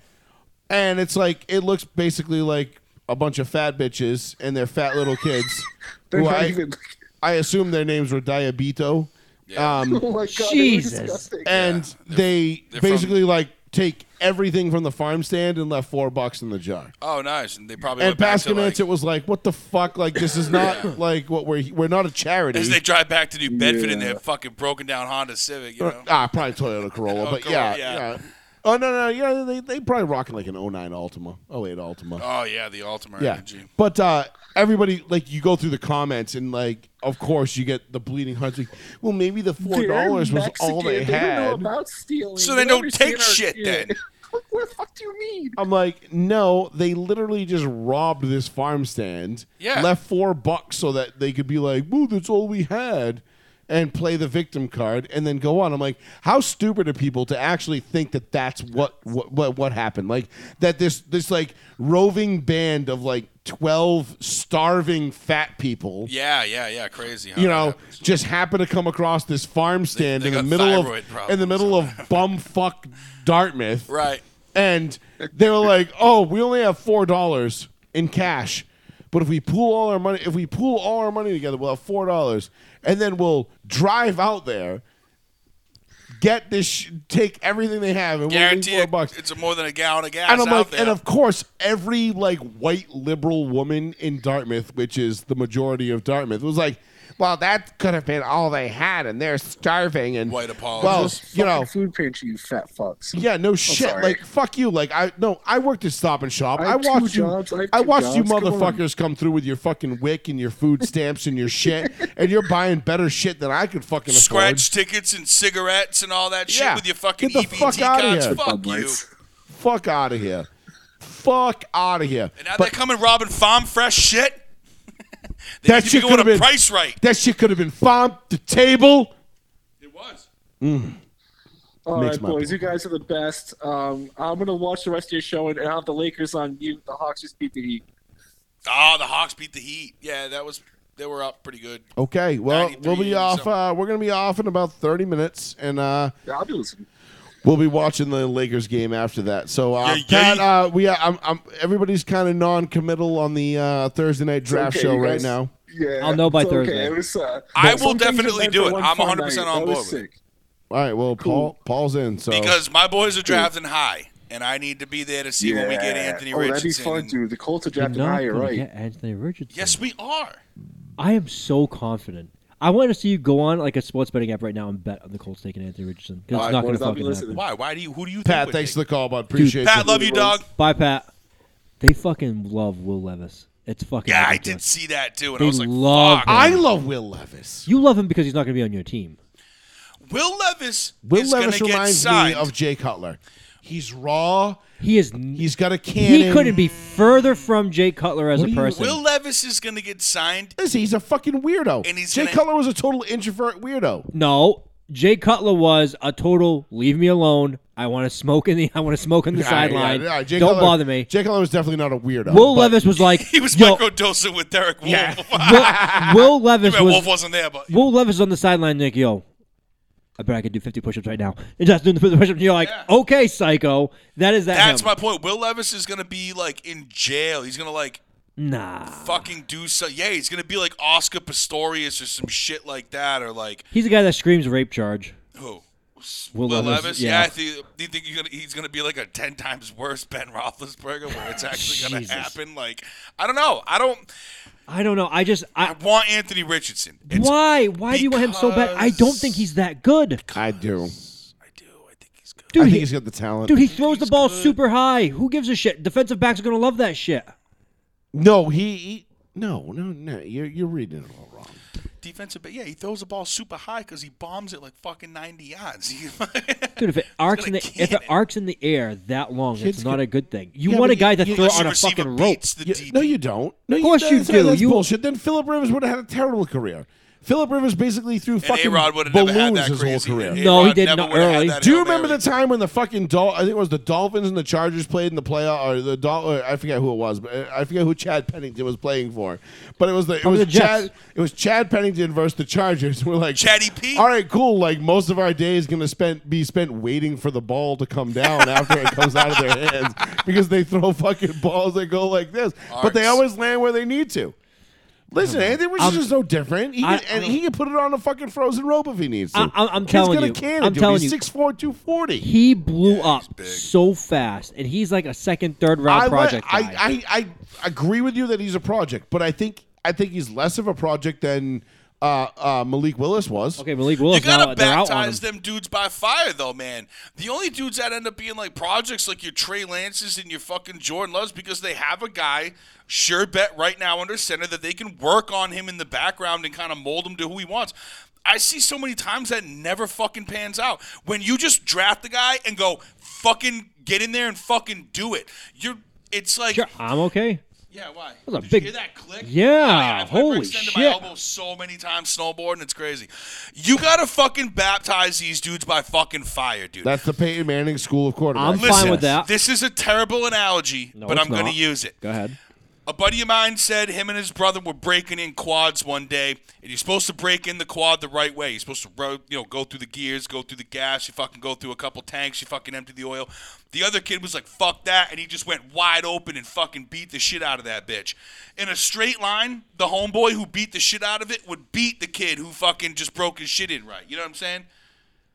Speaker 3: and it's like it looks basically like a bunch of fat bitches and their fat little kids.
Speaker 1: [laughs] They're
Speaker 3: who
Speaker 1: not
Speaker 3: I,
Speaker 1: even- [laughs]
Speaker 3: I assume their names were Diabito.
Speaker 4: Yeah.
Speaker 3: Um,
Speaker 1: oh my god, they were
Speaker 2: Jesus.
Speaker 1: disgusting.
Speaker 3: and they
Speaker 4: they're from-
Speaker 3: basically like take everything from the farm stand and left four bucks in the jar.
Speaker 4: Oh, nice. And they probably
Speaker 3: And
Speaker 4: went back to
Speaker 3: Baskin
Speaker 4: like,
Speaker 3: it was like, "What the fuck? Like this is
Speaker 4: [coughs]
Speaker 3: not like what we're we're not a charity."
Speaker 4: as they drive back to New Bedford in
Speaker 1: Yeah.
Speaker 4: their fucking broken down Honda Civic, you know.
Speaker 3: ah, probably Toyota Corolla,
Speaker 4: Oh,
Speaker 3: but yeah,
Speaker 4: Corolla, yeah.
Speaker 3: yeah, Oh no, no, yeah, they they probably rocking like an 09 Altima, 08 Altima.
Speaker 4: Oh yeah, the Ultimate
Speaker 3: yeah,
Speaker 4: Energy.
Speaker 3: but uh, everybody like you go through the comments and like, of course you get the bleeding hearts. Like, well, maybe the four
Speaker 1: They're
Speaker 3: dollars was all
Speaker 1: Mexican.
Speaker 3: they
Speaker 1: They
Speaker 3: had.
Speaker 1: don't know about stealing.
Speaker 4: So they don't
Speaker 1: understand
Speaker 4: take
Speaker 1: our
Speaker 4: shit, then.
Speaker 1: [laughs] what the fuck do you mean?
Speaker 3: I'm like, no, they literally just robbed this farm stand.
Speaker 4: Yeah.
Speaker 3: Left four bucks so that they could be like, woo, that's all we had. And play the victim card and then go on. I'm like, how stupid are people to actually think that that's what what what, what happened? Like that this this like roving band of like twelve starving fat people,
Speaker 4: Yeah, yeah, yeah. Crazy. How
Speaker 3: you
Speaker 4: that
Speaker 3: know,
Speaker 4: happens.
Speaker 3: just happen to come across this farm stand
Speaker 4: they
Speaker 3: in the
Speaker 4: got
Speaker 3: middle
Speaker 4: thyroid
Speaker 3: of in the
Speaker 4: problems.
Speaker 3: middle of bumfuck Dartmouth,
Speaker 4: [laughs] Right.
Speaker 3: and they were like, "Oh, we only have four dollars in cash, but if we pool all our money, if we pool all our money together, we'll have four dollars, and then we'll drive out there, get this, sh- take everything they have, and we'll leave
Speaker 4: Guarantee
Speaker 3: four
Speaker 4: it,
Speaker 3: bucks."
Speaker 4: it's more than a gallon of gas
Speaker 3: And I'm
Speaker 4: out
Speaker 3: like,
Speaker 4: there.
Speaker 3: and of course, every like white liberal woman in Dartmouth, which is the majority of Dartmouth, was like, "Well, that could have been all they had, and they're starving." And
Speaker 4: White
Speaker 3: well,
Speaker 4: apologists.
Speaker 3: you know,
Speaker 1: Fucking food pantry, you fat fucks.
Speaker 3: yeah, no shit.
Speaker 1: sorry.
Speaker 3: Like fuck you. Like I no, I worked at Stop and Shop.
Speaker 1: I
Speaker 3: I,
Speaker 1: have two
Speaker 3: watched
Speaker 1: jobs. I
Speaker 3: you.
Speaker 1: have
Speaker 3: I,
Speaker 1: two
Speaker 3: watched you
Speaker 1: jobs. Come on.
Speaker 3: motherfuckers come through with your fucking wick and your
Speaker 1: [laughs]
Speaker 3: food stamps and your shit, and you're buying better shit than I could fucking afford.
Speaker 4: Scratch tickets and cigarettes and all that shit
Speaker 3: Yeah.
Speaker 4: with your fucking
Speaker 3: Get the
Speaker 4: EBT
Speaker 3: fuck outta
Speaker 4: cards.
Speaker 3: here.
Speaker 4: Fuck
Speaker 1: Bud
Speaker 4: you.
Speaker 1: Lights.
Speaker 3: Fuck out of here. Fuck out of here.
Speaker 4: And now
Speaker 3: But
Speaker 4: they're coming robbing farm fresh shit. they
Speaker 3: That shit
Speaker 4: need to be going
Speaker 3: could've
Speaker 4: to
Speaker 3: been-
Speaker 4: price right.
Speaker 3: that shit could have been farm to table.
Speaker 4: It was.
Speaker 1: All
Speaker 3: Makes
Speaker 1: right,
Speaker 3: my
Speaker 1: boys,
Speaker 3: point.
Speaker 1: you guys are the best. Um, I'm gonna watch the rest of your show and I'll have the Lakers on mute. The Hawks just beat the Heat.
Speaker 4: Oh, the Hawks beat the Heat. Yeah, that was they were up pretty good.
Speaker 3: Okay, well,
Speaker 4: 93
Speaker 3: we'll be
Speaker 4: or
Speaker 3: off.
Speaker 4: something.
Speaker 3: Uh, we're gonna be off in about thirty minutes, and uh,
Speaker 1: Yeah, I'll be listening.
Speaker 3: We'll be watching the Lakers game after that. So, uh,
Speaker 4: Yeah,
Speaker 3: Pat,
Speaker 4: yeah.
Speaker 3: uh, we, I'm, I'm, everybody's kind of non-committal on the uh, Thursday night draft
Speaker 1: Okay,
Speaker 3: show
Speaker 1: you
Speaker 3: right
Speaker 1: guys-
Speaker 3: now.
Speaker 1: Yeah,
Speaker 2: I'll know by
Speaker 1: it's okay.
Speaker 2: Thursday.
Speaker 1: It was, uh,
Speaker 4: I
Speaker 1: some
Speaker 4: will
Speaker 1: things are
Speaker 4: definitely
Speaker 1: meant
Speaker 4: do
Speaker 1: for
Speaker 4: it.
Speaker 1: one
Speaker 4: I'm
Speaker 1: fun
Speaker 4: 100%
Speaker 1: night.
Speaker 4: on
Speaker 1: That was
Speaker 4: board with it.
Speaker 1: sick.
Speaker 3: All right, well, Paul, Paul's in, so
Speaker 4: Because my boys are drafting high, and I need to be there to see when we get
Speaker 1: Yeah.
Speaker 4: Anthony
Speaker 1: oh,
Speaker 4: Richardson.
Speaker 1: that'd be fun,
Speaker 4: and-
Speaker 1: dude. The Colts are
Speaker 2: You're
Speaker 1: drafting
Speaker 2: not
Speaker 1: high, you're
Speaker 2: gonna
Speaker 1: right?
Speaker 2: get Anthony Richardson.
Speaker 4: Yes, we are.
Speaker 2: I am so confident. I want to see you go on like a sports betting app right now and bet on the Colts taking Anthony Richardson because
Speaker 1: Alright,
Speaker 2: it's not going
Speaker 1: boys,
Speaker 2: to
Speaker 1: I'll be
Speaker 2: fucking happen.
Speaker 1: listening.
Speaker 4: Why? Why do you? Who do you? think
Speaker 3: Pat,
Speaker 4: would
Speaker 3: thanks for
Speaker 4: take-
Speaker 3: the call, bud. Appreciate
Speaker 4: Pat,
Speaker 3: you.
Speaker 4: love you, dog.
Speaker 2: Bye, Pat. They fucking love Will Levis. It's fucking.
Speaker 4: Yeah, I did
Speaker 2: ridiculous.
Speaker 4: see that too, and
Speaker 2: They
Speaker 4: I was like,
Speaker 2: love
Speaker 4: "Fuck."
Speaker 2: him.
Speaker 3: I love Will Levis.
Speaker 2: You love him because he's not going to be on your team.
Speaker 4: Will Levis
Speaker 3: Will
Speaker 4: is going
Speaker 3: Levis
Speaker 4: to get
Speaker 3: reminds
Speaker 4: signed.
Speaker 3: me of Jay Cutler. He's raw.
Speaker 2: He is. n-
Speaker 3: He's got a cannon.
Speaker 2: he couldn't be further from Jay Cutler as
Speaker 3: What
Speaker 2: a
Speaker 3: do you-
Speaker 2: person.
Speaker 4: Will Levis is going to get signed.
Speaker 3: He's a fucking weirdo.
Speaker 4: And he's
Speaker 3: Jay
Speaker 4: gonna-
Speaker 3: Cutler was a total introvert weirdo.
Speaker 2: no, Jay Cutler was a total leave me alone. I want to smoke in the I want to smoke on the
Speaker 3: [laughs] Yeah,
Speaker 2: sideline.
Speaker 3: yeah, yeah. Jay
Speaker 2: Don't
Speaker 3: Cutler-
Speaker 2: bother me.
Speaker 3: Jay Cutler was definitely not a weirdo. [laughs]
Speaker 2: Will
Speaker 3: but-
Speaker 2: Levis was like
Speaker 4: He was
Speaker 2: Yo,
Speaker 4: microdosing with Derek Wolf. [laughs]
Speaker 3: Yeah.
Speaker 2: Will, Will Levis
Speaker 4: Well,
Speaker 2: was
Speaker 4: Wolf wasn't there, but
Speaker 2: Will Levis is on the sideline, like, yo, I bet I could do 50 push ups right now. And just doing the push ups, and you're like, okay, psycho. That is that.
Speaker 4: that's
Speaker 2: him.
Speaker 4: my point. Will Levis is gonna be like in jail. He's gonna like
Speaker 2: Nah.
Speaker 4: fucking do so. Yeah, he's gonna be like Oscar Pistorius or some shit like that, or like
Speaker 2: He's the guy that screams rape charge.
Speaker 4: who? S-
Speaker 2: Will Levis, yeah.
Speaker 4: Yeah, I think, do you think he's gonna, he's gonna be like a ten times worse Ben Roethlisberger, where it's actually gonna
Speaker 2: Jesus.
Speaker 4: happen? Like, I don't know. I don't.
Speaker 2: I don't know. I just.
Speaker 4: I
Speaker 2: I,
Speaker 4: want Anthony Richardson. It's,
Speaker 2: why? Why do you want him so bad? I don't think he's that good.
Speaker 3: I do.
Speaker 4: I do. I think he's good.
Speaker 3: I
Speaker 2: Dude,
Speaker 3: think
Speaker 2: he,
Speaker 3: he's got the talent.
Speaker 2: dude he throws the ball super high. Who gives a shit? Defensive backs are going to love that shit.
Speaker 3: no, he, he- no, no, no. You're you're reading it all wrong.
Speaker 4: Defensive, but yeah, he throws the ball super high because he bombs it like fucking ninety yards. [laughs]
Speaker 2: Dude, if it arcs in
Speaker 4: gonna
Speaker 2: the if it
Speaker 4: cannon.
Speaker 2: arcs in the air that long,
Speaker 3: Kids
Speaker 2: it's not
Speaker 3: could-
Speaker 2: a good thing. You
Speaker 3: Yeah,
Speaker 2: want
Speaker 3: but
Speaker 2: a guy
Speaker 3: you-
Speaker 2: that
Speaker 3: you-
Speaker 2: throws
Speaker 4: Every
Speaker 2: on a
Speaker 4: receiver
Speaker 2: fucking rope.
Speaker 4: beats the
Speaker 3: You-
Speaker 4: DB.
Speaker 3: no, you don't. No, of
Speaker 2: course you do.
Speaker 3: That's
Speaker 2: You-
Speaker 3: bullshit. Then Philip Rivers would have had a terrible career. Philip Rivers basically threw fucking
Speaker 4: A-Rod would've never
Speaker 3: balloons
Speaker 4: had that
Speaker 3: his
Speaker 4: crazy-
Speaker 3: whole career.
Speaker 4: A-Rod
Speaker 2: No, he did
Speaker 4: never
Speaker 2: not
Speaker 4: would've had
Speaker 2: early.
Speaker 4: that
Speaker 3: Do you
Speaker 4: Hail
Speaker 3: remember the
Speaker 4: Mary.
Speaker 3: time when the fucking Dol- I think it was the Dolphins and the Chargers played in the playoff, or the Dol- or I forget who it was, but uh, I forget who Chad Pennington was playing for. But it was the it was
Speaker 2: Oh, the Jets.
Speaker 3: Chad it was Chad Pennington versus the Chargers. [laughs] We're like
Speaker 4: Chatty P.
Speaker 3: All right, cool. Like most of our day is gonna spend be spent waiting for the ball to come
Speaker 4: [laughs]
Speaker 3: down after it comes out of their hands because they throw fucking balls that go like this, but they
Speaker 4: Arcs.
Speaker 3: always land where they need to. Listen, Anthony Richardson's is no different. He
Speaker 2: I-
Speaker 3: can, and he can put it on a fucking frozen rope if he needs to.
Speaker 2: I- I'm- I'm
Speaker 3: Kid's
Speaker 2: telling
Speaker 3: got a
Speaker 2: you.
Speaker 3: cannon,
Speaker 2: I'm
Speaker 3: dude.
Speaker 2: telling
Speaker 3: He's
Speaker 2: you.
Speaker 3: 6'4", 240.
Speaker 2: He blew up
Speaker 4: big.
Speaker 2: so fast, and he's like a second, third round
Speaker 3: I,
Speaker 2: project
Speaker 3: I,
Speaker 2: guy.
Speaker 3: I, I agree with you that he's a project, but I think I think he's less of a project than uh, uh, Malik Willis was.
Speaker 2: okay, Malik
Speaker 4: You
Speaker 2: Willis now
Speaker 4: gotta
Speaker 2: they're out on him.
Speaker 4: baptize them dudes by fire, though, man. The only dudes that end up being like projects, like your Trey Lances and your fucking Jordan Loves, because they have a guy, sure bet right now under center that they can work on him in the background and kind of mold him to who he wants. I see so many times that never fucking pans out. When you just draft the guy and go fucking get in there and fucking do it, you're. It's like,
Speaker 2: Sure, I'm okay.
Speaker 4: yeah, why?
Speaker 2: was a
Speaker 4: Did
Speaker 2: big-
Speaker 4: you hear that click? Oh,
Speaker 2: Yeah,
Speaker 4: I've
Speaker 2: holy
Speaker 4: extended
Speaker 2: shit.
Speaker 4: my elbow so many times snowboarding, it's crazy. You gotta fucking baptize these dudes by fucking fire, dude.
Speaker 3: That's the Peyton Manning school of quarterbacks.
Speaker 2: I'm fine
Speaker 4: Listen,
Speaker 2: with that.
Speaker 4: this is a terrible analogy,
Speaker 2: No,
Speaker 4: but
Speaker 2: it's
Speaker 4: I'm gonna
Speaker 2: not.
Speaker 4: use it.
Speaker 2: Go ahead.
Speaker 4: A buddy of mine said him and his brother were breaking in quads one day, and you're supposed to break in the quad the right way. You're supposed to, ro- you know, go through the gears, go through the gas, you fucking go through a couple tanks, you fucking empty the oil. The other kid was like, "Fuck that," and he just went wide open and fucking beat the shit out of that bitch. In a straight line, the homeboy who beat the shit out of it would beat the kid who fucking just broke his shit in right. You know what I'm saying?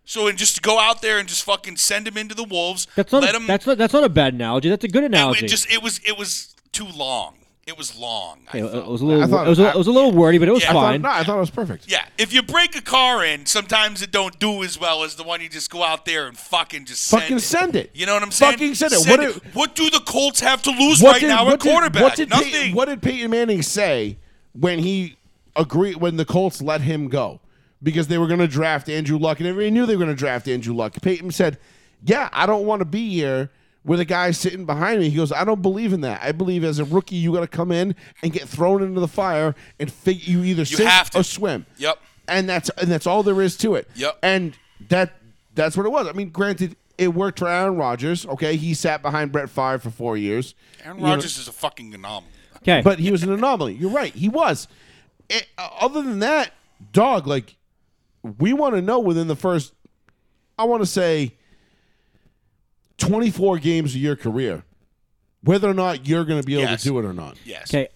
Speaker 4: So and just go out there and just fucking send him into the wolves.
Speaker 2: That's not.
Speaker 4: let
Speaker 2: a,
Speaker 4: him
Speaker 2: That's not. That's not a bad analogy. That's a good
Speaker 4: it,
Speaker 2: analogy.
Speaker 4: it just it was it was too long. It was long. I
Speaker 2: it,
Speaker 4: felt.
Speaker 2: it was a little.
Speaker 3: I thought-
Speaker 2: it, was a, it was a little wordy, but it was
Speaker 4: Yeah.
Speaker 3: I
Speaker 4: I
Speaker 3: thought,
Speaker 2: fine.
Speaker 3: no, I thought it was perfect.
Speaker 4: yeah, if you break a car in, sometimes it don't do as well as the one you just go out there and fucking just send
Speaker 3: Fucking
Speaker 4: it.
Speaker 3: send it.
Speaker 4: You know what I'm saying?
Speaker 3: Fucking send it. What do-
Speaker 4: What do the Colts have to lose
Speaker 3: What
Speaker 4: right
Speaker 3: did-
Speaker 4: now
Speaker 3: what
Speaker 4: at
Speaker 3: did-
Speaker 4: quarterback?
Speaker 3: What did, Pey-
Speaker 4: Nothing.
Speaker 3: what did Peyton Manning say when he agreed when the Colts let him go because they were going to draft Andrew Luck and everybody knew they were going to draft Andrew Luck? Peyton said, "Yeah, I don't want to be here." With a guy sitting behind me, he goes, "I don't believe in that. I believe as a rookie, you got to come in and get thrown into the fire, and fig- you either sink
Speaker 4: have to.
Speaker 3: or swim."
Speaker 4: Yep.
Speaker 3: and that's and that's all there is to it.
Speaker 4: Yep.
Speaker 3: And that that's what it was. I mean, granted, it worked for Aaron Rodgers. Okay, he sat behind Brett Favre for four years.
Speaker 4: Aaron
Speaker 3: You know,
Speaker 4: Rodgers is a fucking anomaly.
Speaker 2: Okay,
Speaker 3: but he was an anomaly. You're right. He was. It- uh, other than that, dog, like we want to know within the first, I want to say, 24 games of your career, whether or not you're going to be able
Speaker 4: Yes.
Speaker 3: to do it or not.
Speaker 4: Yes.
Speaker 2: okay,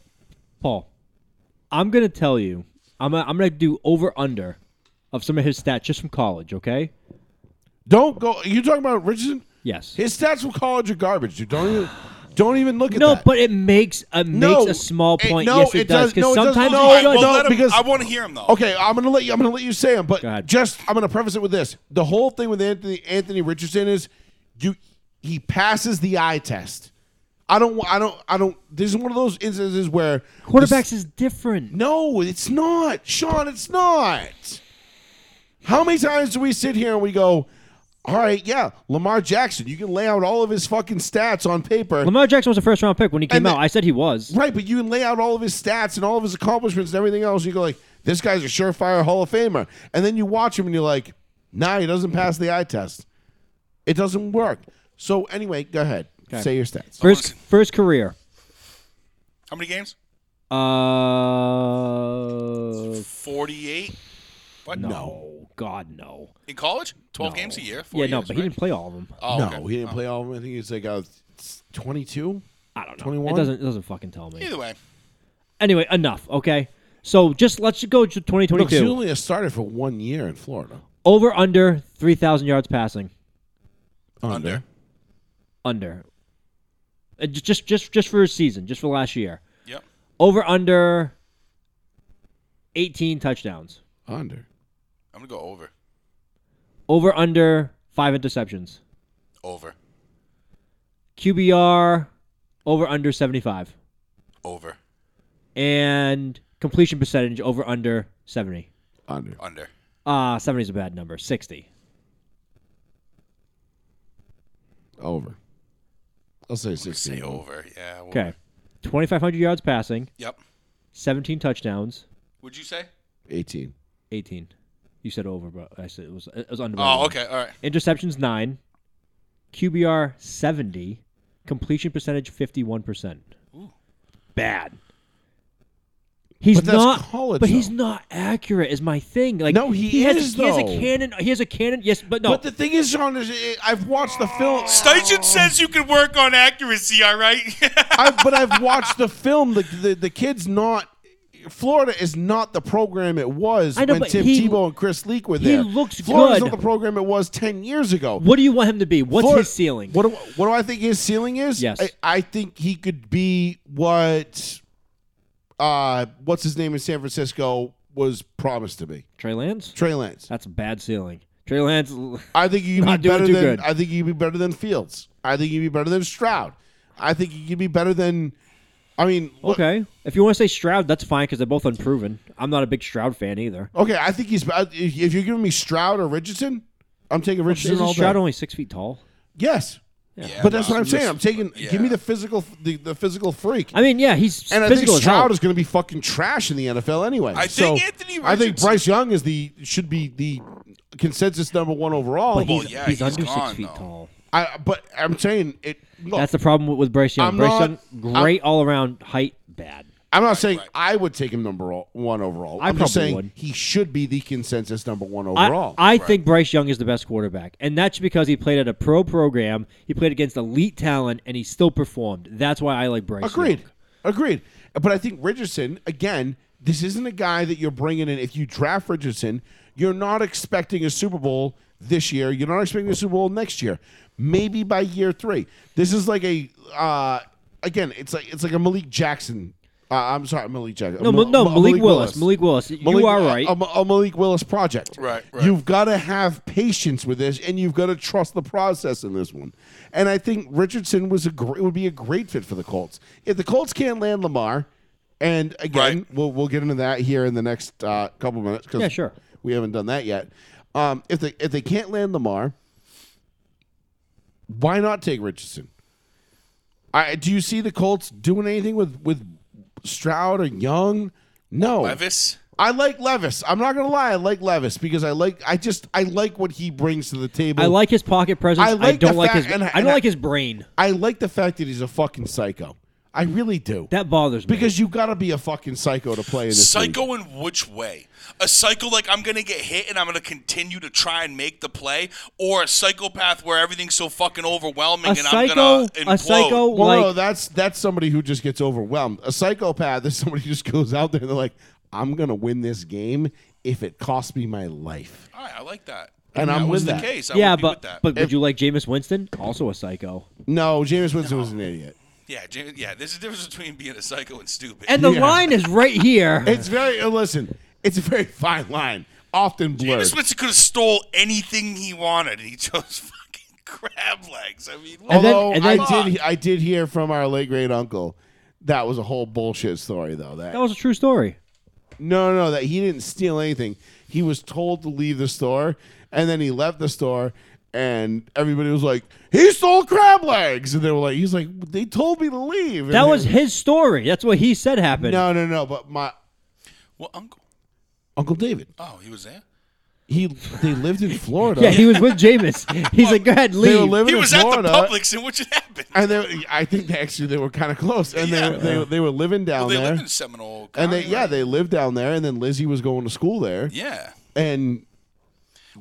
Speaker 2: Paul. I'm gonna tell you. I'm. Gonna, I'm gonna do over under of some of his stats just from college. Okay.
Speaker 3: Don't go. You talking about Richardson?
Speaker 2: Yes.
Speaker 3: His stats from college are garbage. Dude. Don't even. Don't even look at
Speaker 2: no,
Speaker 3: that.
Speaker 2: but it makes a makes a small
Speaker 3: it-
Speaker 2: point.
Speaker 3: no,
Speaker 2: yes, it,
Speaker 3: it
Speaker 2: does.
Speaker 3: does- no, it doesn't.
Speaker 2: sometimes
Speaker 3: No,
Speaker 4: All
Speaker 2: it's
Speaker 3: no,
Speaker 4: right,
Speaker 2: good.
Speaker 4: well,
Speaker 3: no,
Speaker 4: let him,
Speaker 3: because-
Speaker 4: I want to hear him though.
Speaker 3: Okay, I'm gonna let you. I'm gonna let you say them, but
Speaker 2: Go ahead.
Speaker 3: just I'm gonna preface it with this: the whole thing with Anthony Anthony Richardson is you. He passes the eye test. I don't. wa- I don't. I don't. This is one of those instances where
Speaker 2: Quarterbacks
Speaker 3: this-
Speaker 2: is different.
Speaker 3: no, it's not, Sean. It's not. How many times do we sit here and we go, "All right, yeah, Lamar Jackson. You can lay out all of his fucking stats on paper.
Speaker 2: Lamar Jackson was a first round pick when he came
Speaker 3: And the-
Speaker 2: out. I said he was.
Speaker 3: Right, but you lay out all of his stats and all of his accomplishments and everything else. And you go like, this guy's a surefire Hall of Famer, and then you watch him and you're like, Nah, he doesn't pass the eye test. It doesn't work. So anyway, go ahead. Say your stats.
Speaker 2: First, first career.
Speaker 4: How many games?
Speaker 2: Uh,
Speaker 4: Forty-eight
Speaker 2: no. God, no.
Speaker 4: in college. Twelve games a year. Four
Speaker 2: Yeah, no,
Speaker 4: years,
Speaker 2: but he
Speaker 4: right?
Speaker 2: didn't play all of them.
Speaker 4: Oh,
Speaker 3: no,
Speaker 4: okay.
Speaker 3: he didn't play all of them. I think he's like uh, a 22.
Speaker 2: I don't know.
Speaker 3: 21?
Speaker 2: It doesn't. It doesn't fucking tell me.
Speaker 4: Either way,
Speaker 2: Anyway, enough. Okay. So just let's go to
Speaker 3: Look, he
Speaker 2: 2022.
Speaker 3: only has started for one year in Florida.
Speaker 2: Over under 3,000 yards passing.
Speaker 4: Under.
Speaker 2: Under. Uh, ju- Just just just for his season, just for last year.
Speaker 4: yep.
Speaker 2: Over under 18 touchdowns.
Speaker 3: Under.
Speaker 4: I'm gonna go over.
Speaker 2: Over under five interceptions.
Speaker 4: Over.
Speaker 2: QBR over under 75
Speaker 4: Over.
Speaker 2: and completion percentage over under 70.
Speaker 3: Under.
Speaker 4: Under.
Speaker 2: Ah, 70 is a bad number. 60.
Speaker 3: Over. I'll say 16.
Speaker 4: Say over. Yeah. well,
Speaker 2: Okay. 2500 yards passing,
Speaker 4: Yep.
Speaker 2: 17 touchdowns,
Speaker 4: Would you say?
Speaker 3: 18.
Speaker 2: 18. You said over, but I said it was it was under. by
Speaker 4: Oh,
Speaker 2: one.
Speaker 4: okay. All right.
Speaker 2: Interceptions 9, QBR 70, completion percentage 51%. Bad. He's
Speaker 3: But that's
Speaker 2: not
Speaker 3: college,
Speaker 2: but he's
Speaker 3: though.
Speaker 2: not accurate is my thing. Like
Speaker 3: No, he
Speaker 2: has,
Speaker 3: is,
Speaker 2: he has a
Speaker 3: though.
Speaker 2: cannon he has a cannon. Yes, but no.
Speaker 3: But the thing is, Sean, is eh, I've watched the film.
Speaker 2: Oh.
Speaker 4: Station says you can work on accuracy. All right. [laughs]
Speaker 3: I, but I've watched the film. The, the the kid's not. Florida is not the program it was
Speaker 2: I know,
Speaker 3: when
Speaker 2: but
Speaker 3: Tim
Speaker 2: he-
Speaker 3: Tebow and Chris Leak were
Speaker 2: he
Speaker 3: there.
Speaker 2: looks
Speaker 3: Florida's
Speaker 2: good.
Speaker 3: not the program it was ten years ago.
Speaker 2: what do you want him to be? What's
Speaker 3: Florida-
Speaker 2: his ceiling?
Speaker 3: What do, what do I think his ceiling is?
Speaker 2: Yes.
Speaker 3: I, I think he could be what. Uh, what's his name in San Francisco was promised to be
Speaker 2: Trey Lance?
Speaker 3: Trey Lance.
Speaker 2: That's a bad ceiling. Trey Lance
Speaker 3: I think he could
Speaker 2: Uh, Not
Speaker 3: be
Speaker 2: doing
Speaker 3: better
Speaker 2: too
Speaker 3: than.
Speaker 2: good.
Speaker 3: I think he could be better than Fields. I think he'd be better than Stroud. I think he could be better than. I mean, look,
Speaker 2: Okay. If you want to say Stroud, that's fine cuz they're both unproven. I'm not a big Stroud fan either.
Speaker 3: Okay, I think he's. I- If you're giving me Stroud or Richardson, I'm taking Richardson
Speaker 2: Isn't
Speaker 3: all day.
Speaker 2: Stroud only 6 feet tall?
Speaker 3: yes,
Speaker 4: Yeah,
Speaker 3: but that's what
Speaker 4: no.
Speaker 3: I'm saying. I'm taking.
Speaker 4: Yeah.
Speaker 3: Give me the physical, the, the physical freak.
Speaker 2: I mean, yeah, he's
Speaker 3: and I think
Speaker 2: physical as hell.
Speaker 3: Stroud is going to be fucking trash in the NFL anyway.
Speaker 4: I
Speaker 3: So,
Speaker 4: think Anthony
Speaker 3: I think
Speaker 4: Richardson-
Speaker 3: Bryce Young is the should be the consensus number one overall.
Speaker 2: But
Speaker 4: Well,
Speaker 2: he's,
Speaker 4: yeah,
Speaker 2: he's,
Speaker 4: he's
Speaker 2: under
Speaker 4: gone,
Speaker 2: six feet
Speaker 4: though.
Speaker 2: tall.
Speaker 3: I, but I'm saying it. Look,
Speaker 2: That's the problem with, with Bryce Young.
Speaker 3: Oh. I'm
Speaker 2: Bryce
Speaker 3: not-
Speaker 2: Young, great all around height, bad.
Speaker 3: I'm not saying
Speaker 4: right.
Speaker 3: I would take him number o- one overall.
Speaker 2: I
Speaker 3: am just
Speaker 2: probably
Speaker 3: saying
Speaker 2: would.
Speaker 3: he should be the consensus number one
Speaker 2: I,
Speaker 3: overall.
Speaker 2: I think Bryce Young is the best quarterback, and that's because he played at a pro program. He played against elite talent, and he still performed. That's why I like Bryce.
Speaker 3: Agreed.
Speaker 2: Young.
Speaker 3: Agreed. But I think Richardson, again, this isn't a guy that you're bringing in. If you draft Richardson, you're not expecting a Super Bowl this year. You're not expecting a Super Bowl next year. Maybe by year three. This is like a, uh, again, it's like it's like a Malik Jackson. Uh, I'm sorry, Malik Jackson.
Speaker 2: No,
Speaker 3: Ma-
Speaker 2: Ma- no,
Speaker 3: Ma-
Speaker 2: Malik Willis. Malik Willis. You are right.
Speaker 3: A, a Malik Willis project.
Speaker 4: Right, right.
Speaker 3: You've got to have patience with this, and you've got to trust the process in this one. And I think Richardson was a great, would be a great fit for the Colts. If the Colts can't land Lamar, and again,
Speaker 4: Right.
Speaker 3: we'll we'll get into that here in the next uh, couple minutes. 'cause
Speaker 2: Yeah, sure.
Speaker 3: We haven't done that yet. Um, if they if they can't land Lamar, why not take Richardson? I do you see the Colts doing anything with with Stroud or Young? No,
Speaker 4: Levis.
Speaker 3: I like Levis. I'm not gonna lie. I like Levis because I like. I just I like what he brings to the table.
Speaker 2: I like his pocket presence.
Speaker 3: I
Speaker 2: I,
Speaker 3: like
Speaker 2: don't
Speaker 3: the
Speaker 2: like
Speaker 3: fact-
Speaker 2: his.
Speaker 3: and I-
Speaker 2: I don't
Speaker 3: and I-
Speaker 2: like his brain.
Speaker 3: I like the fact that he's a fucking psycho. I really do.
Speaker 2: That bothers me.
Speaker 3: because you got to be a fucking psycho to play in this. league.
Speaker 4: Psycho in which way? A psycho like I'm gonna get hit and I'm gonna continue to try and make the play, or a psychopath where everything's so fucking overwhelming
Speaker 2: a
Speaker 4: and I'm
Speaker 2: psycho,
Speaker 4: gonna implode.
Speaker 2: a psycho
Speaker 3: Well,
Speaker 2: like
Speaker 3: no, that's that's somebody who just gets overwhelmed. A psychopath is [laughs] somebody who just goes out there and they're like, "I'm gonna win this game if it costs me my life."
Speaker 4: All right, I like that.
Speaker 3: And
Speaker 4: If
Speaker 3: I'm
Speaker 4: that was
Speaker 3: with
Speaker 4: the
Speaker 3: that.
Speaker 4: case. I
Speaker 2: yeah,
Speaker 4: would be
Speaker 2: but
Speaker 4: with that.
Speaker 2: but would you like Jameis Winston? Also a psycho.
Speaker 3: No, James Winston was an idiot.
Speaker 4: yeah, James, yeah. There's a difference between being a psycho and stupid.
Speaker 2: And the
Speaker 3: Yeah.
Speaker 2: line is right
Speaker 3: [laughs]
Speaker 2: here.
Speaker 3: It's very uh, listen. It's a very [laughs] fine line, often blurred.
Speaker 4: James Winston could have stole anything he wanted, and he [laughs] chose fucking crab legs. I mean,
Speaker 2: And then-
Speaker 3: Although
Speaker 2: and then-
Speaker 3: I did, I did hear from our late great uncle that was a whole bullshit story, though. That
Speaker 2: that was a true story.
Speaker 3: no, no, that he didn't steal anything. He was told to leave the store, and then he left the store, and everybody was like, "He stole crab legs," and they were like, "He's like, they told me to leave." And
Speaker 2: That
Speaker 3: they-
Speaker 2: was his story. That's what he said happened.
Speaker 3: no, no, no. But my
Speaker 4: well, uncle.
Speaker 3: uncle David,
Speaker 4: Oh, he was there.
Speaker 3: He they lived in Florida.
Speaker 2: Yeah, he was with
Speaker 3: [laughs]
Speaker 2: Jameis. He's like, go ahead,
Speaker 3: they were
Speaker 2: leave.
Speaker 3: living
Speaker 4: He
Speaker 3: in
Speaker 4: was at the
Speaker 3: Florida.
Speaker 4: Publix in which it happened.
Speaker 3: and they, I think they actually they were kind of close, and
Speaker 4: Yeah.
Speaker 3: they, they they were living down
Speaker 4: they
Speaker 3: there.
Speaker 4: lived in Seminole.
Speaker 3: oh, and they
Speaker 4: County,
Speaker 3: yeah
Speaker 4: right?
Speaker 3: they lived down there, and then Lizzie was going to school there,
Speaker 4: yeah.
Speaker 3: and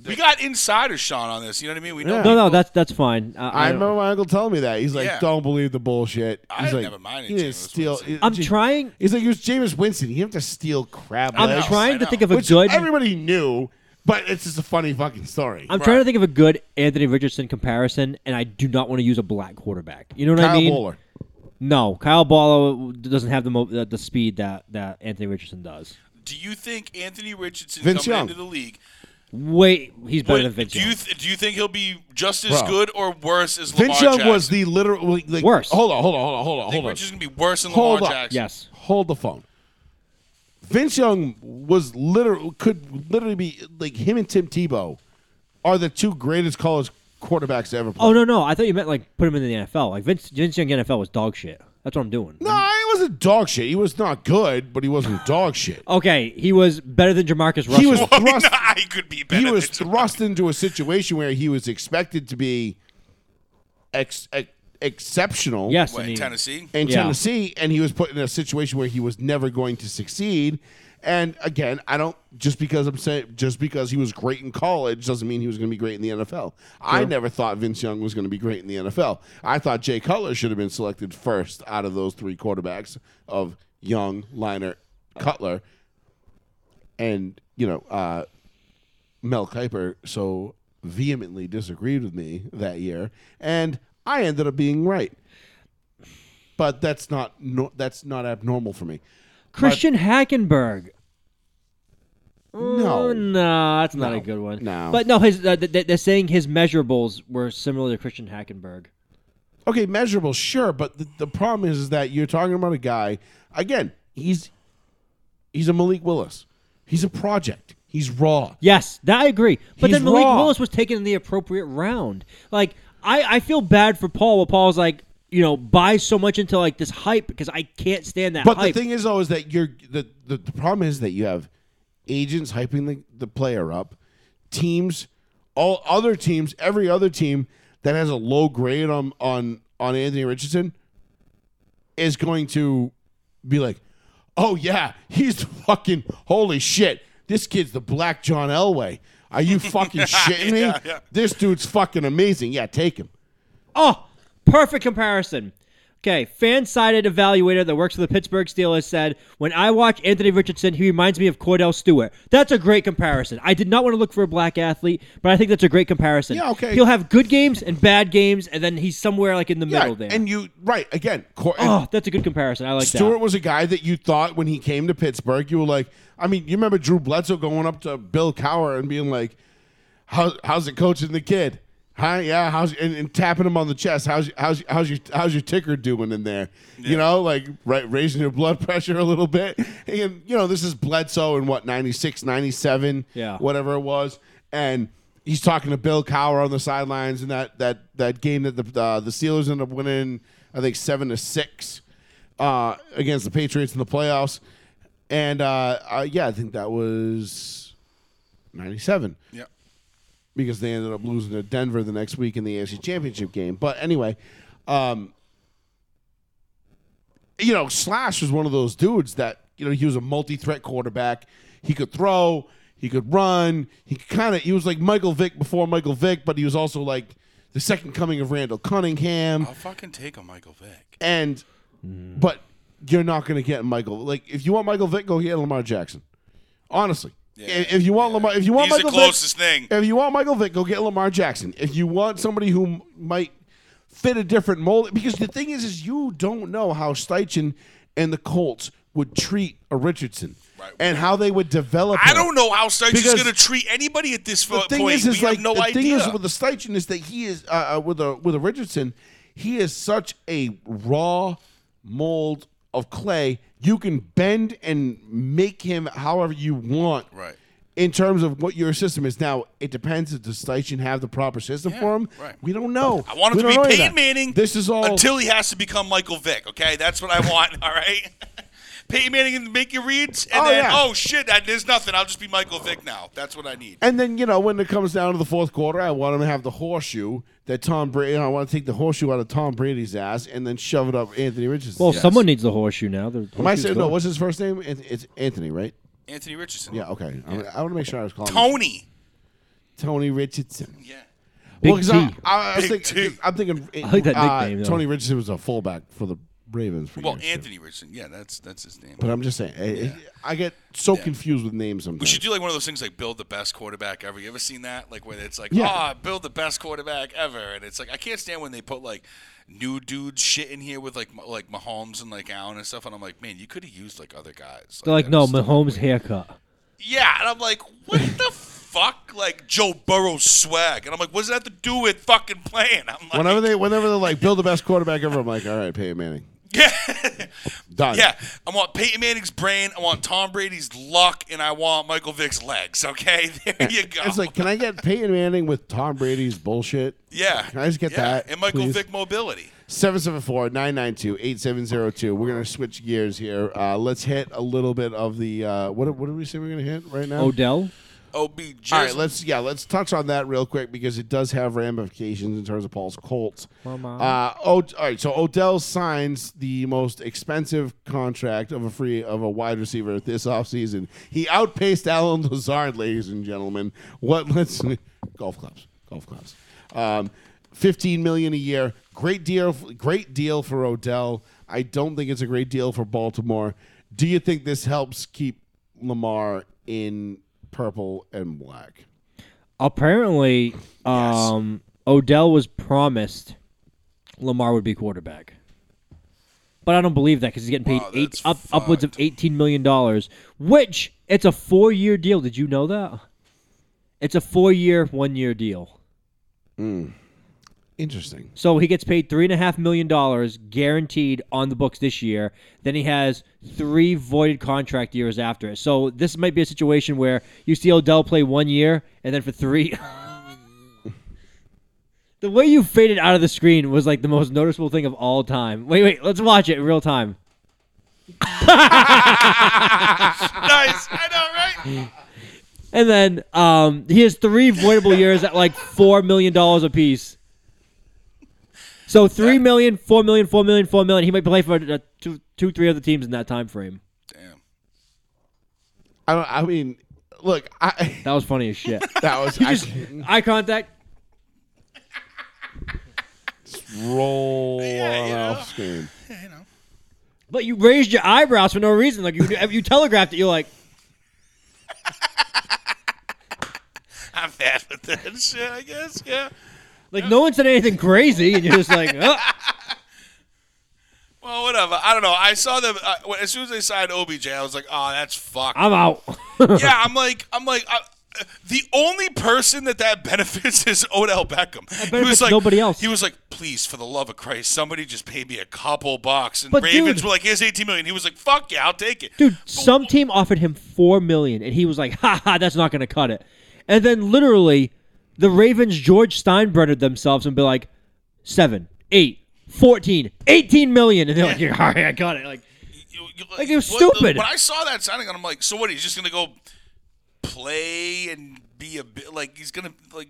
Speaker 4: We got insider Sean on this. You know what I mean? We know.
Speaker 3: Yeah.
Speaker 4: people.
Speaker 2: No, no, that's that's fine. I,
Speaker 3: I
Speaker 2: I don't-
Speaker 3: remember my uncle telling me that he's like,
Speaker 4: Yeah.
Speaker 3: "Don't believe the bullshit."
Speaker 4: I
Speaker 3: He's like,
Speaker 4: never minded
Speaker 3: He didn't
Speaker 4: Jameis
Speaker 3: steal.
Speaker 4: Winston.
Speaker 2: I'm
Speaker 3: he-
Speaker 2: trying.
Speaker 3: He's like, it was Jameis Winston. He didn't have to steal crab
Speaker 2: I'm
Speaker 3: legs,
Speaker 2: trying to
Speaker 4: I
Speaker 2: think of a
Speaker 3: which
Speaker 2: good.
Speaker 3: everybody knew, but it's just a funny fucking story.
Speaker 2: I'm trying to
Speaker 4: Right.
Speaker 2: think of a good Anthony Richardson comparison, and I do not want to use a black quarterback. You know what
Speaker 3: Kyle
Speaker 2: I mean?
Speaker 3: Bowler.
Speaker 2: No, Kyle Baller doesn't have the mo- the, the speed that, that Anthony Richardson does.
Speaker 4: Do you think Anthony Richardson
Speaker 3: Vince
Speaker 4: coming
Speaker 3: Young.
Speaker 4: into the league?
Speaker 2: Wait, he's better than Vince.
Speaker 4: do
Speaker 2: Young.
Speaker 4: you th- do you think he'll be just as
Speaker 3: Bro.
Speaker 4: good or worse as
Speaker 3: Vince
Speaker 4: Lamar
Speaker 3: Young
Speaker 4: Jackson?
Speaker 3: was the literal like, like-
Speaker 2: Worse.
Speaker 3: Hold on, hold on, hold on, hold on,
Speaker 4: I think
Speaker 3: hold on.
Speaker 4: Richardson's gonna be worse than
Speaker 3: Hold
Speaker 4: Lamar
Speaker 3: up.
Speaker 4: Jackson.
Speaker 2: yes.
Speaker 3: Hold the phone. Vince Young was literal could literally be like him and Tim Tebow are the two greatest college quarterbacks to ever play.
Speaker 2: Oh no, no, I thought you meant like put him in the NFL. Like Vince Vince Young in NFL was dog shit. That's what I'm doing.
Speaker 3: No, he wasn't dog shit. He was not good, but he wasn't dog shit.
Speaker 2: Okay, he was better than Jamarcus Russell.
Speaker 3: He
Speaker 2: [laughs]
Speaker 3: was
Speaker 4: Well,
Speaker 3: thrust.
Speaker 4: [laughs] I could be better.
Speaker 3: he was
Speaker 4: than
Speaker 3: thrust into a situation where he was expected to be ex, ex, exceptional
Speaker 2: yes,
Speaker 4: What,
Speaker 2: I mean,
Speaker 4: Tennessee.
Speaker 3: in
Speaker 2: Yeah.
Speaker 3: Tennessee, and he was put in a situation where he was never going to succeed. And again, I don't just because I'm saying just because he was great in college doesn't mean he was going to be great in the NFL. I never thought Vince Young was going to be great in the NFL. I thought Jay Cutler should have been selected first out of those three quarterbacks of Young, Liner, Cutler, and you know uh, Mel Kiper so vehemently disagreed with me that year, and I ended up being right. But that's not no, that's not abnormal for me.
Speaker 2: Christian Hackenberg.
Speaker 3: No.
Speaker 2: Oh, no, that's not a good one.
Speaker 3: No.
Speaker 2: but no, his uh, th- th- they're saying his measurables were similar to Christian Hackenberg.
Speaker 3: Okay, measurable, sure, but the, the problem is, is that you're talking about a guy. Again, he's he's a Malik Willis. He's a project. He's raw.
Speaker 2: Yes, that I agree. But
Speaker 3: He's
Speaker 2: then Malik
Speaker 3: raw.
Speaker 2: Willis was taken in the appropriate round. Like I, I feel bad for Paul. While Paul's like, you know, buy so much into like this hype because I can't stand that
Speaker 3: But
Speaker 2: hype.
Speaker 3: the thing is, though, is that you're the, the, the problem is that you have agents hyping the, the player up, teams, all other teams, every other team that has a low grade on on on Anthony Richardson is going to be like, oh yeah, he's the fucking holy shit. This kid's the black John Elway. Are [laughs] you fucking shitting me?
Speaker 4: Yeah, yeah.
Speaker 3: This dude's fucking amazing. Yeah, take him.
Speaker 2: Oh, perfect comparison. Okay, fan sided evaluator that works for the Pittsburgh Steelers said, When I watch Anthony Richardson, he reminds me of Cordell Stewart. That's a great comparison. I did not want to look for a black athlete, but I think that's a great comparison.
Speaker 3: Yeah, okay.
Speaker 2: He'll have good games and bad games, and then he's somewhere like in the middle there.
Speaker 3: and you right again. Cor- and-
Speaker 2: oh, that's a good comparison. I like
Speaker 3: Stewart was a guy that you thought when he came to Pittsburgh, you were like, I mean, you remember Drew Bledsoe going up to Bill Cower and being like, How, "How's it coaching the kid? Hi, yeah, how's and, and tapping him on the chest? How's how's how's your how's your ticker doing in there? You know, like right, raising your blood [laughs] pressure a little bit. And you know, this is Bledsoe in what 96, 97,
Speaker 2: Yeah.
Speaker 3: whatever it was, and. He's talking to Bill Cower on the sidelines in that that that game that the uh, the Steelers ended up winning, I think seven to six uh, against the Patriots in the playoffs. And uh, uh, yeah, I think that was 97
Speaker 4: Yeah.
Speaker 3: because they ended up losing to Denver the next week in the AFC Championship game. But anyway, um, you know, Slash was one of those dudes that, you know, he was a multi threat quarterback. He could throw, he could run. He kind of, he was like Michael Vick before Michael Vick, but he was also like the second coming of Randall Cunningham
Speaker 4: I'll fucking take a Michael Vick.
Speaker 3: and but you're not going to get Michael. Like if you want Michael Vick, go get Lamar Jackson. Honestly, if, if you want Lamar, if you want
Speaker 4: He's the
Speaker 3: Michael
Speaker 4: closest
Speaker 3: Vick,
Speaker 4: thing.
Speaker 3: if you want Michael Vick, go get Lamar Jackson. If you want somebody who m- might fit a different mold, because the thing is, is you don't know how Steichen and the Colts would treat a Richardson
Speaker 4: Right.
Speaker 3: and how they would develop.
Speaker 4: I
Speaker 3: him.
Speaker 4: don't know how Starks is
Speaker 3: Because
Speaker 4: going to treat anybody at this
Speaker 3: The
Speaker 4: fo-
Speaker 3: thing
Speaker 4: point.
Speaker 3: is, is
Speaker 4: we
Speaker 3: like
Speaker 4: have no
Speaker 3: the
Speaker 4: idea.
Speaker 3: thing is with the Steichen is that he is uh, uh, with a with a Richardson, he is such a raw mold of clay. You can bend and make him however you want.
Speaker 4: Right.
Speaker 3: In terms of what your system is now, it depends. if Does Steichen have the proper system
Speaker 4: Yeah,
Speaker 3: for him?
Speaker 4: right.
Speaker 3: We don't know.
Speaker 4: I want him
Speaker 3: We don't
Speaker 4: to be
Speaker 3: know any of
Speaker 4: Peyton
Speaker 3: that.
Speaker 4: Manning.
Speaker 3: This is all
Speaker 4: [laughs] until he has to become Michael Vick. Okay, that's what I want. all right. Peyton Manning and make your reads, and
Speaker 3: Oh,
Speaker 4: then
Speaker 3: yeah.
Speaker 4: oh shit, I, there's nothing. I'll just be Michael Vick now. That's what I need.
Speaker 3: And then you know when it comes down to the fourth quarter, I want him to have the horseshoe that Tom Brady. I want to take the horseshoe out of Tom Brady's ass and then shove it up Anthony Richardson's.
Speaker 2: Well,
Speaker 3: ass.
Speaker 2: someone needs the horseshoe now. The
Speaker 3: Am I
Speaker 2: horseshoe's
Speaker 3: saying no?
Speaker 2: gone.
Speaker 3: What's his first name? Anth- It's Anthony, right?
Speaker 4: Anthony Richardson.
Speaker 3: Yeah. Okay. I, want to make sure I was calling him
Speaker 4: Tony.
Speaker 3: Tony Richardson.
Speaker 4: Yeah.
Speaker 2: Big
Speaker 3: Well, 'cause I,
Speaker 2: T.
Speaker 3: I, I was
Speaker 4: Big
Speaker 3: thinking,
Speaker 4: T.
Speaker 3: I'm thinking.
Speaker 2: I like that
Speaker 3: uh,
Speaker 2: nickname, though.
Speaker 3: Tony Richardson was a fullback for the Ravens. For
Speaker 4: Well,
Speaker 3: years, too.
Speaker 4: Anthony Richardson. Yeah, that's that's his name.
Speaker 3: But I'm just saying, I, I get so confused with names sometimes.
Speaker 4: we should do like one of those things like build the best quarterback ever. You ever seen that? Like where it's like,
Speaker 3: Yeah.
Speaker 4: ah, build the best quarterback ever, and it's like I can't stand when they put like new dude shit in here with like Ma- like Mahomes and like Allen and stuff, and I'm like, man, you could have used like other guys.
Speaker 2: They're like,
Speaker 4: that
Speaker 2: no,
Speaker 4: was-
Speaker 2: Mahomes haircut.
Speaker 4: Yeah, and I'm like, what the fuck? Like Joe Burrow's swag, and I'm like, what does that have to do with fucking playing? I'm like,
Speaker 3: Whenever they, whenever they're like, build the best quarterback ever, I'm like, all right, Peyton Manning, [laughs]
Speaker 4: yeah.
Speaker 3: done.
Speaker 4: Yeah, I want Peyton Manning's brain, I want Tom Brady's luck, and I want Michael Vick's legs. Okay, [laughs] there you go.
Speaker 3: It's like, can I get Peyton Manning with Tom Brady's bullshit?
Speaker 4: yeah,
Speaker 3: Can I just get
Speaker 4: yeah,
Speaker 3: that?
Speaker 4: And Michael
Speaker 3: please?
Speaker 4: Vick mobility.
Speaker 3: 774-992-8702. We're going to switch gears here. Uh, let's hit a little bit of the uh, what what did we say we're going to hit right now?
Speaker 2: Odell.
Speaker 4: OBJ.
Speaker 3: All right, let's yeah, let's touch on that real quick because it does have ramifications in terms of Paul's Colts. Uh, Od- all right, so Odell signs the most expensive contract of a free of a wide receiver this offseason. He outpaced Alan Lazard, ladies and gentlemen. What? [laughs] Let's golf clubs, golf clubs. Um, Fifteen million a year, great deal, great deal for Odell. I don't think it's a great deal for Baltimore. Do you think this helps keep Lamar in purple and black.
Speaker 2: Apparently, um, Odell was promised Lamar would be quarterback, but I don't believe that because he's getting paid
Speaker 4: Wow,
Speaker 2: eight
Speaker 4: that's
Speaker 2: up, upwards of eighteen million dollars, which it's a four-year deal. Did you know that? It's a four-year, one-year deal.
Speaker 3: Interesting.
Speaker 2: So he gets paid three and a half million dollars guaranteed on the books this year. Then he has three voided contract years after it. So this might be a situation where you see Odell play one year and then for three. [laughs] the way you faded out of the screen was like the most noticeable thing of all time. Wait, wait, let's watch it in real time.
Speaker 4: [laughs] nice. I know, right?
Speaker 2: And then um, he has three voidable years at like four million dollars a piece. So three million, four million, four million, four million. He might play for uh, two, two, three other teams in that time frame.
Speaker 4: Damn.
Speaker 3: I don't, I mean, look, I [laughs]
Speaker 2: That was funny as shit.
Speaker 3: that [laughs] was I can
Speaker 2: Eye contact.
Speaker 3: [laughs] roll on
Speaker 4: you know.
Speaker 3: off screen.
Speaker 4: Yeah, you know.
Speaker 2: But you raised your eyebrows for no reason. Like you, you telegraphed it. You're like,
Speaker 4: I'm bad with that [laughs] shit, I guess. Yeah.
Speaker 2: like no one said anything crazy, and you're just like, oh.
Speaker 4: Well, whatever. I don't know. I saw them uh, when- as soon as they signed OBJ. I was like, "Oh, that's fucked."
Speaker 2: I'm out.
Speaker 4: yeah, I'm like, I'm like, I, the only person that that [laughs] benefits is Odell Beckham. He
Speaker 2: benefits
Speaker 4: was like
Speaker 2: nobody else.
Speaker 4: He was like, please, for the love of Christ, somebody just pay me a couple bucks. And
Speaker 2: But
Speaker 4: Ravens
Speaker 2: dude-
Speaker 4: were like, here's 18 million. He was like, fuck yeah, I'll take it.
Speaker 2: Dude, some team offered him four million, and he was like, [laughs] "Ha ha, that's not gonna cut it." And then literally, the Ravens George Steinbrenner themselves and be like, seven, eight, 14, 18 million, and they're like, "Yeah, [laughs] all right, I got it." Like,
Speaker 4: You- you-
Speaker 2: Like, it was
Speaker 4: what the-
Speaker 2: stupid.
Speaker 4: when I saw that signing, I'm like, so what? He's just gonna go play and be a bit like he's gonna like.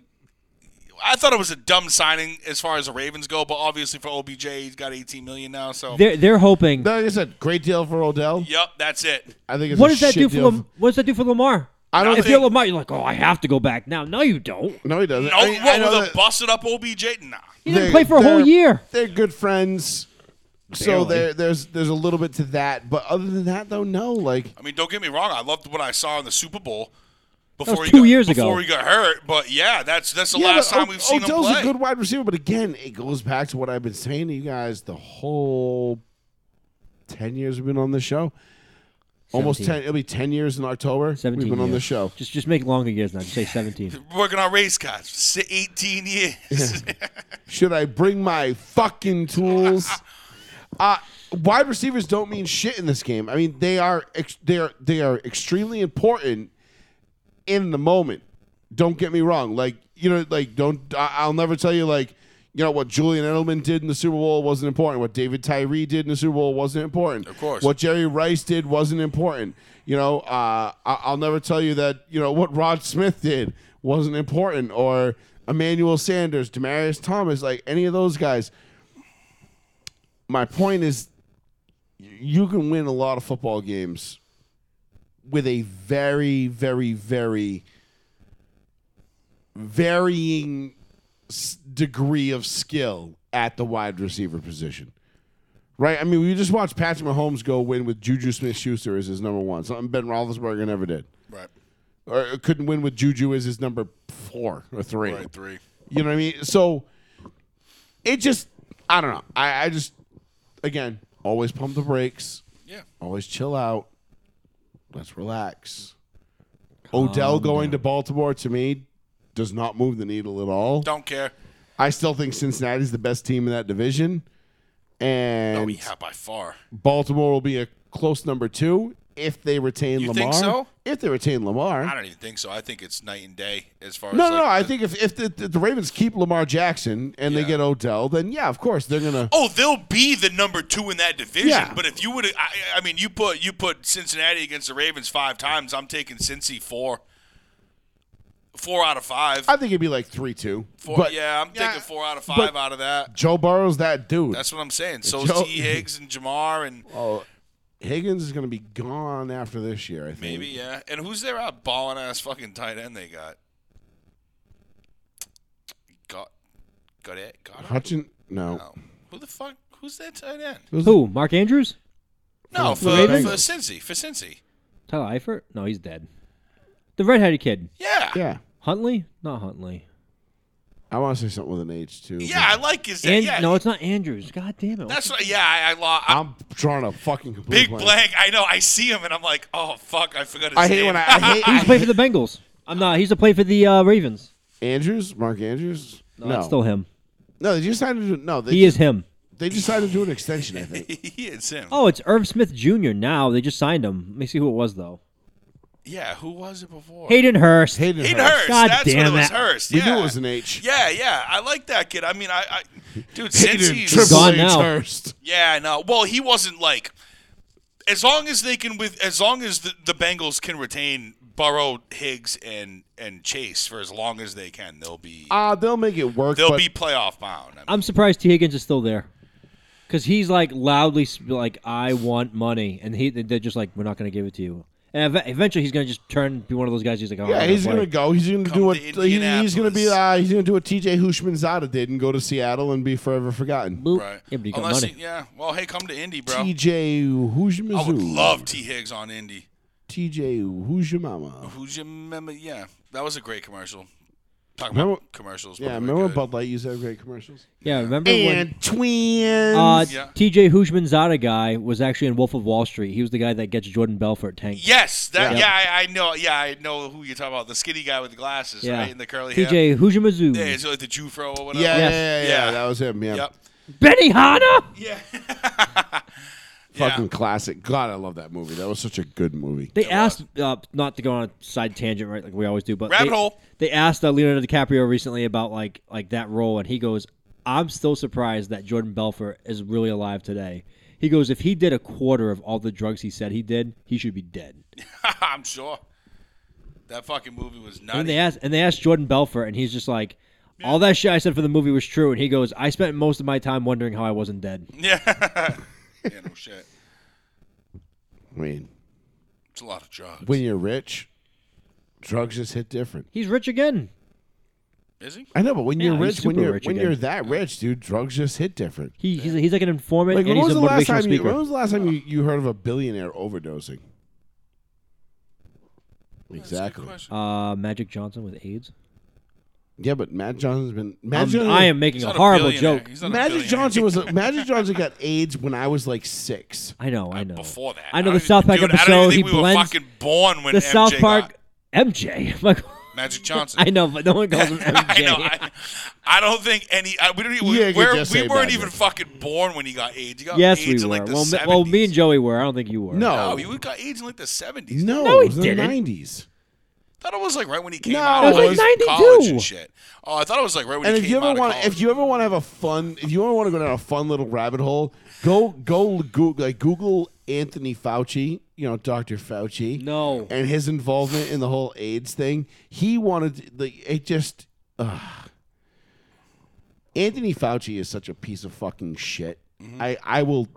Speaker 4: I thought it was a dumb signing as far as the Ravens go, but obviously for OBJ, he's got 18 million now. So,
Speaker 2: they're they're hoping.
Speaker 3: No, Like I said, great deal for Odell.
Speaker 4: yep, that's it.
Speaker 3: I think it's
Speaker 2: What
Speaker 3: a
Speaker 2: does that
Speaker 3: shit
Speaker 2: do for
Speaker 3: deal
Speaker 2: Lam- What does that do for Lamar?
Speaker 3: I don't
Speaker 2: if
Speaker 3: think-
Speaker 2: you're Lamar, you're like, "Oh, I have to go back now." No, you don't.
Speaker 3: No, he doesn't.
Speaker 4: No,
Speaker 3: I mean, I
Speaker 4: what
Speaker 3: know
Speaker 4: with
Speaker 3: that
Speaker 4: a busted up OBJ? Nah.
Speaker 2: He didn't
Speaker 3: they-
Speaker 2: play for a whole
Speaker 3: they're-
Speaker 2: year.
Speaker 3: They're good friends. So
Speaker 2: Barely.
Speaker 3: there, there's there's a little bit to that, but other than that, though, no. Like
Speaker 4: I mean, don't get me wrong. I loved what I saw in the Super Bowl before
Speaker 2: was
Speaker 4: he
Speaker 2: two
Speaker 4: got,
Speaker 2: years ago.
Speaker 4: before he got hurt. But yeah, that's that's the
Speaker 3: Yeah,
Speaker 4: last
Speaker 3: but
Speaker 4: time
Speaker 3: O-
Speaker 4: we've seen
Speaker 3: Odell's
Speaker 4: him play.
Speaker 3: a good wide receiver, but again, it goes back to what I've been saying to you guys the whole ten years we've been on this show. Almost ten. It'll be ten years in October.
Speaker 2: Seventeen.
Speaker 3: we've been on
Speaker 2: years.
Speaker 3: this show.
Speaker 2: Just just make longer years now. Just say seventeen.
Speaker 4: Working on race cars, for si- 18 years. [laughs]
Speaker 3: Should I bring my fucking
Speaker 4: [laughs]
Speaker 3: tools? uh, wide receivers don't mean shit in this game. I mean, they are ex- they are they are extremely important in the moment. Don't get me wrong. Like you know, like don't. I- I'll never tell you like you know what Julian Edelman did in the Super Bowl wasn't important. What David Tyree did in the Super Bowl wasn't important.
Speaker 4: Of course.
Speaker 3: What Jerry Rice did wasn't important. You know, uh, I- I'll never tell you that. You know what Rod Smith did wasn't important, or Emmanuel Sanders, Demarius Thomas, like any of those guys. My point is, y- you can win a lot of football games with a very, very, very varying s- degree of skill at the wide receiver position. Right? I mean, we just watched Patrick Mahomes go win with Juju Smith Schuster as his number one, something Ben Roethlisberger never did.
Speaker 4: Right.
Speaker 3: Or uh, couldn't win with Juju as his number four or three.
Speaker 4: Right. Three.
Speaker 3: You know what I mean? So it just, I don't know. I, I just, again, always pump the brakes,
Speaker 4: Yeah.
Speaker 3: always chill out, let's relax. Odell going to Baltimore to me does not move the needle at all.
Speaker 4: Don't care.
Speaker 3: I still think Cincinnati's the best team in that division, and
Speaker 4: Oh yeah, by far.
Speaker 3: Baltimore will be a close number two if they retain
Speaker 4: You
Speaker 3: Lamar.
Speaker 4: think so?
Speaker 3: If they retain Lamar,
Speaker 4: I don't even think so. I think it's night and day as far
Speaker 3: no,
Speaker 4: as
Speaker 3: no,
Speaker 4: like,
Speaker 3: no. I
Speaker 4: the-
Speaker 3: think if if the, if the Ravens keep Lamar Jackson and they
Speaker 4: Yeah.
Speaker 3: get Odell, then yeah, of course they're gonna.
Speaker 4: Oh, they'll be the number two in that division.
Speaker 3: Yeah.
Speaker 4: But if you would, I, I mean, you put you put Cincinnati against the Ravens five times. I'm taking Cincy four, four out of five.
Speaker 3: I think it'd be like three two.
Speaker 4: Four,
Speaker 3: but
Speaker 4: yeah, I'm taking four out of five
Speaker 3: but-
Speaker 4: out of that.
Speaker 3: Joe Burrow's that dude.
Speaker 4: That's what I'm saying. So
Speaker 3: Joe-
Speaker 4: T. Higgs and Jamar and
Speaker 3: [laughs] oh, Higgins is gonna be gone after this year. I think.
Speaker 4: maybe yeah. And who's their out balling ass fucking tight end they got? Got got it. Got it.
Speaker 3: Hutchin. No.
Speaker 4: No. Who the fuck? Who's that tight end?
Speaker 2: Who? Mark Andrews?
Speaker 4: No,
Speaker 3: For
Speaker 4: for
Speaker 3: the
Speaker 4: for
Speaker 3: Bengals.
Speaker 4: Cincy, for Cincy.
Speaker 2: Tyler Eifert? No, he's dead. The redheaded kid.
Speaker 4: Yeah. yeah.
Speaker 3: Yeah,
Speaker 2: Huntley? Not Huntley.
Speaker 3: I want to say something with an H too. but-
Speaker 4: I like his.
Speaker 2: And
Speaker 4: yeah,
Speaker 2: no, it's not Andrews. God damn it.
Speaker 4: That's what, yeah, I, I lost.
Speaker 3: I'm drawing a fucking complete
Speaker 4: big
Speaker 3: blank.
Speaker 4: blank. I know. I see him, and I'm like, oh fuck, I forgot his
Speaker 3: I hate
Speaker 4: name.
Speaker 3: when I,
Speaker 4: [laughs]
Speaker 3: I hate
Speaker 2: he used to play for the Bengals. I'm not. He used to play for the uh, Ravens.
Speaker 3: Andrews, Mark Andrews. No,
Speaker 2: No, that's still him.
Speaker 3: no, they just decided to no. They
Speaker 2: He is him.
Speaker 3: they decided to do an extension. I think
Speaker 4: yeah, it's him.
Speaker 2: Oh, it's Irv Smith Jr. now. They just signed him. Let me see who it was, though.
Speaker 4: Yeah, who was it before?
Speaker 2: Hayden Hurst.
Speaker 3: Hayden
Speaker 4: [laughs] Hayden
Speaker 3: Hurst.
Speaker 4: Hurst.
Speaker 2: God
Speaker 4: That's
Speaker 2: damn
Speaker 4: what it was.
Speaker 2: it.
Speaker 4: Hurst.
Speaker 3: We
Speaker 4: Yeah.
Speaker 3: knew it was an H.
Speaker 4: [laughs] Yeah, yeah. I like that kid. I mean, I, I dude,
Speaker 3: Hayden
Speaker 4: since he's
Speaker 3: Triple
Speaker 2: Gone
Speaker 3: H
Speaker 2: now.
Speaker 3: Hurst.
Speaker 4: yeah, I know. Well, he wasn't like as long as they can with as long as the, the Bengals can retain Burrow, Higgs, and and Chase for as long as they can, they'll be
Speaker 3: Uh, they'll make it work.
Speaker 4: they'll
Speaker 3: but
Speaker 4: be playoff bound. I mean,
Speaker 2: I'm surprised T. Higgins is still there. Because he's like loudly, sp- like, I want money. And he, they're just like, we're not going to give it to you. And ev- eventually he's going to just turn, be one of those guys who's like, oh,
Speaker 3: yeah,
Speaker 2: I'm
Speaker 3: he's gonna
Speaker 2: gonna play.
Speaker 3: go. He's gonna
Speaker 4: Come
Speaker 3: do what
Speaker 4: to
Speaker 3: he- he's gonna be.
Speaker 4: Indianapolis.
Speaker 3: Uh, he's gonna do what T.J. Hushmanzada did and go to Seattle and be forever forgotten.
Speaker 2: Boop.
Speaker 4: right?
Speaker 2: Yeah, but he got
Speaker 4: Unless
Speaker 2: money.
Speaker 4: he- yeah. Well, hey, come to Indy, bro.
Speaker 3: T.J. Hushmanzada.
Speaker 4: I would love T. Higgs on Indy.
Speaker 3: T.J. Hushmama.
Speaker 4: Who's your remember? Yeah, that was a great commercial. Talking
Speaker 3: Remember-
Speaker 4: about commercials.
Speaker 3: Yeah,
Speaker 4: by the way,
Speaker 3: remember when
Speaker 4: good.
Speaker 3: Bud Light used to have great commercials?
Speaker 2: yeah, remember when
Speaker 3: And twins.
Speaker 2: uh,
Speaker 4: Yeah.
Speaker 2: TJ Hushmanzada guy was actually in Wolf of Wall Street. He was the guy that gets Jordan Belfort tanked.
Speaker 4: Yes, that
Speaker 2: Yeah.
Speaker 4: yeah, I, I know. Yeah, I know who you're talking about. The skinny guy with the glasses,
Speaker 2: Yeah.
Speaker 4: right? And the curly hair.
Speaker 2: TJ Hujimazoo.
Speaker 4: Yeah, is it like the Jufro or whatever?
Speaker 3: yeah, yeah,
Speaker 2: Yes.
Speaker 3: yeah, yeah,
Speaker 4: Yeah.
Speaker 3: That was him. Yeah.
Speaker 4: Yep.
Speaker 2: Benny Hanna?
Speaker 4: Yeah.
Speaker 3: Fucking classic. God, I love that movie. That was such a good movie.
Speaker 2: They asked uh, not to go on a side tangent, right? Like we always do, but
Speaker 4: Rabbit
Speaker 2: they,
Speaker 4: hole.
Speaker 2: They asked uh, Leonardo DiCaprio recently about like like that role, and he goes, "I'm still surprised that Jordan Belfort is really alive today." He goes, "If he did a quarter of all the drugs he said he did, he should be dead."
Speaker 4: [laughs] I'm sure. That fucking movie was
Speaker 2: And they
Speaker 4: nutty.
Speaker 2: asked and they asked Jordan Belfort, and he's just like, "All that shit I said for the movie was true." And he goes, "I spent most of my time wondering how I wasn't dead."
Speaker 4: Yeah. [laughs] yeah, no shit.
Speaker 3: I mean,
Speaker 4: It's a lot of drugs.
Speaker 3: when you're rich, drugs just hit different.
Speaker 2: He's rich again.
Speaker 4: Is he?
Speaker 3: I know, but when
Speaker 2: Yeah,
Speaker 3: you're
Speaker 2: he's
Speaker 3: rich, when
Speaker 2: super
Speaker 3: you're
Speaker 2: rich
Speaker 3: when
Speaker 2: again.
Speaker 3: you're that rich, dude, drugs just hit different.
Speaker 2: He, he's, he's like an informant,
Speaker 3: Like when
Speaker 2: and he's
Speaker 3: was the
Speaker 2: a
Speaker 3: last
Speaker 2: motivational
Speaker 3: time you
Speaker 2: speaker.
Speaker 3: when was the last time you, you heard of a billionaire overdosing?
Speaker 4: Good
Speaker 3: Exactly.
Speaker 4: question.
Speaker 2: uh, Magic Johnson with AIDS.
Speaker 3: Yeah, but Matt Johnson's been Matt
Speaker 2: I'm-
Speaker 3: Johnson,
Speaker 2: Um, I am making
Speaker 4: He's
Speaker 2: a
Speaker 4: not
Speaker 2: horrible
Speaker 4: billionaire.
Speaker 2: joke.
Speaker 4: He's not a
Speaker 3: Magic
Speaker 4: billionaire.
Speaker 3: Johnson was a, Magic Johnson got AIDS when I was like six.
Speaker 2: I know, I know.
Speaker 4: Before that,
Speaker 2: I know the
Speaker 4: don't even-
Speaker 2: South Park
Speaker 4: dude, I don't
Speaker 2: episode.
Speaker 4: even
Speaker 2: He
Speaker 4: think we
Speaker 2: blends
Speaker 4: were fucking born when
Speaker 2: the
Speaker 4: MJ
Speaker 2: South Park
Speaker 4: got-
Speaker 2: MJ. [laughs] Like,
Speaker 4: Magic Johnson.
Speaker 2: I know, but no [laughs] one calls him MJ.
Speaker 4: [laughs] I know. I, I don't think any. I, we don't. even-
Speaker 3: Yeah,
Speaker 4: We,
Speaker 3: you could
Speaker 4: we're-
Speaker 3: just
Speaker 4: we
Speaker 3: say
Speaker 4: weren't
Speaker 3: bad
Speaker 4: even
Speaker 3: words.
Speaker 4: fucking born when he got AIDS. He got
Speaker 2: yes,
Speaker 4: AIDS
Speaker 2: we
Speaker 4: in
Speaker 2: were.
Speaker 4: like the
Speaker 2: well, me,
Speaker 4: 70s.
Speaker 2: well, me and Joey were. I don't think you were.
Speaker 3: No,
Speaker 4: Oh, No, he got AIDS in like the seventies.
Speaker 3: no,
Speaker 2: No,
Speaker 3: it
Speaker 2: he
Speaker 3: was in the
Speaker 2: didn't.
Speaker 3: nineties.
Speaker 4: thought it was like right when he came
Speaker 1: No,
Speaker 4: out
Speaker 1: it
Speaker 4: of
Speaker 2: like
Speaker 1: was
Speaker 4: like, college
Speaker 2: 92.
Speaker 4: and shit. Oh, I thought it was like right when
Speaker 3: And
Speaker 4: he
Speaker 3: if
Speaker 4: came
Speaker 3: you ever
Speaker 4: out of
Speaker 3: want,
Speaker 4: college.
Speaker 3: if you ever want to have a fun, if you ever want to go down a fun little rabbit hole, go go Google, like Google Anthony Fauci, you know Dr. Fauci,
Speaker 2: No.
Speaker 3: and his involvement in the whole AIDS thing. He wanted the it just. Ugh. Anthony Fauci is such a piece of fucking shit.
Speaker 4: Mm-hmm.
Speaker 3: I I will.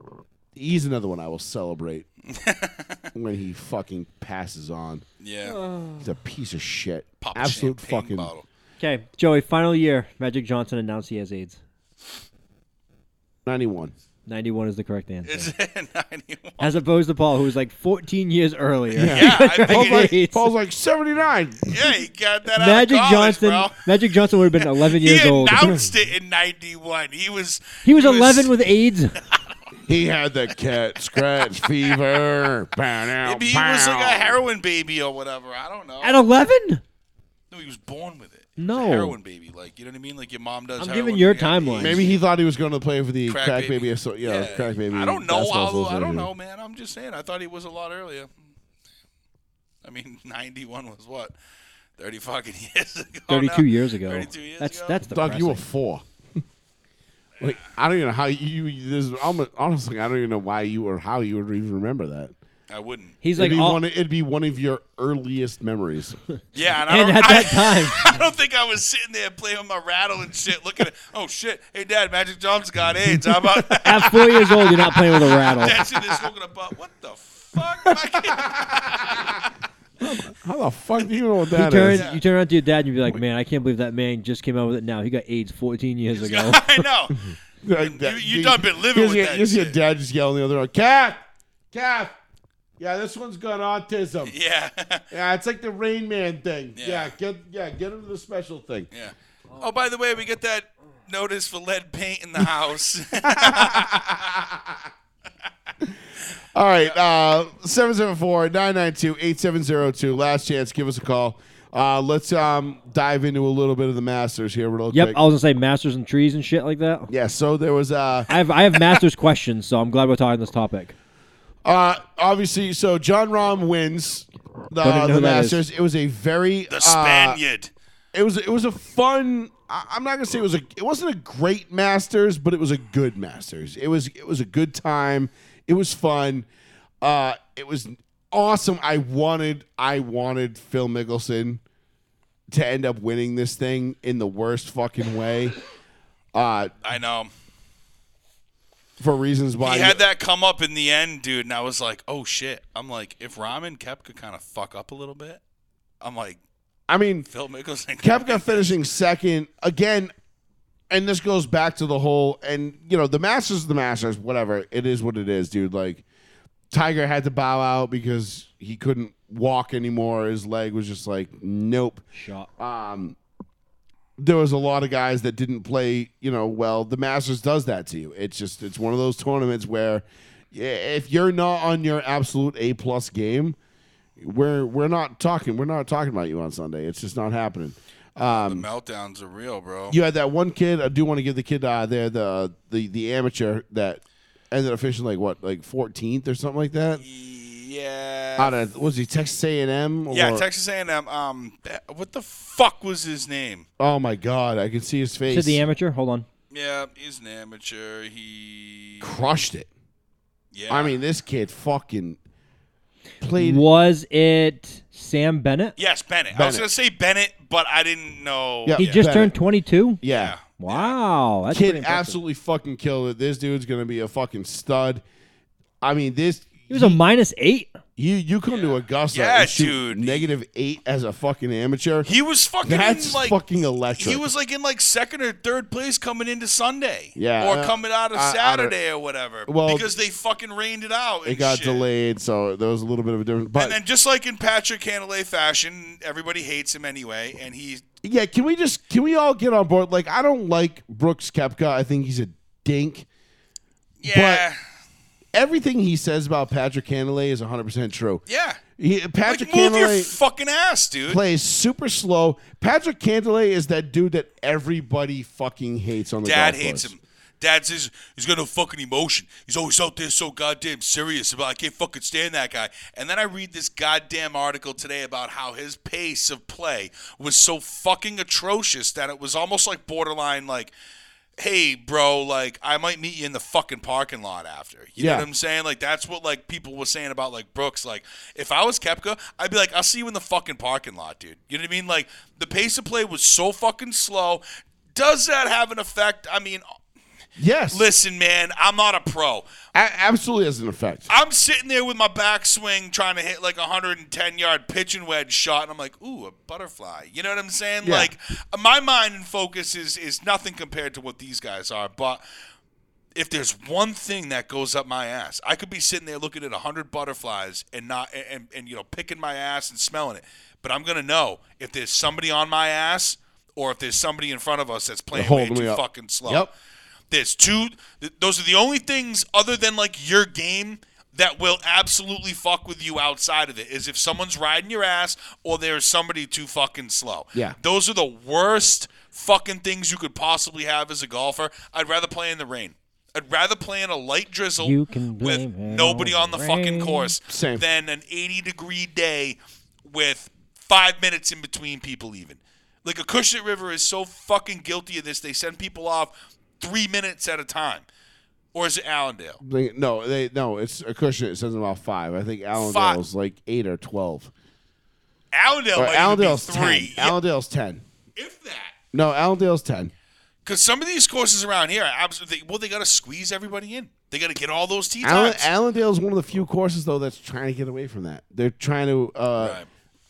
Speaker 3: He's another one I will
Speaker 4: [laughs]
Speaker 3: celebrate when he fucking passes on.
Speaker 4: yeah,
Speaker 2: Uh,
Speaker 3: He's a piece of shit.
Speaker 4: pop a
Speaker 3: Absolute
Speaker 4: champagne
Speaker 3: fucking.
Speaker 2: [laughs]
Speaker 4: bottle.
Speaker 2: Okay, Joey. Final year. Magic Johnson announced he has AIDS.
Speaker 3: Ninety-one.
Speaker 2: Ninety-one is the correct answer.
Speaker 4: It's [laughs] ninety-one.
Speaker 2: As opposed to Paul, who was like 14 years earlier.
Speaker 4: [laughs] Yeah,
Speaker 2: [laughs]
Speaker 4: I
Speaker 2: Paul's
Speaker 4: think
Speaker 2: like-
Speaker 4: it,
Speaker 2: It's-
Speaker 3: Paul's like seventy-nine.
Speaker 4: yeah, he got that
Speaker 2: Magic
Speaker 4: out of college,
Speaker 2: Johnson.
Speaker 4: bro.
Speaker 2: Magic Johnson would
Speaker 4: [laughs]
Speaker 2: have been 11 years
Speaker 4: he
Speaker 2: old.
Speaker 4: announced it in '91. He was
Speaker 2: He was 11 with
Speaker 4: [laughs]
Speaker 2: AIDS.
Speaker 3: He had the cat scratch fever. Bow, now,
Speaker 4: Maybe he was like a heroin baby or whatever. I don't know.
Speaker 2: At 11?
Speaker 4: Oh, no, he was born with it. He was a
Speaker 2: No.
Speaker 4: heroin baby, like you know what I mean? Like your mom does.
Speaker 2: I'm
Speaker 4: heroin
Speaker 2: giving your
Speaker 4: when you have
Speaker 2: timeline.
Speaker 4: AIDS.
Speaker 3: Maybe he thought he was going to play for the crack,
Speaker 4: Crack
Speaker 3: baby.
Speaker 4: Baby.
Speaker 3: asso- yeah, crack baby.
Speaker 4: I don't know.
Speaker 3: basketball
Speaker 4: I'll, I
Speaker 3: association.
Speaker 4: don't know, man. I'm just saying. I thought he was a lot earlier. I mean, [laughs] 91 was what? 30 fucking [laughs] years ago.
Speaker 2: 32
Speaker 4: now?
Speaker 2: years ago.
Speaker 4: 32 years
Speaker 2: that's
Speaker 4: ago.
Speaker 2: that's
Speaker 3: Doug, you
Speaker 2: depressing.
Speaker 3: were four. [laughs] Like I don't even know how you. This is almost, honestly, I don't even know why you or how you would even remember that.
Speaker 4: I wouldn't.
Speaker 2: He's
Speaker 3: it'd,
Speaker 2: like, oh,
Speaker 3: be
Speaker 2: all-
Speaker 3: one, it'd be one of your earliest
Speaker 2: [laughs]
Speaker 3: memories.
Speaker 4: Yeah, and, I
Speaker 2: and
Speaker 4: don't,
Speaker 2: at
Speaker 4: I,
Speaker 2: that time,
Speaker 4: [laughs] I don't think I was sitting there playing with my rattle and shit, looking at, oh shit, hey dad, Magic Johnson got AIDS. How about [laughs] that?
Speaker 2: at four years old, you're not playing with
Speaker 3: [laughs]
Speaker 2: a rattle.
Speaker 4: That shit is smoking a butt. uh, What the fuck? [laughs] My kid-
Speaker 3: how the fuck do you know what
Speaker 2: You
Speaker 3: that
Speaker 2: turn,
Speaker 3: is?
Speaker 2: you turn around to your dad and you'd be like, man, I can't believe that man just came out with it now. He got AIDS 14 years ago.
Speaker 4: [laughs] I know.
Speaker 3: Like that-
Speaker 4: you done been living
Speaker 3: here's
Speaker 4: with
Speaker 3: your,
Speaker 4: that
Speaker 3: Here's your
Speaker 4: shit.
Speaker 3: dad just yelling the other one, Kath, Kath. Yeah, this one's got autism.
Speaker 4: Yeah. [laughs]
Speaker 3: Yeah, it's like the Rain Man thing. Yeah,
Speaker 4: Yeah.
Speaker 3: get yeah, get him to the special thing.
Speaker 4: Yeah. Oh, by the way, we get that notice for lead
Speaker 3: [laughs]
Speaker 4: paint in the house.
Speaker 3: All right, uh 774-992-8702. Last chance, give us a call. Uh, let's um, dive into a little bit of the Masters here real
Speaker 2: [laughs] Yep,
Speaker 3: quick.
Speaker 2: I was gonna say masters and trees and shit like that.
Speaker 3: yeah, so there was uh,
Speaker 2: I have I have masters questions, so I'm glad we're talking this topic.
Speaker 3: uh, obviously so John Rahm wins the,
Speaker 2: Don't even know
Speaker 3: the
Speaker 2: who that is.
Speaker 3: Masters. It was a very
Speaker 4: [laughs] the
Speaker 3: uh,
Speaker 4: Spaniard.
Speaker 3: it was it was a fun I- I'm not gonna say it was a it wasn't a great Masters, but it was a good Masters. It was it was a good time. It was fun. Uh, it was awesome. I wanted I wanted Phil Mickelson to end up winning this thing in the worst fucking way. Uh,
Speaker 4: I know.
Speaker 3: for reasons why
Speaker 4: He had that come up in the end, dude, and I was like, oh shit. I'm like, if Ramen Kepka kind of fuck up a little bit, I'm like,
Speaker 3: I mean
Speaker 4: Phil Mickelson.
Speaker 3: Kepka finishing second again, and this goes back to the whole and you know the Masters, is the Masters, whatever it is, what it is, dude. Like Tiger had to bow out because he couldn't walk anymore. His leg was just like nope.
Speaker 2: Shot.
Speaker 3: Um, there was a lot of guys that didn't play, you know, well. The Masters does that to you. It's just it's one of those tournaments where yeah, if you're not on your absolute A plus game, we're we're not talking we're not talking about you on Sunday. It's just not happening.
Speaker 4: The meltdowns are real, bro.
Speaker 3: You had that one kid. I do want to give the kid uh, there the the the amateur that ended up finishing like what like 14th or something like that.
Speaker 4: Yeah.
Speaker 3: Out of was he Texas A and M?
Speaker 4: Yeah, Texas A&M. Um, that- what the fuck was his name?
Speaker 3: Oh my God, I can see his face.
Speaker 2: To the amateur. Hold on.
Speaker 4: Yeah, he's an amateur. He.
Speaker 3: crushed it.
Speaker 4: Yeah.
Speaker 3: I mean, this kid fucking played.
Speaker 2: Was it Sam Bennett?
Speaker 4: Yes, Bennett. I was
Speaker 3: Bennett.
Speaker 4: gonna say Bennett, but I didn't know.
Speaker 3: Yeah.
Speaker 2: He just
Speaker 3: Bennett.
Speaker 2: turned 22.
Speaker 3: Yeah,
Speaker 4: Yeah.
Speaker 2: Wow, that's pretty
Speaker 3: kid
Speaker 2: impressive.
Speaker 3: absolutely fucking killed it. This dude's gonna be a fucking stud. I mean, this
Speaker 2: He was a minus eight.
Speaker 3: you you come to Augusta,
Speaker 4: Yeah,
Speaker 3: and shoot
Speaker 4: dude.
Speaker 3: negative eight as a fucking amateur.
Speaker 4: He was fucking
Speaker 3: That's
Speaker 4: in like
Speaker 3: fucking electric.
Speaker 4: He was like in like second or third place coming into Sunday.
Speaker 3: Yeah,
Speaker 4: Or
Speaker 3: uh,
Speaker 4: coming out of
Speaker 3: uh, out of-
Speaker 4: Saturday or whatever.
Speaker 3: Well,
Speaker 4: because they fucking rained it out.
Speaker 3: it
Speaker 4: and
Speaker 3: got
Speaker 4: shit.
Speaker 3: delayed, so there was a little bit of a difference. But
Speaker 4: And then just like in Patrick Cantlay fashion, everybody hates him anyway, and he
Speaker 3: yeah, can we just can we all get on board? Like, I don't like Brooks Kepka. I think he's a dink.
Speaker 4: yeah
Speaker 3: Everything he says about Patrick Cantlay is 100 percent true.
Speaker 4: yeah.
Speaker 3: He,
Speaker 4: Like
Speaker 3: Patrick
Speaker 4: move your
Speaker 3: Cantlay
Speaker 4: fucking ass, dude.
Speaker 3: plays super slow. Patrick Cantlay is that dude that everybody fucking hates on the
Speaker 4: Dad
Speaker 3: golf
Speaker 4: hates
Speaker 3: course.
Speaker 4: him. Dad says he's got no fucking emotion. He's always out there so goddamn serious about I can't fucking stand that guy. And then I read this goddamn article today about how his pace of play was so fucking atrocious that it was almost like borderline like hey bro like i might meet you in the fucking parking lot after you
Speaker 3: Yeah.
Speaker 4: know what i'm saying like that's what like people were saying about like brooks like if i was kepka i'd be like i'll see you in the fucking parking lot dude you know what i mean like the pace of play was so fucking slow does that have an effect i mean
Speaker 3: Yes,
Speaker 4: listen man i'm not a pro
Speaker 3: A- absolutely has an effect.
Speaker 4: i'm sitting there with my backswing trying to hit like a 110 yard pitching wedge shot and i'm like ooh a butterfly you know what i'm saying
Speaker 3: Yeah.
Speaker 4: like my mind and focus is is nothing compared to what these guys are but if there's one thing that goes up my ass, I could be sitting there looking at hundred butterflies and not and, and, you know picking my ass and smelling it. But I'm gonna know if there's somebody on my ass or if there's somebody in front of us that's playing way
Speaker 3: holding me
Speaker 4: too
Speaker 3: up.
Speaker 4: fucking slow.
Speaker 3: Yep.
Speaker 4: There's two. Th- those are the only things other than like your game that will absolutely fuck with you outside of it is if someone's riding your ass or there's somebody too fucking slow.
Speaker 3: Yeah.
Speaker 4: Those are the worst fucking things you could possibly have as a golfer. I'd rather play in the rain. I'd rather play in a light drizzle
Speaker 2: You can blame
Speaker 4: with
Speaker 2: it
Speaker 4: nobody
Speaker 2: on
Speaker 4: on the
Speaker 2: the
Speaker 4: fucking
Speaker 2: rain.
Speaker 4: course
Speaker 3: Mm-hmm. Same.
Speaker 4: than an 80 degree day with five minutes in between people, even. Like, a Acushnet River is so fucking guilty of this. They send people off three minutes at a time. Or is it Allendale?
Speaker 3: They- no, they no. It's a cushion. It says about five. I think Allendale's like eight or twelve.
Speaker 4: Allendale
Speaker 3: Or
Speaker 4: might even Oh, be
Speaker 3: Allendale's
Speaker 4: three.
Speaker 3: ten. Allendale's ten.
Speaker 4: Yeah, if that.
Speaker 3: No, Allendale's ten.
Speaker 4: Because some of these courses around here, are absolutely, well, they got to squeeze everybody in. They got to get all those tee
Speaker 3: Allen,
Speaker 4: times.
Speaker 3: Allendale's one of the few courses though that's trying to get away from that. They're trying to. Uh,
Speaker 4: Right.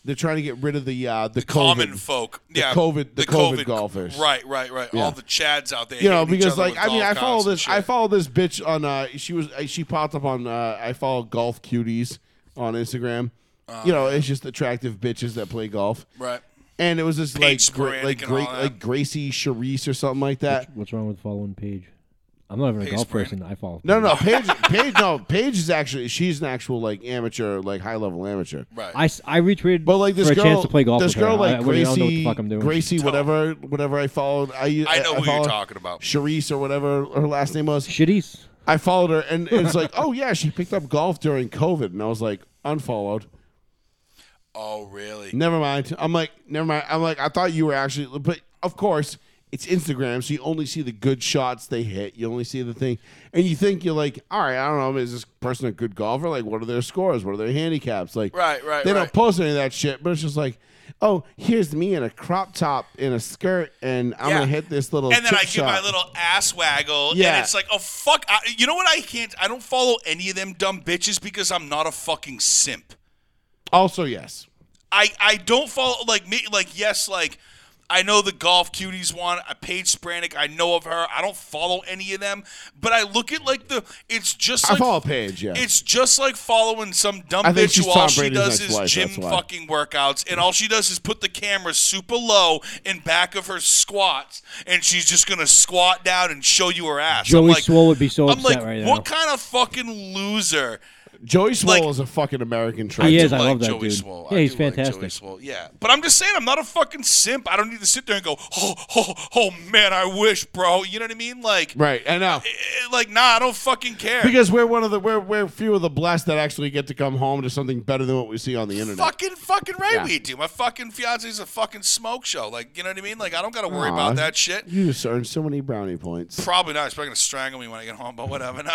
Speaker 3: They're trying to get rid of the uh, the,
Speaker 4: common
Speaker 3: COVID.
Speaker 4: folk. yeah,
Speaker 3: COVID- the COVID golfers.
Speaker 4: Right, right, right.
Speaker 3: Yeah.
Speaker 4: All the chads out there.
Speaker 3: you know
Speaker 4: hitting each
Speaker 3: because
Speaker 4: other
Speaker 3: like
Speaker 4: with
Speaker 3: i mean
Speaker 4: golf
Speaker 3: i follow
Speaker 4: carts and
Speaker 3: this
Speaker 4: shit.
Speaker 3: i follow this bitch on uh she was uh, she popped up on uh i follow golf cuties on instagram you know it's just attractive bitches that play golf
Speaker 4: Uh. right.
Speaker 3: and it was this like
Speaker 4: Paige
Speaker 3: gra- like
Speaker 4: Sporadic and
Speaker 3: great
Speaker 4: all that.
Speaker 3: like gracie Charisse or something like that
Speaker 2: What's wrong with following Paige? I'm not even a
Speaker 4: Paige
Speaker 2: golf
Speaker 4: Brown.
Speaker 2: person. I follow.
Speaker 3: no no no paige paige no paige is actually she's an actual like amateur like high level amateur
Speaker 4: Right.
Speaker 2: I, s- I retweeted
Speaker 3: but like this
Speaker 2: for a
Speaker 3: girl,
Speaker 2: chance to play golf
Speaker 3: this
Speaker 2: with her.
Speaker 3: girl
Speaker 2: I,
Speaker 3: like
Speaker 2: I really don't know what
Speaker 3: Gracie,
Speaker 2: the fuck I'm doing.
Speaker 3: Gracie, whatever, whatever I followed, I
Speaker 4: I know who
Speaker 3: follow
Speaker 4: you're talking about.
Speaker 3: Charisse or whatever her last name was.
Speaker 2: Shitties.
Speaker 3: I followed her, and it's like, [laughs] oh yeah, she picked up golf during COVID, and I was like, unfollowed.
Speaker 4: Oh, really?
Speaker 3: Never mind. I'm like, never mind. I'm like, I thought you were actually, but of course, it's Instagram, so you only see the good shots they hit. You only see the thing, and you think you're like, all right, I don't know, is this person a good golfer? Like, what are their scores? What are their handicaps? Like,
Speaker 4: Right, right,
Speaker 3: They
Speaker 4: right.
Speaker 3: don't post any of that shit, but it's just like. Oh, here's me in a crop top in a skirt, and I'm
Speaker 4: Yeah.
Speaker 3: gonna hit this little.
Speaker 4: and then
Speaker 3: chip
Speaker 4: I give my
Speaker 3: shot."
Speaker 4: little ass waggle,
Speaker 3: Yeah.
Speaker 4: and it's like, oh fuck! I, you know what? I can't. I don't follow any of them dumb bitches because I'm not a fucking simp.
Speaker 3: Also, yes,
Speaker 4: I I don't follow like me like yes like I know the golf cuties one. I Paige Spranik. I know of her. I don't follow any of them, but I look at like the. It's just
Speaker 3: I
Speaker 4: like
Speaker 3: follow Paige. Yeah,
Speaker 4: It's just like following some dumb
Speaker 3: I think
Speaker 4: bitch
Speaker 3: she's
Speaker 4: who all
Speaker 3: Tom
Speaker 4: she
Speaker 3: Brady's
Speaker 4: does
Speaker 3: next
Speaker 4: is
Speaker 3: wife,
Speaker 4: gym
Speaker 3: that's why.
Speaker 4: fucking workouts, and all she does is put the camera super low in back of her squats, and she's just gonna squat down and show you her ass.
Speaker 2: Joey
Speaker 4: I'm like,
Speaker 2: Swole would be so
Speaker 4: I'm
Speaker 2: upset
Speaker 4: like,
Speaker 2: right now.
Speaker 4: what kind of fucking loser?
Speaker 3: Joey Swole
Speaker 4: like-
Speaker 3: is a fucking American treasure.
Speaker 2: He is. I
Speaker 4: like
Speaker 2: love that
Speaker 4: Joey
Speaker 2: dude.
Speaker 4: Swole.
Speaker 2: Yeah,
Speaker 4: I
Speaker 2: he's
Speaker 4: do like Joey
Speaker 2: fantastic.
Speaker 4: Swole, Yeah, but I'm just saying, I'm not a fucking simp. I don't need to sit there and go, oh, oh, oh, man, I wish, bro. You know what I mean? Like,
Speaker 3: Right, I know.
Speaker 4: eh, like, nah, I don't fucking care.
Speaker 3: Because we're one of the we're we're few of the blessed that actually get to come home to something better than what we see on the internet.
Speaker 4: Fucking, fucking right,
Speaker 3: Yeah.
Speaker 4: we do. My fucking fiance's a fucking smoke show. Like, you know what I mean? Like, I don't gotta worry
Speaker 3: Aw,
Speaker 4: about that shit.
Speaker 3: You just earned so many brownie points.
Speaker 4: Probably not. She's probably gonna strangle me when I get home, but whatever. [laughs]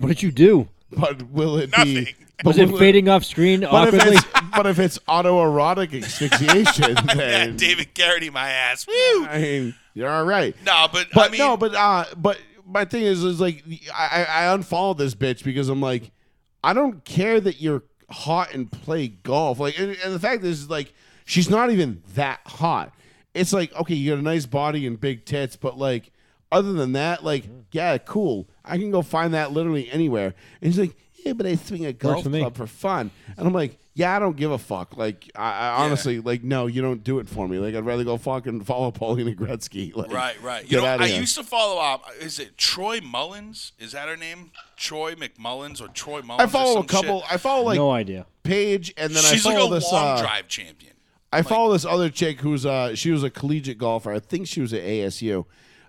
Speaker 2: What did you do?
Speaker 3: But will it be?
Speaker 4: Nothing.
Speaker 3: But
Speaker 2: Was it
Speaker 3: will
Speaker 2: fading off screen
Speaker 3: But if
Speaker 2: awkwardly?
Speaker 3: it's but if it's autoerotic asphyxiation,
Speaker 4: [laughs] yeah,
Speaker 3: then
Speaker 4: David Garrity, my ass. Woo!
Speaker 3: I mean, you're all right.
Speaker 4: No, but,
Speaker 3: But
Speaker 4: I mean,
Speaker 3: no, but uh, but my thing is, is like I I I unfollowed this bitch because I'm like, I don't care that you're hot and play golf. Like, and, and the fact is, is like she's not even that hot. It's like okay, you got a nice body and big tits, but like other than that, like yeah, cool. I can go find that literally anywhere. And she's like, yeah, but I swing a golf
Speaker 2: for me.
Speaker 3: club for fun, and I'm like. Yeah, I don't give a fuck. Like, I, I honestly, like, no, you don't do it for me. Like, I'd rather go fucking follow Paulina Gretzky. [laughs] Like,
Speaker 4: right, right.
Speaker 3: get
Speaker 4: You know,
Speaker 3: outta
Speaker 4: I
Speaker 3: here.
Speaker 4: used to follow up. Is it Troy Mullins? Is that her name? Troy McMullins or Troy Mullins?
Speaker 3: I
Speaker 4: or
Speaker 3: follow a
Speaker 4: some
Speaker 3: couple.
Speaker 4: shit?
Speaker 3: I follow like
Speaker 2: no idea.
Speaker 3: Paige, and then
Speaker 4: She's
Speaker 3: I
Speaker 4: like
Speaker 3: follow
Speaker 4: a
Speaker 3: this.
Speaker 4: long
Speaker 3: uh,
Speaker 4: drive champion.
Speaker 3: I follow this other chick who's uh, she was a collegiate golfer. I think she was at ASU,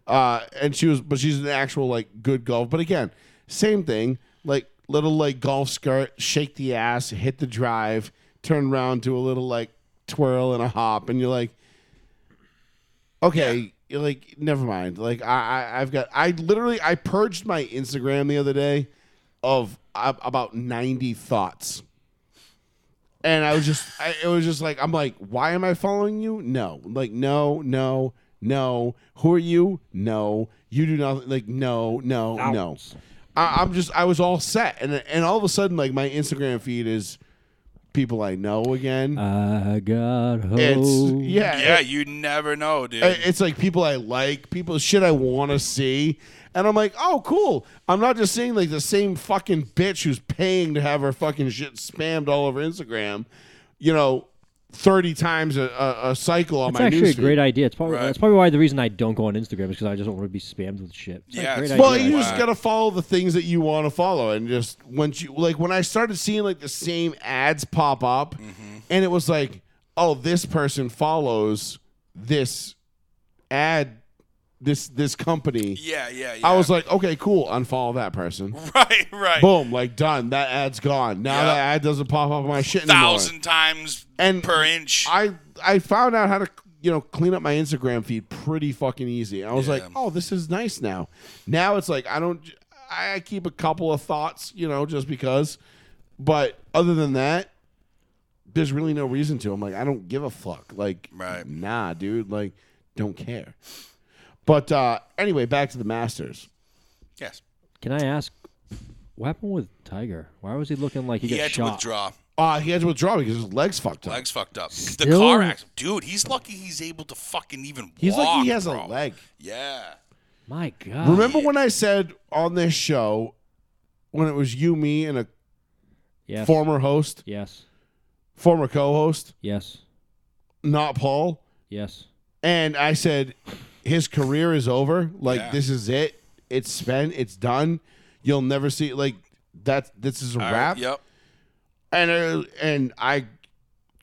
Speaker 3: Uh, and she was, but she's an actual like good golf. But again, same thing. Like little like golf skirt, shake the ass, hit the drive, turn around, do a little like twirl and a hop, and you're like, okay, you're like never mind. Like I, I I've got I literally I purged my Instagram the other day of uh, about ninety thoughts. And I was just, I, it was just like, I'm like, why am I following you? No, like, no, no, no. Who are you? No, you do nothing. Like, no, no, no.
Speaker 2: Ouch.
Speaker 3: I, I'm just, I was all set, and and all of a sudden, like, my Instagram feed is people I know again.
Speaker 2: Uh, I got hope.
Speaker 3: it's
Speaker 2: oh.
Speaker 3: yeah,
Speaker 4: Yeah, you never know, dude.
Speaker 3: I- It's like people I like, people shit I want to see, and I'm like, oh, cool. I'm not just seeing like the same fucking bitch who's paying to have her fucking shit spammed all over Instagram, you know, thirty times a, a, a cycle on
Speaker 2: It's
Speaker 3: my
Speaker 2: actually a
Speaker 3: newsfeed.
Speaker 2: great idea. It's probably
Speaker 4: Right.
Speaker 2: that's probably why the reason I don't go on Instagram is because I just don't want to be spammed with shit. It's a
Speaker 4: Yeah,
Speaker 2: great
Speaker 4: it's-
Speaker 3: Well,
Speaker 2: idea.
Speaker 3: you
Speaker 4: Wow.
Speaker 3: just gotta follow the things that you want to follow, and just once you like when I started seeing like the same ads pop up, and it was like, oh, this person follows this ad, this this company.
Speaker 4: yeah, yeah, yeah.
Speaker 3: I was like, okay, cool, unfollow that person.
Speaker 4: [laughs] right, right.
Speaker 3: Boom, like done. That ad's gone. Now
Speaker 4: Yeah.
Speaker 3: that ad doesn't pop up on my shit anymore.
Speaker 4: Thousand times
Speaker 3: And
Speaker 4: per inch.
Speaker 3: I I found out how to you know clean up my Instagram feed pretty fucking easy. I was like,
Speaker 4: Yeah.
Speaker 3: oh, this is nice now. Now it's like I don't I keep a couple of thoughts, you know, just because. But other than that, there's really no reason to. I'm like, I don't give a fuck. Like,
Speaker 4: Right.
Speaker 3: nah, dude. Like, don't care. But uh anyway, back to the Masters.
Speaker 4: yes.
Speaker 2: Can I ask what happened with Tiger? Why was he looking like he,
Speaker 4: He
Speaker 2: got
Speaker 4: had to
Speaker 2: shot?
Speaker 4: withdraw.
Speaker 3: Uh, he had to withdraw because his legs fucked up.
Speaker 4: Legs fucked up. The
Speaker 2: Still-
Speaker 4: car accident. Dude, he's lucky he's able to fucking even
Speaker 3: He's
Speaker 4: walk.
Speaker 3: like he has
Speaker 4: bro.
Speaker 3: a leg.
Speaker 4: Yeah.
Speaker 2: My God.
Speaker 3: Remember when I said on this show, when it was you, me, and a
Speaker 2: Yes.
Speaker 3: former host,
Speaker 2: yes.
Speaker 3: former co-host,
Speaker 2: Yes.
Speaker 3: not Paul,
Speaker 2: Yes.
Speaker 3: and I said his career is over. Like
Speaker 4: Yeah.
Speaker 3: this is it. It's spent. It's done. You'll never see like that. This is a
Speaker 4: All right,
Speaker 3: wrap.
Speaker 4: Yep.
Speaker 3: and uh, and I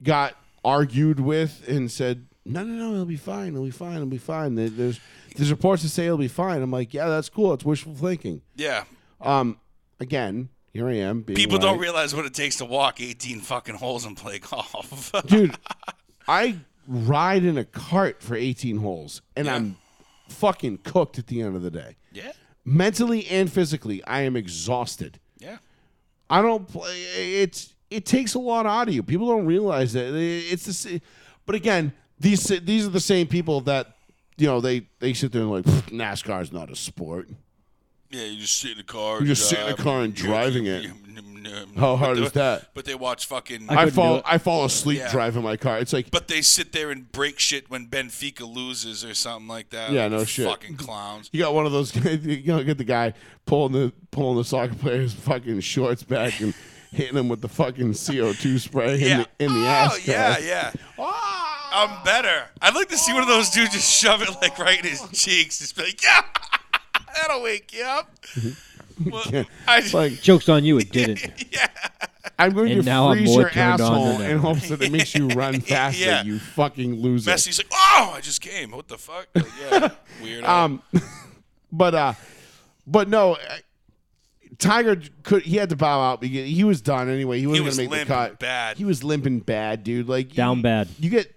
Speaker 3: got argued with and said, "No, no, no, it'll be fine. It'll be fine. It'll be fine." There- There's there's reports that say it'll be fine. I'm like, "Yeah, that's cool. It's wishful thinking."
Speaker 4: Yeah.
Speaker 3: Um, again, here I am. Being
Speaker 4: People don't
Speaker 3: right.
Speaker 4: realize what it takes to walk 18 fucking holes and play [laughs] golf.
Speaker 3: [laughs] dude. I ride in a cart for 18 holes, and
Speaker 4: Yeah.
Speaker 3: I'm fucking cooked at the end of the day,
Speaker 4: yeah.
Speaker 3: mentally and physically. I am exhausted.
Speaker 4: Yeah.
Speaker 3: I don't play. It's it takes a lot out of you. People don't realize that it's the. sa- But again, these these are the same people that you know they they sit there and like "Pfft, NASCAR's not a sport.
Speaker 4: Yeah, you just sit in the car.
Speaker 3: You just sit in the car and driving it. How hard is that?
Speaker 4: But they watch fucking.
Speaker 3: I,
Speaker 2: couldn't do
Speaker 3: fall
Speaker 2: it.
Speaker 3: I fall asleep
Speaker 4: Yeah.
Speaker 3: driving my car. It's like
Speaker 4: but they sit there and break shit when Benfica loses or something like that.
Speaker 3: Yeah,
Speaker 4: Like,
Speaker 3: no shit.
Speaker 4: Fucking clowns.
Speaker 3: you got one of those. [laughs] guys- You know, get the guy pulling the pulling the soccer player's fucking shorts back and hitting him with the fucking CO two spray
Speaker 4: Yeah.
Speaker 3: in the in the
Speaker 4: oh,
Speaker 3: ass.
Speaker 4: yeah,
Speaker 3: crack.
Speaker 4: yeah.
Speaker 3: Ah!
Speaker 4: I'm better. I'd like to see one of those dudes just shove it like right in his cheeks. Just be like, yeah, [laughs] that'll wake you up.
Speaker 3: [laughs]
Speaker 4: Well, I just,
Speaker 3: Like
Speaker 2: Joke's on you. It didn't.
Speaker 4: [laughs]
Speaker 3: I'm going
Speaker 2: And
Speaker 3: to
Speaker 2: now I'm
Speaker 3: freeze
Speaker 2: more
Speaker 3: your
Speaker 2: turned on
Speaker 3: asshole
Speaker 2: than
Speaker 3: in hopes that it makes you
Speaker 2: [laughs]
Speaker 3: run faster,
Speaker 4: Yeah.
Speaker 3: you fucking loser.
Speaker 4: Messi's like, oh, I just came. What the fuck? Like,
Speaker 3: [laughs]
Speaker 4: yeah, weird.
Speaker 3: Um, but uh, but no, I- Tiger could he had to bow out because he was done anyway. He wasn't
Speaker 4: was
Speaker 3: gonna make the
Speaker 4: limping
Speaker 3: cut.
Speaker 4: bad.
Speaker 3: He was limping bad, dude. Like you-
Speaker 2: Down bad.
Speaker 3: You get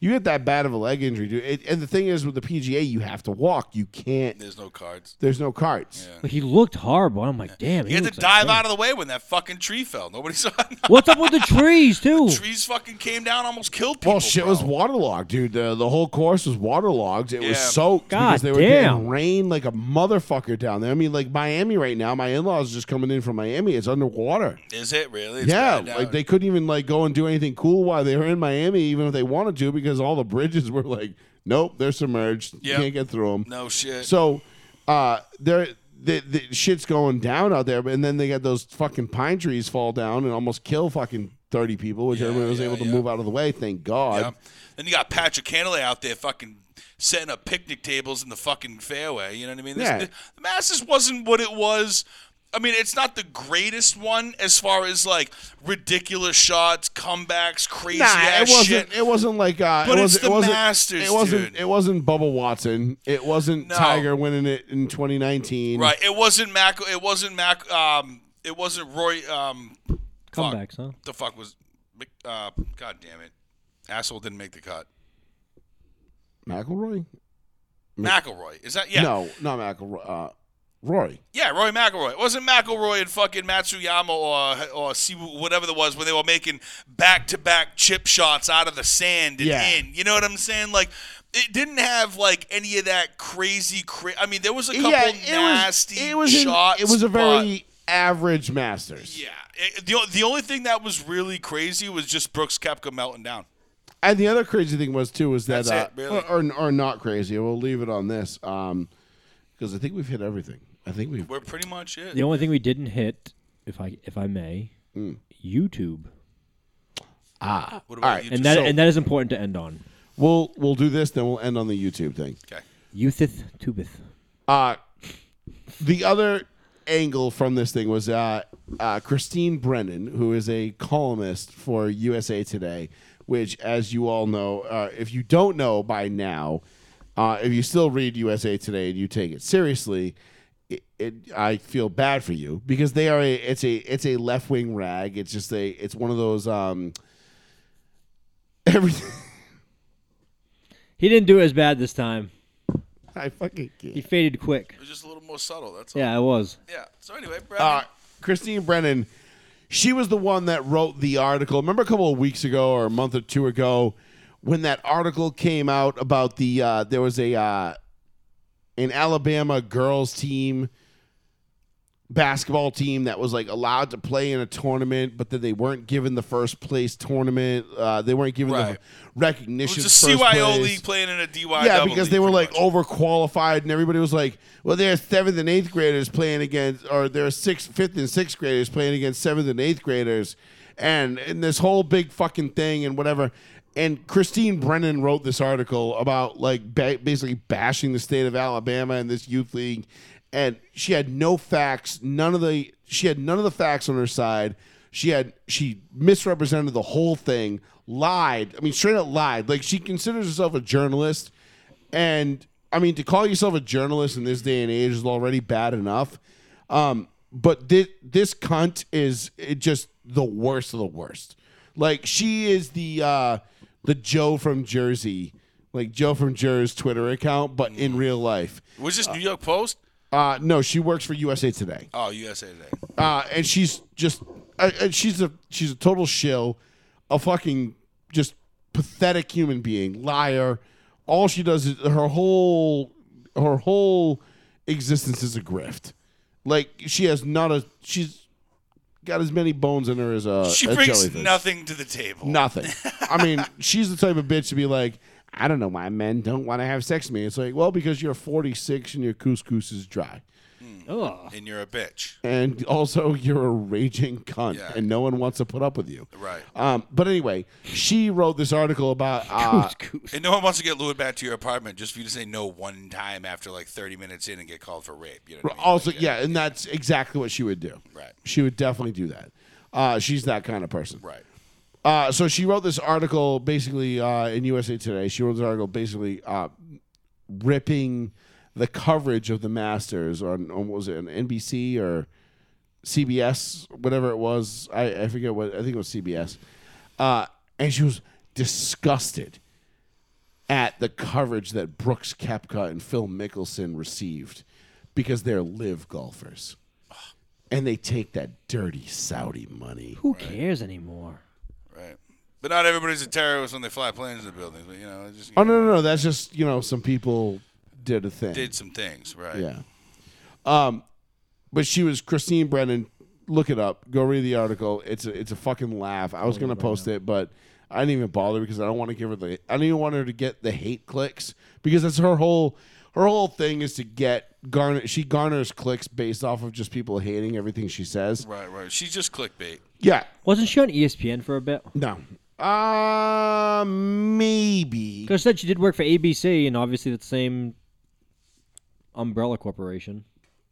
Speaker 3: you get that bad of a leg injury, dude. It, and the thing is, with the PGA, you have to walk. You can't.
Speaker 4: There's no cards.
Speaker 3: There's no carts.
Speaker 2: But he looked horrible. I'm like, damn.
Speaker 4: He had to dive out of the way when that fucking tree fell. Nobody saw it.
Speaker 2: What's up with the trees too?
Speaker 4: [laughs] Trees fucking came down, almost killed people.
Speaker 3: Well, shit
Speaker 4: bro.
Speaker 3: was waterlogged, dude. The, the whole course was waterlogged. It was
Speaker 4: Yeah.
Speaker 3: soaked
Speaker 2: God
Speaker 3: because they were
Speaker 2: damn.
Speaker 3: getting rain like a motherfucker down there. I mean, like Miami right now. My in-laws just coming in from Miami. It's underwater.
Speaker 4: Is it really? It's
Speaker 3: yeah,
Speaker 4: bad
Speaker 3: like
Speaker 4: down there.
Speaker 3: they couldn't even like go and do anything cool while they were in Miami, even if they wanted to, because all the bridges [laughs] were like, nope, they're submerged. You
Speaker 4: Yeah.
Speaker 3: can't get through them.
Speaker 4: No shit.
Speaker 3: So, uh, there, the, the shit's going down out there, and then they got those fucking pine trees fall down and almost kill fucking thirty people, which
Speaker 4: Yeah,
Speaker 3: everyone was
Speaker 4: yeah,
Speaker 3: able to
Speaker 4: yeah.
Speaker 3: move out of the way. Thank God.
Speaker 4: Yeah. Then you got Patrick Cantlay out there fucking setting up picnic tables in the fucking fairway. You know what I mean? This-
Speaker 3: Yeah.
Speaker 4: The, the Masters wasn't what it was I mean, it's not the greatest one as far as like ridiculous shots, comebacks, crazy
Speaker 3: Nah,
Speaker 4: ass
Speaker 3: it wasn't.
Speaker 4: shit.
Speaker 3: It wasn't like. Uh, it
Speaker 4: But it's
Speaker 3: wasn't,
Speaker 4: the
Speaker 3: it wasn't,
Speaker 4: Masters,
Speaker 3: It wasn't.
Speaker 4: dude.
Speaker 3: It wasn't Bubba Watson. It wasn't
Speaker 4: No.
Speaker 3: Tiger winning it in 2019.
Speaker 4: Right. It wasn't Mac. It wasn't Mac. Um. It wasn't Roy. Um. fuck.
Speaker 2: Comebacks, huh?
Speaker 4: The fuck was. Mc- Uh. God damn it. Asshole didn't make the cut.
Speaker 3: McElroy.
Speaker 4: McElroy. Is that yeah?
Speaker 3: No, not McElroy. Uh, Rory.
Speaker 4: Yeah, Roy McElroy. It wasn't McElroy and fucking Matsuyama or or Siwu, whatever that was when they were making back to back chip shots out of the sand and
Speaker 3: Yeah.
Speaker 4: in. You know what I'm saying? Like it didn't have like any of that crazy. Cra- I mean, there was a couple nasty
Speaker 3: an-
Speaker 4: shots.
Speaker 3: it was a
Speaker 4: but-
Speaker 3: very average Masters.
Speaker 4: yeah. It- the o- the only thing that was really crazy was just Brooks Koepka melting down.
Speaker 3: And the other crazy thing was too was that
Speaker 4: That's
Speaker 3: uh,
Speaker 4: it, really.
Speaker 3: or, or or not crazy. We'll leave it on this um, because I think we've hit everything. I think we've
Speaker 4: We're pretty much it.
Speaker 2: The only thing we didn't hit, if I if I may, YouTube,
Speaker 3: ah. All
Speaker 4: What about
Speaker 3: right,
Speaker 4: you
Speaker 2: and
Speaker 4: two?
Speaker 2: that
Speaker 3: So-
Speaker 2: and that is important to end on.
Speaker 3: We'll we'll do this, then we'll end on the YouTube thing.
Speaker 4: okay.
Speaker 2: Youthith tubith.
Speaker 3: Uh, the other angle from this thing was uh, uh, Christine Brennan, who is a columnist for USA Today, which, as you all know, uh, if you don't know by now, uh, if you still read USA Today and you take it seriously, it, it, I feel bad for you because they are a it's a it's a left wing rag. It's just a it's one of those um, [laughs] everything.
Speaker 2: He didn't do it as bad this time.
Speaker 3: [laughs] I fucking
Speaker 2: He
Speaker 3: can't.
Speaker 2: faded quick.
Speaker 4: It was just a little more subtle. That's all.
Speaker 2: Yeah, it was.
Speaker 4: Yeah. So anyway, Brad.
Speaker 3: uh, Christine Brennan, she was the one that wrote the article. Remember a couple of weeks ago or a month or two ago when that article came out about the uh, there was a uh, an Alabama girls team basketball team that was like allowed to play in a tournament, but then they weren't given the first place tournament. Uh, they weren't given
Speaker 4: Right.
Speaker 3: the recognition.
Speaker 4: it was a
Speaker 3: first
Speaker 4: CYO
Speaker 3: place.
Speaker 4: league playing in a DY.
Speaker 3: Yeah, because they were like
Speaker 4: much.
Speaker 3: overqualified, and everybody was like, "Well, there are seventh and eighth graders playing against, or there are sixth, fifth, and sixth graders playing against seventh and eighth graders," and and this whole big fucking thing and whatever. And Christine Brennan wrote this article about like ba- basically bashing the state of Alabama and this youth league, and she had no facts, none of the she had none of the facts on her side. She had she misrepresented the whole thing, lied. I mean, straight up lied. Like she considers herself a journalist. And I mean, to call yourself a journalist in this day and age is already bad enough. Um, but this, this cunt is it just the worst of the worst. Like she is the uh, the Joe from Jersey, like Joe from Jersey's Twitter account, but in real life.
Speaker 4: Was this New York Post?
Speaker 3: Uh, no, she works for USA Today
Speaker 4: Oh, USA Today.
Speaker 3: uh, and she's just uh, uh, she's a she's a total shill, a fucking just pathetic human being, liar. All she does is her whole her whole existence is a grift. Like she has not a she's got as many bones in her as a
Speaker 4: She
Speaker 3: Uh, a
Speaker 4: brings
Speaker 3: jellyfish.
Speaker 4: nothing to the table.
Speaker 3: Nothing. I mean, she's the type of bitch to be like, I don't know why men don't want to have sex with me. It's like, well, because you're 46 and your couscous is dry.
Speaker 2: Ugh.
Speaker 4: And you're a bitch.
Speaker 3: and also [laughs] you're a raging cunt,
Speaker 4: Yeah.
Speaker 3: and no one wants to put up with you.
Speaker 4: Right.
Speaker 3: Um, but anyway, she wrote this article
Speaker 4: [laughs]
Speaker 3: about uh,
Speaker 4: And no one wants to get lured back to your apartment just for you to say no one time after like 30 minutes in and get called for rape. You know what I mean?
Speaker 3: also,
Speaker 4: Like,
Speaker 3: yeah, and that's exactly what she would do.
Speaker 4: Right.
Speaker 3: She would definitely do that. Uh, she's that kind of person.
Speaker 4: Right.
Speaker 3: Uh, so she wrote this article basically uh, in USA Today. She wrote this article basically uh, ripping the coverage of the Masters on, on what was it, on NBC or CBS, whatever it was. I, I forget what, I think it was CBS. Uh, and she was disgusted at the coverage that Brooks Kepka and Phil Mickelson received because they're live golfers. And they take that dirty Saudi money.
Speaker 2: Who cares anymore?
Speaker 4: Right. But not everybody's a terrorist when they fly planes in the buildings. But, you know, it just
Speaker 3: Oh no, no, no. That's just you know some people did a thing.
Speaker 4: did some things. Right.
Speaker 3: yeah. Um, but she was Christine Brennan. Look it up. Go read the article. It's a, it's a fucking laugh. I was gonna post it, but I didn't even bother because I don't want to give her the. I don't even want her to get the hate clicks because that's her whole. Her whole thing is to get garner. She garners clicks based off of just people hating everything she says.
Speaker 4: Right, right. She's just clickbait.
Speaker 3: Yeah.
Speaker 2: Wasn't she on E ESPN for a bit?
Speaker 3: No. Uh, maybe.
Speaker 2: Because said she did work for ABC, and obviously the same umbrella corporation.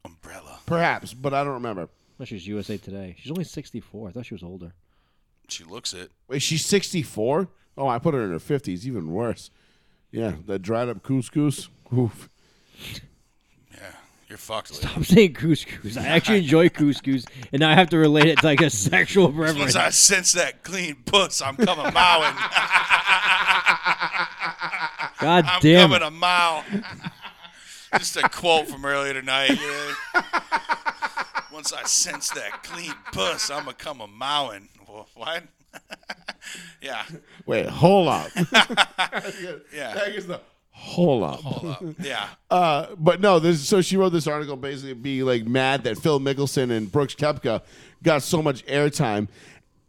Speaker 4: Umbrella.
Speaker 3: Perhaps, but I don't remember.
Speaker 2: thought she was USA Today. She's only 64. I thought she was older. [laughs]
Speaker 4: She looks it.
Speaker 3: Wait, she's 64? Oh, I put her in her 50s, even worse. Yeah, that dried up couscous. Oof.
Speaker 4: Yeah, you're fucked. Lee.
Speaker 2: I'm saying couscous. I actually enjoy couscous, and now I have to relate it to like a [laughs] sexual preference.
Speaker 4: [laughs] Once I sense that clean puss, I'm coming
Speaker 3: [laughs]
Speaker 4: mowing.
Speaker 2: God
Speaker 4: I'm
Speaker 2: damn
Speaker 4: coming
Speaker 2: it.
Speaker 4: a mile. [laughs] Just a quote from earlier tonight. yeah. Once I sense that clean puss, I'm gonna come a mowing. Wha- What? [laughs] yeah,
Speaker 3: Wait, hold up. [laughs]
Speaker 4: yeah,
Speaker 3: That is the hold up.
Speaker 4: yeah.
Speaker 3: Uh, but no, this so she wrote this article basically being like mad that Phil Mickelson and Brooks Kepka got so much airtime.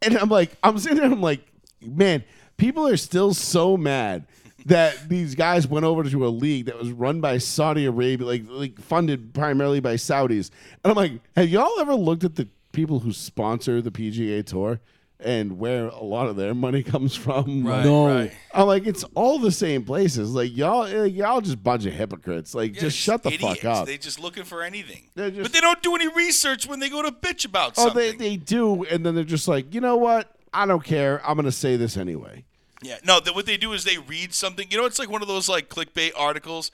Speaker 3: And I'm like, I'm sitting there, I'm like, man, people are still so mad that these guys went over to a league that was run by Saudi Arabia, like like funded primarily by Saudis. And I'm like, have y'all ever looked at the people who sponsor the PGA tour and where a lot of their money [laughs] comes from?
Speaker 4: Right,
Speaker 2: No.
Speaker 4: right.
Speaker 3: I'm like, it's all the same places. Like y'all, like, y'all just bunch of hypocrites. Like,
Speaker 4: Yeah,
Speaker 3: just shut the
Speaker 4: idiots.
Speaker 3: fuck up.
Speaker 4: They just looking for anything.
Speaker 3: They're just-
Speaker 4: but they don't do any research when they go to bitch about
Speaker 3: oh,
Speaker 4: something.
Speaker 3: they they do, and then they're just like, you know what? I don't care. I'm gonna say this anyway.
Speaker 4: Yeah. No, that what they do is they read something. You know, it's like one of those like clickbait articles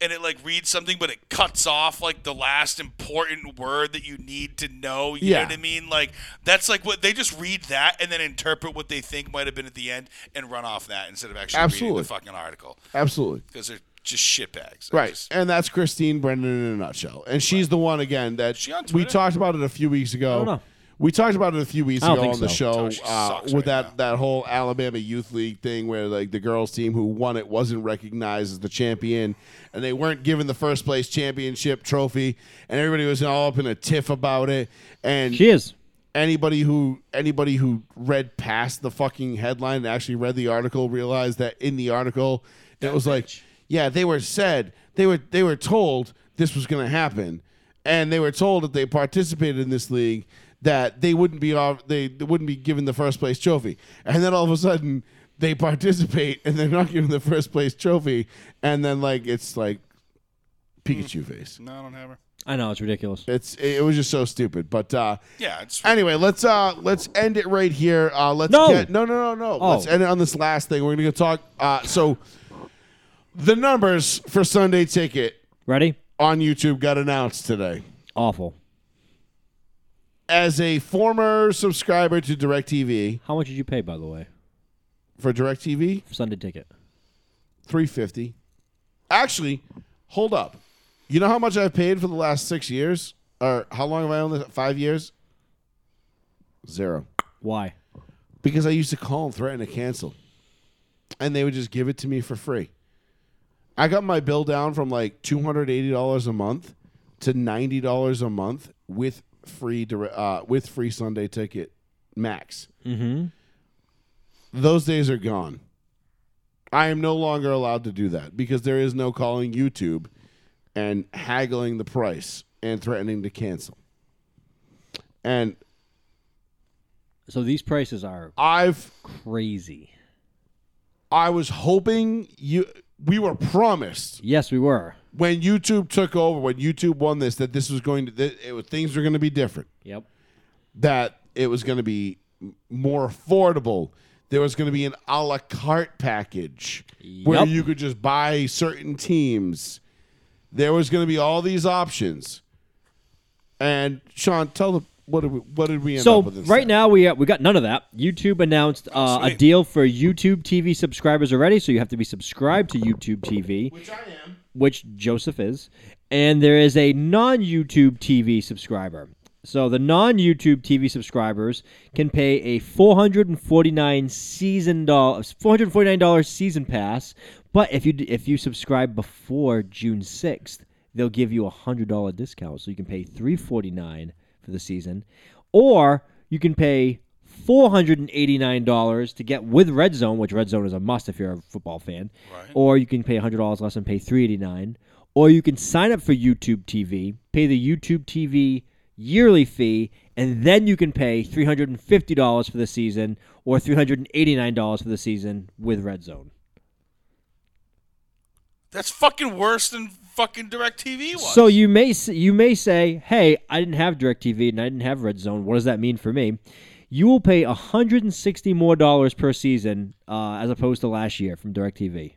Speaker 4: and it like reads something but it cuts off like the last important word that you need to know. You
Speaker 3: Yeah.
Speaker 4: know what I mean? Like that's like what they just read that and then interpret what they think might have been at the end and run off that instead of actually
Speaker 3: Absolutely.
Speaker 4: reading the fucking article
Speaker 3: Absolutely.
Speaker 4: because they're just shitbags. They're
Speaker 3: Right,
Speaker 4: just-
Speaker 3: and that's Christine Brendan in a nutshell, and she's the one again that
Speaker 4: She on
Speaker 3: we
Speaker 4: Twitter?
Speaker 3: talked about it a few weeks ago.
Speaker 2: I don't know.
Speaker 3: We talked about it a few weeks
Speaker 2: I don't
Speaker 3: ago
Speaker 2: think
Speaker 3: on the
Speaker 2: so.
Speaker 3: show
Speaker 4: Oh, she
Speaker 3: uh,
Speaker 4: sucks
Speaker 3: with
Speaker 4: right
Speaker 3: that, that whole Alabama Youth League thing where like the girls team who won it wasn't recognized as the champion, and they weren't given the first place championship trophy, and everybody was all up in a tiff about it, and
Speaker 2: She is.
Speaker 3: anybody who anybody who read past the fucking headline and actually read the article realized that in the article it was like yeah they were said they were they were told this was going to happen and they were told that they participated in this league that they wouldn't be off they, they wouldn't be given the first place trophy and then all of a sudden they participate and they're not given the first place trophy and then like it's like Pikachu face.
Speaker 4: No, I don't have her.
Speaker 2: I know, it's ridiculous.
Speaker 3: It's it was just so stupid, but uh,
Speaker 4: Yeah, it's
Speaker 3: Anyway, let's uh let's end it right here. Uh let's
Speaker 2: No.
Speaker 3: get no no no no.
Speaker 2: Oh.
Speaker 3: Let's end it on this last thing. We're gonna go talk uh so the numbers for Sunday ticket
Speaker 2: Ready?
Speaker 3: on YouTube got announced today.
Speaker 2: Awful.
Speaker 3: As a former subscriber to DirecTV
Speaker 2: How much did you pay, by the way?
Speaker 3: for DirecTV,
Speaker 2: for Sunday ticket.
Speaker 3: three fifty. Actually, hold up. You know how much I've paid for the last six years? Or how long have I owned this? Five years? Zero.
Speaker 2: Why?
Speaker 3: because I used to call and threaten to cancel, and they would just give it to me for free. I got my bill down from like two hundred eighty dollars a month to ninety dollars a month with free dire- uh, with free Sunday ticket max.
Speaker 2: Mm-hmm.
Speaker 3: Those days are gone. I am no longer allowed to do that because there is no calling YouTube and haggling the price and threatening to cancel. And
Speaker 2: So these prices are
Speaker 3: I've
Speaker 2: crazy.
Speaker 3: I was hoping you we were promised
Speaker 2: Yes, we were.
Speaker 3: when YouTube took over, when YouTube won this, that this was going to that it was, things were going to be different.
Speaker 2: Yep.
Speaker 3: That it was going to be m- more affordable. There was going to be an a la carte package where
Speaker 2: Yep.
Speaker 3: you could just buy certain teams. There was going to be all these options. And Sean, tell them what did we, what did we end
Speaker 2: So
Speaker 3: up with?
Speaker 2: right now we uh, we got none of that. YouTube announced uh, a
Speaker 4: sweet.
Speaker 2: deal for YouTube TV subscribers already, so you have to be subscribed to YouTube TV,
Speaker 3: which I am.
Speaker 2: which Joseph is, and there is a non-YouTube TV subscriber. So the non-YouTube TV subscribers can pay a 449 season dollars 449 dollars season pass, but if you d- if you subscribe before June 6th, they'll give you a $100 discount so you can pay 349 for the season or you can pay $489 to get with Red Zone, which Red Zone is a must if you're a football fan. Or you can pay $100 less and pay 389 or you can sign up for YouTube TV, pay the YouTube TV yearly fee, and then you can pay $350 for the season or $389 for the season with Red Zone.
Speaker 4: That's fucking worse than fucking Directv was.
Speaker 2: So you may s- you may say, "Hey, I didn't have DirecTV and I didn't have Red Zone. What does that mean for me?" You will pay 160 more dollars per season uh, as opposed to last year from DirecTV.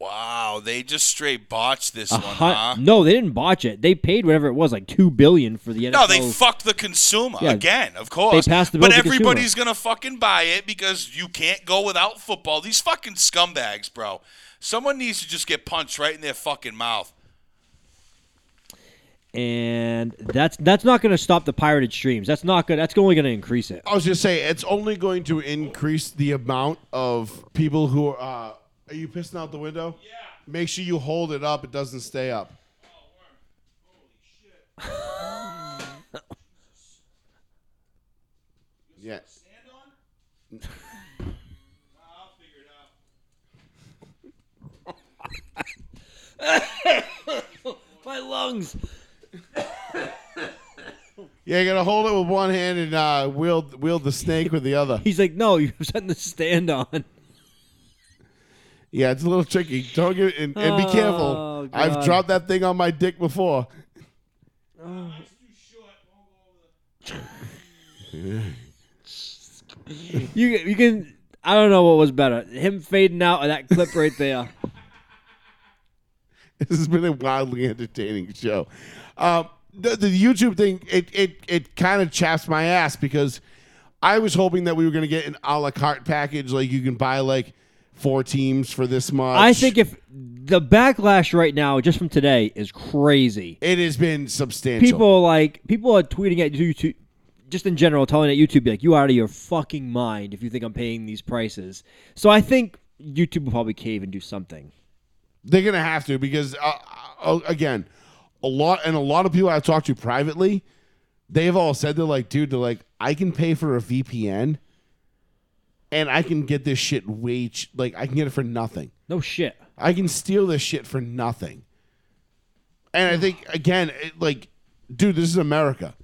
Speaker 4: wow, they just straight botched this
Speaker 2: A
Speaker 4: one,
Speaker 2: hun-
Speaker 4: huh?
Speaker 2: No, they didn't botch it. They paid whatever it was, like two billion for the NFL.
Speaker 4: No, they fucked the consumer
Speaker 2: Yeah.
Speaker 4: again, of course.
Speaker 2: They passed the bill
Speaker 4: but
Speaker 2: to the consumer.
Speaker 4: everybody's gonna fucking buy it because you can't go without football. These fucking scumbags, bro. Someone needs to just get punched right in their fucking mouth.
Speaker 2: and that's that's not going to stop the pirated streams. That's not good. That's only going to increase it.
Speaker 3: I was just saying, it's only going to increase the amount of people who are. Uh, are you pissing out the window? Yeah. Make sure you hold it up; it doesn't stay up. Yeah.
Speaker 2: My lungs.
Speaker 3: Yeah, you gotta hold it with one hand and uh, wield wield the snake with the other. [laughs]
Speaker 2: He's like, no, [laughs] you're setting the stand on.
Speaker 3: Yeah, it's a little tricky. Don't get and, and be careful.
Speaker 2: Oh,
Speaker 3: I've
Speaker 2: God.
Speaker 3: dropped that thing on my dick before.
Speaker 2: You you can. I don't know what was better, him fading out or that clip right there.
Speaker 3: [laughs] This has been a wildly entertaining show. Um, the, the YouTube thing, it it it kind of chaps my ass because I was hoping that we were going to get an a la carte package, like you can buy like four teams for this much.
Speaker 2: I think if the backlash right now, just from today, is crazy.
Speaker 3: it has been substantial.
Speaker 2: People like people are tweeting at YouTube, just in general, telling at YouTube like, "You out of your fucking mind if you think I'm paying these prices." So I think YouTube will probably cave and do something.
Speaker 3: They're gonna have to because uh, uh, again, a lot and a lot of people I've talked to privately, they've all said they're like, dude, they're like, I can pay for a VPN, and I can get this shit way ch- like I can get it for nothing.
Speaker 2: No shit.
Speaker 3: I can steal this shit for nothing. And I think again, it, like, dude, this is America.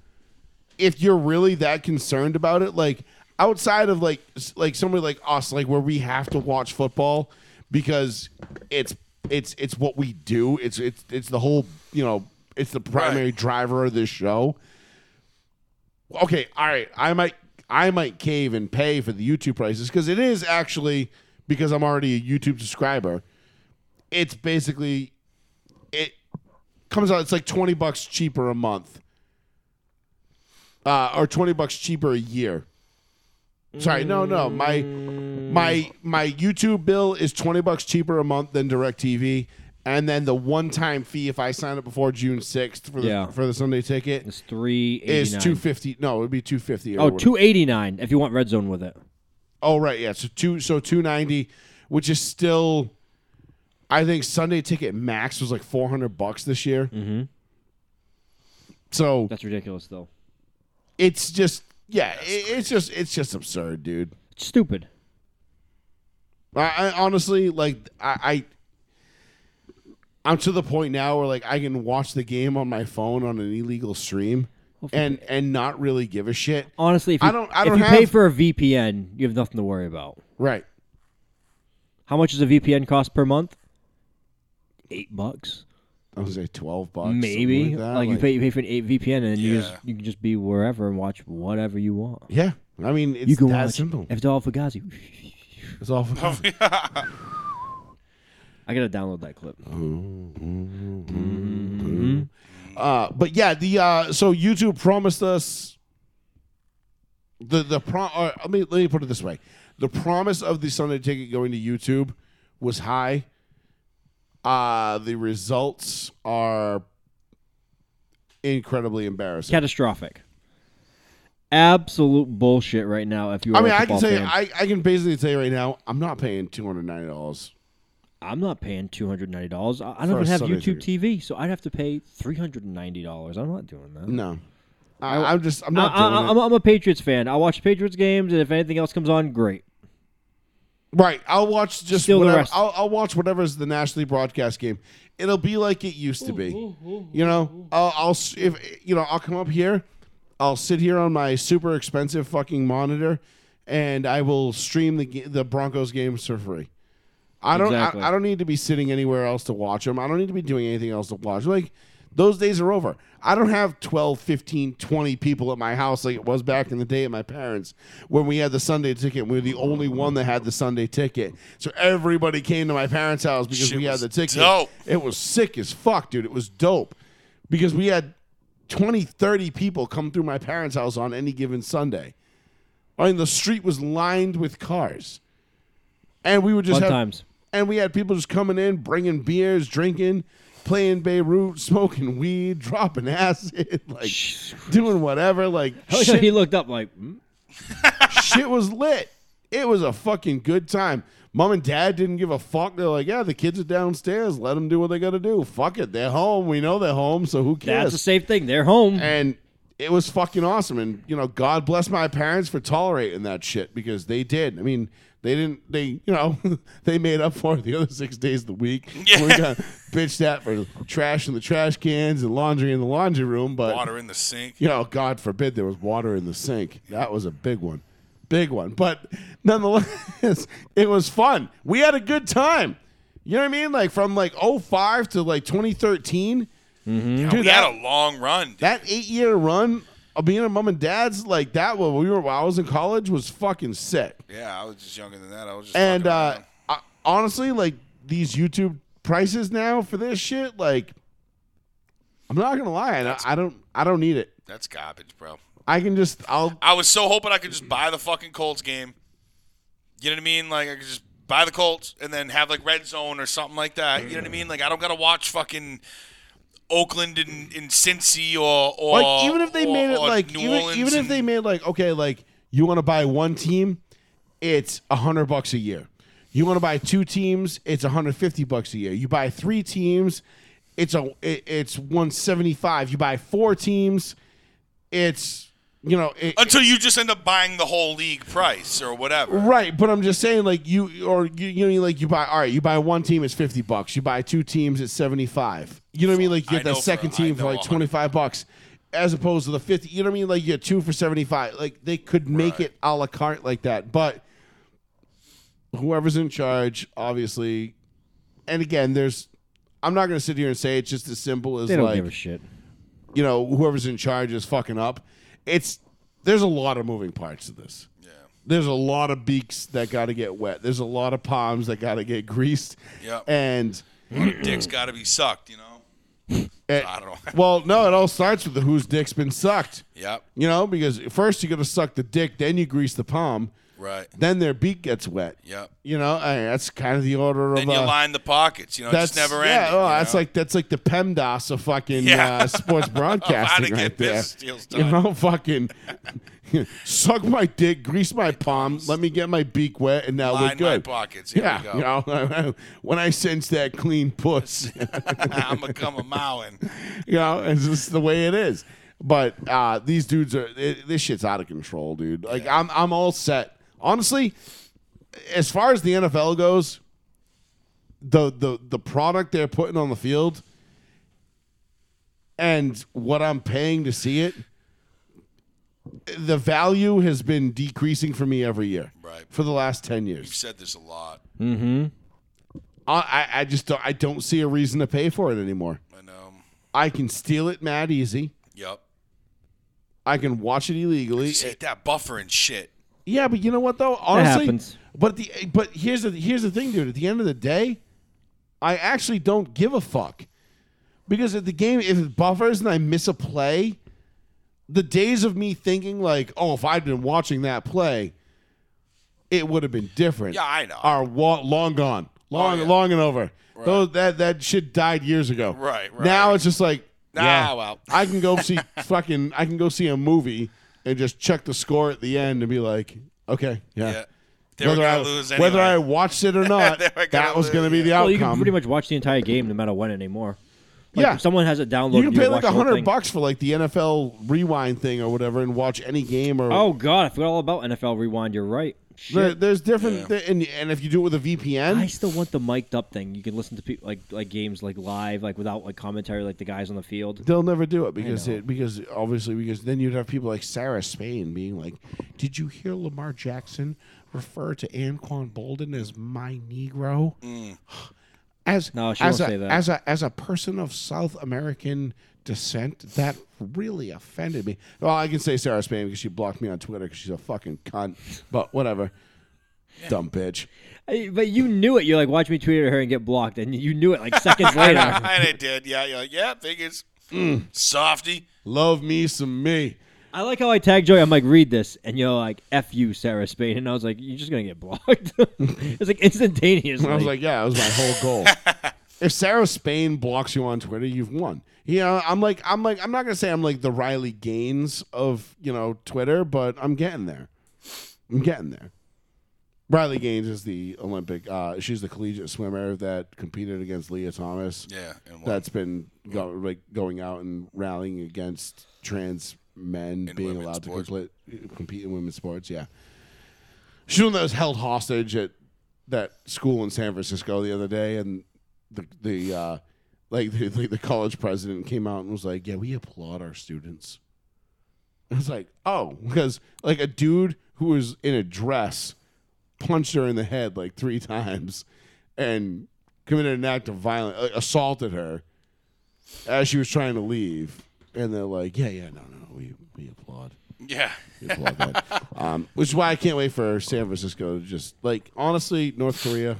Speaker 3: If you're really that concerned about it, like outside of like s- like somebody like us, like where we have to watch football because it's it's it's what we do. It's it's it's the whole you know it's the primary driver of this show. Okay, all right, I might I might cave and pay for the YouTube prices because it is actually because I'm already a YouTube subscriber it's basically it comes out it's like 20 bucks cheaper a month uh, or 20 bucks cheaper a year sorry no no my my my youtube bill is 20 bucks cheaper a month than directv and then the one-time fee if i sign up before june 6th for the,
Speaker 2: Yeah.
Speaker 3: for the sunday ticket
Speaker 2: It's three
Speaker 3: is
Speaker 2: eighty nine.
Speaker 3: 250 no it would be 250 or
Speaker 2: Oh,
Speaker 3: whatever.
Speaker 2: 289 if you want red zone with it.
Speaker 3: Oh right, yeah. So two, so two ninety, which is still, I think Sunday ticket max was like four hundred bucks this year. Mm-hmm. So
Speaker 2: That's ridiculous, though.
Speaker 3: it's just, yeah, it, it's just, it's just absurd, dude.
Speaker 2: It's stupid.
Speaker 3: I, I honestly like, I, I, I'm to the point now where like I can watch the game on my phone on an illegal stream, and and not really give a shit.
Speaker 2: Honestly, if you,
Speaker 3: I don't- I
Speaker 2: if
Speaker 3: don't
Speaker 2: you pay
Speaker 3: have-
Speaker 2: for a VPN, you have nothing to worry about.
Speaker 3: Right.
Speaker 2: How much does a VPN cost per month? Eight bucks,
Speaker 3: I was like twelve bucks, something
Speaker 2: maybe.
Speaker 3: Like, that.
Speaker 2: like, you
Speaker 3: Like,
Speaker 2: pay you pay for an eight VPN, and then you just
Speaker 4: Yeah.
Speaker 2: you can just be wherever and watch whatever you want.
Speaker 3: Yeah, I mean, it's
Speaker 2: you can
Speaker 3: that
Speaker 2: watch
Speaker 3: simple.
Speaker 2: If it's all Fugazi,
Speaker 3: It's all. for-
Speaker 2: I gotta download that clip. Mm-hmm.
Speaker 3: Uh, but yeah, the uh, so YouTube promised us the the pro. Or let me let me put it this way: the promise of the Sunday ticket going to YouTube was high. Uh, the results are incredibly embarrassing.
Speaker 2: Catastrophic. Absolute bullshit right now. If you, are
Speaker 3: I mean,
Speaker 2: a
Speaker 3: I can
Speaker 2: football
Speaker 3: tell you,
Speaker 2: fan.
Speaker 3: I, I can basically tell you right now, I'm not paying two hundred ninety dollars.
Speaker 2: I'm not paying two hundred ninety dollars. I I
Speaker 3: For
Speaker 2: don't
Speaker 3: a
Speaker 2: even have
Speaker 3: Sunday
Speaker 2: YouTube TV, so I'd have to pay three hundred and ninety dollars. I'm not doing that.
Speaker 3: No, I, I'm just, I'm
Speaker 2: I,
Speaker 3: not doing
Speaker 2: I,
Speaker 3: it.
Speaker 2: I'm, a- I'm a Patriots fan. I watch Patriots games, and if anything else comes on, great.
Speaker 3: Right. I'll watch just
Speaker 2: Steal the
Speaker 3: whatever.
Speaker 2: rest.
Speaker 3: I'll, I'll watch whatever's the nationally broadcast game. It'll be like it used to be.
Speaker 2: Mm,
Speaker 3: you know, I'll, I'll s- if you know I'll come up here. I'll sit here on my super expensive fucking monitor, and I will stream the ga- the Broncos games for free. I don't.
Speaker 2: Exactly.
Speaker 3: I, I don't need to be sitting anywhere else to watch them. I don't need to be doing anything else to watch. Like those days are over. I don't have 12, 15, 20 people at my house like it was back in the day at my parents when we had the Sunday ticket. We were the only one that had the Sunday ticket. So everybody came to my parents' house because
Speaker 4: Shit
Speaker 3: we had
Speaker 4: was
Speaker 3: the ticket.
Speaker 4: dope.
Speaker 3: It was sick as fuck, dude. It was dope because we had 20, 30 people come through my parents' house on any given Sunday. I mean, the street was lined with cars. And we would just
Speaker 2: Fun
Speaker 3: have
Speaker 2: times.
Speaker 3: and we had people just coming in, bringing beers, drinking, playing Beirut, smoking weed, [laughs] dropping acid, [laughs] like doing whatever. Like shit,
Speaker 2: [laughs] he looked up like, hmm? [laughs]
Speaker 3: shit was lit. It was a fucking good time. Mom and dad didn't give a fuck. They're like, yeah, the kids are downstairs. Let them do what they got to do. Fuck it. They're home. We know they're home, so who
Speaker 2: that's
Speaker 3: cares?
Speaker 2: the same thing. They're home.
Speaker 3: and it was fucking awesome. And you know, God bless my parents for tolerating that shit because they did. I mean, they didn't. They you know, [laughs] they made up for it the other six days of the week.
Speaker 4: [laughs] Yeah.
Speaker 3: We got bitched at for trash in the trash cans and laundry in the laundry room. But
Speaker 4: [laughs] Water in the sink.
Speaker 3: you know, God forbid there was water in the sink. That was a big one. Big one. But nonetheless, [laughs] it was fun. We had a good time. You know what I mean? Like from like 05 to like 2013. Dude,
Speaker 4: Mm-hmm. we
Speaker 3: that-
Speaker 4: had a long run. dude.
Speaker 3: that eight year run of being a mom and dad's like that when we were while I was in college was fucking sick.
Speaker 4: Yeah, I was just younger than that. I was just
Speaker 3: And
Speaker 4: fucking
Speaker 3: uh,
Speaker 4: around.
Speaker 3: I, honestly, like these YouTube prices now for this shit, like I'm not gonna lie, I, I don't, I don't need it.
Speaker 4: that's garbage, bro.
Speaker 3: I can just, I'll,
Speaker 4: I was so hoping I could just buy the fucking Colts game. You know what I mean? Like I could just buy the Colts and then have like red zone or something like that. You know what I mean? Like I don't gotta watch fucking Oakland and, and Cincy or or
Speaker 3: like even if they
Speaker 4: or-
Speaker 3: made it
Speaker 4: or
Speaker 3: like
Speaker 4: New
Speaker 3: even,
Speaker 4: Orleans
Speaker 3: even if
Speaker 4: and-
Speaker 3: they made like okay like you want to buy one team it's a hundred bucks a year you want to buy two teams it's 150 bucks a year you buy three teams it's a it, it's 175 you buy four teams it's you know it,
Speaker 4: until you just end up buying the whole league price or whatever.
Speaker 3: Right, but I'm just saying, like you or you, you know, like you buy. All right, you buy one team, it's fifty bucks. You buy two teams, it's seventy five. You know what I mean? Like you
Speaker 4: I
Speaker 3: get
Speaker 4: know
Speaker 3: that
Speaker 4: for-
Speaker 3: second
Speaker 4: I
Speaker 3: team for
Speaker 4: know
Speaker 3: like
Speaker 4: 100.
Speaker 3: twenty five bucks, as opposed to the fifty. You know what I mean? Like you get two for seventy five. Like they could make it a la carte like that, but whoever's in charge, obviously, and again, there's. I'm not going to sit here and say it's just as simple as
Speaker 2: they don't
Speaker 3: like
Speaker 2: give a shit.
Speaker 3: you know whoever's in charge is fucking up. It's there's a lot of moving parts to this
Speaker 4: Yeah.
Speaker 3: there's a lot of beaks that got to get wet. There's a lot of palms that got to get greased.
Speaker 4: Yep.
Speaker 3: And
Speaker 4: Dick's gotta be sucked, you know?
Speaker 3: eh,
Speaker 4: I
Speaker 3: [laughs]
Speaker 4: don't know.
Speaker 3: well, no, it all starts with the whose dick's been sucked.
Speaker 4: Yep.
Speaker 3: You know, because first you got to suck the dick, then you grease the palm,
Speaker 4: Right.
Speaker 3: then their beak gets wet.
Speaker 4: Yep.
Speaker 3: You know, I that's kind of the order
Speaker 4: Then
Speaker 3: of.
Speaker 4: you
Speaker 3: uh,
Speaker 4: line the pockets, you know,
Speaker 3: that's
Speaker 4: it's just never
Speaker 3: yeah,
Speaker 4: ending.
Speaker 3: oh,
Speaker 4: you
Speaker 3: that's
Speaker 4: know?
Speaker 3: like that's like the PEMDAS of fucking
Speaker 4: Yeah.
Speaker 3: uh,
Speaker 4: [laughs]
Speaker 3: sports broadcasting
Speaker 4: get
Speaker 3: right there.
Speaker 4: business deals
Speaker 3: You
Speaker 4: done.
Speaker 3: know, fucking [laughs] suck my dick, grease
Speaker 4: [laughs]
Speaker 3: my palm, let me get my beak wet, and now we're
Speaker 4: line
Speaker 3: good.
Speaker 4: my pockets. Here
Speaker 3: yeah,
Speaker 4: we go. [laughs]
Speaker 3: you know, [laughs] when I sense that clean puss, [laughs]
Speaker 4: I'm gonna come a mowing.
Speaker 3: you know, it's just the way it is. But uh, these dudes are it, this shit's out of control, dude. Like I'm, I'm all set. Honestly, as far as the NFL goes, the the the product they're putting on the field and what I'm paying to see it, the value has been decreasing for me every year,
Speaker 4: Right.
Speaker 3: For the last ten years,
Speaker 4: You've said this a lot.
Speaker 3: I, I I just don't, I don't see a reason to pay for it anymore.
Speaker 4: I know.
Speaker 3: I can steal it mad easy.
Speaker 4: Yep.
Speaker 3: I can watch it illegally.
Speaker 4: Just hate that buffer and shit.
Speaker 3: yeah, but you know what though? Honestly,
Speaker 2: happens.
Speaker 3: but the but here's the here's the thing, dude. At the end of the day, I actually don't give a fuck because if the game if it buffers and I miss a play, the days of me thinking like, oh, if I'd been watching that play, it would have been different.
Speaker 4: Yeah, I know. Oh,
Speaker 3: Are wa- long gone, long
Speaker 4: yeah.
Speaker 3: long and over. Those that that shit died years ago.
Speaker 4: Right, right.
Speaker 3: Now it's just like,
Speaker 4: Nah,
Speaker 3: yeah,
Speaker 4: well.
Speaker 3: I can go
Speaker 4: [laughs]
Speaker 3: see fucking I can go see a movie and just check the score at the end and be like, okay, yeah.
Speaker 4: Yeah. They were
Speaker 3: I,
Speaker 4: gonna lose anyway.
Speaker 3: whether I watched
Speaker 4: [laughs]
Speaker 3: it or not,
Speaker 4: They were gonna
Speaker 3: that was going to
Speaker 4: lose,
Speaker 3: be the
Speaker 2: Well,
Speaker 3: outcome.
Speaker 2: you can pretty much watch the entire game no matter when anymore. Like,
Speaker 3: Yeah.
Speaker 2: if someone has it downloaded.
Speaker 3: You can pay like
Speaker 2: can watch the
Speaker 3: a
Speaker 2: whole
Speaker 3: hundred
Speaker 2: thing.
Speaker 3: bucks for like the NFL Rewind thing or whatever, and watch any game or
Speaker 2: Oh God, I forgot all about NFL Rewind. You're right.
Speaker 3: There-
Speaker 2: shit.
Speaker 3: there's different, thi- and, and if you do it with a VPN,
Speaker 2: I still want the mic'd up thing. You can listen to people like like games like live, like without like commentary, like the guys on the field.
Speaker 3: They'll never do it because
Speaker 2: know.
Speaker 3: it because obviously because then you'd have people like Sarah Spain being like, "Did you hear Lamar Jackson refer to Anquan Bolden as my Negro?" As
Speaker 2: No, she
Speaker 3: as
Speaker 2: won't
Speaker 3: a,
Speaker 2: say that.
Speaker 3: as a as a person of South American descent, that really offended me. Well, I can say Sarah Spain because she blocked me on Twitter because she's a fucking cunt. But whatever, dumb bitch.
Speaker 2: Hey, But you knew it. You're like, watch me tweet at her and get blocked, and you knew it like
Speaker 3: [laughs]
Speaker 2: seconds
Speaker 4: [laughs]
Speaker 2: later.
Speaker 4: and it did. Yeah, you're like, yeah, figures.
Speaker 3: Mm.
Speaker 4: Softy.
Speaker 3: Love me some me.
Speaker 2: I like how I tag Joey. I'm like, read this, and you're like, "F you, Sarah Spain," and I was like, "You're just gonna get [laughs] blocked." it's like instantaneous.
Speaker 3: I was like, yeah, that was my whole goal. if Sarah Spain blocks you on Twitter, you've won. You know, I'm like, I'm like, I'm not gonna say I'm like the Riley Gaines of you know Twitter, but I'm getting there. I'm getting there. Riley Gaines is the Olympic. Uh, she's the collegiate swimmer that competed against Leah Thomas.
Speaker 4: Yeah. And
Speaker 3: That's been go, like going out and rallying against trans men being
Speaker 4: women's
Speaker 3: allowed
Speaker 4: sports.
Speaker 3: to complete, compete in women's sports. Yeah, she was one that was held hostage at that school in San Francisco the other day, and the the uh, like the, the, the college president came out and was like, "Yeah, we applaud our students." I was like, "Oh," [laughs] because like a dude who was in a dress punched her in the head like three [laughs] times and committed an act of violence, uh, assaulted her as she was trying to leave. And they're like, yeah, yeah, no, no, we, we applaud.
Speaker 4: yeah.
Speaker 3: We applaud
Speaker 4: [laughs]
Speaker 3: that. um, which is why I can't wait for San Francisco to just, like, honestly, North Korea,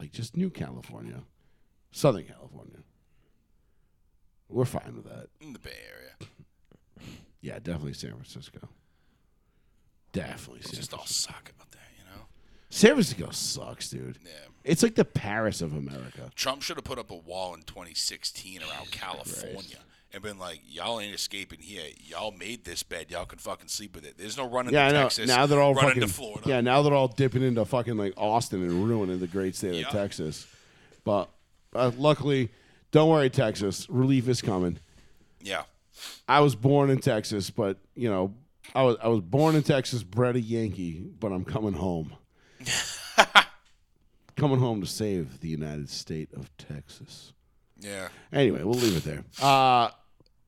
Speaker 3: like, just New California, Southern California. We're fine with that.
Speaker 4: In the Bay Area.
Speaker 3: Yeah, definitely San Francisco. Definitely San
Speaker 4: It's just
Speaker 3: Francisco.
Speaker 4: all suck out there, you know?
Speaker 3: San Francisco sucks, dude.
Speaker 4: Yeah.
Speaker 3: It's like the Paris of America.
Speaker 4: Trump should have put up a wall in 2016 around California and been like, y'all ain't escaping here. Y'all made this bed. Y'all can fucking sleep with it. There's no running
Speaker 3: Yeah, I
Speaker 4: to
Speaker 3: know.
Speaker 4: Texas.
Speaker 3: now they're all
Speaker 4: running
Speaker 3: fucking,
Speaker 4: to Florida.
Speaker 3: Yeah, now they're all dipping into fucking like Austin and ruining the great state
Speaker 4: Yeah.
Speaker 3: of Texas. But uh, luckily, don't worry, Texas. Relief is coming.
Speaker 4: Yeah.
Speaker 3: I was born in Texas, but you know, I was I was born in Texas, bred a Yankee, but I'm coming home. coming home to save the United State of Texas.
Speaker 4: Yeah.
Speaker 3: Anyway, we'll leave it there. Uh,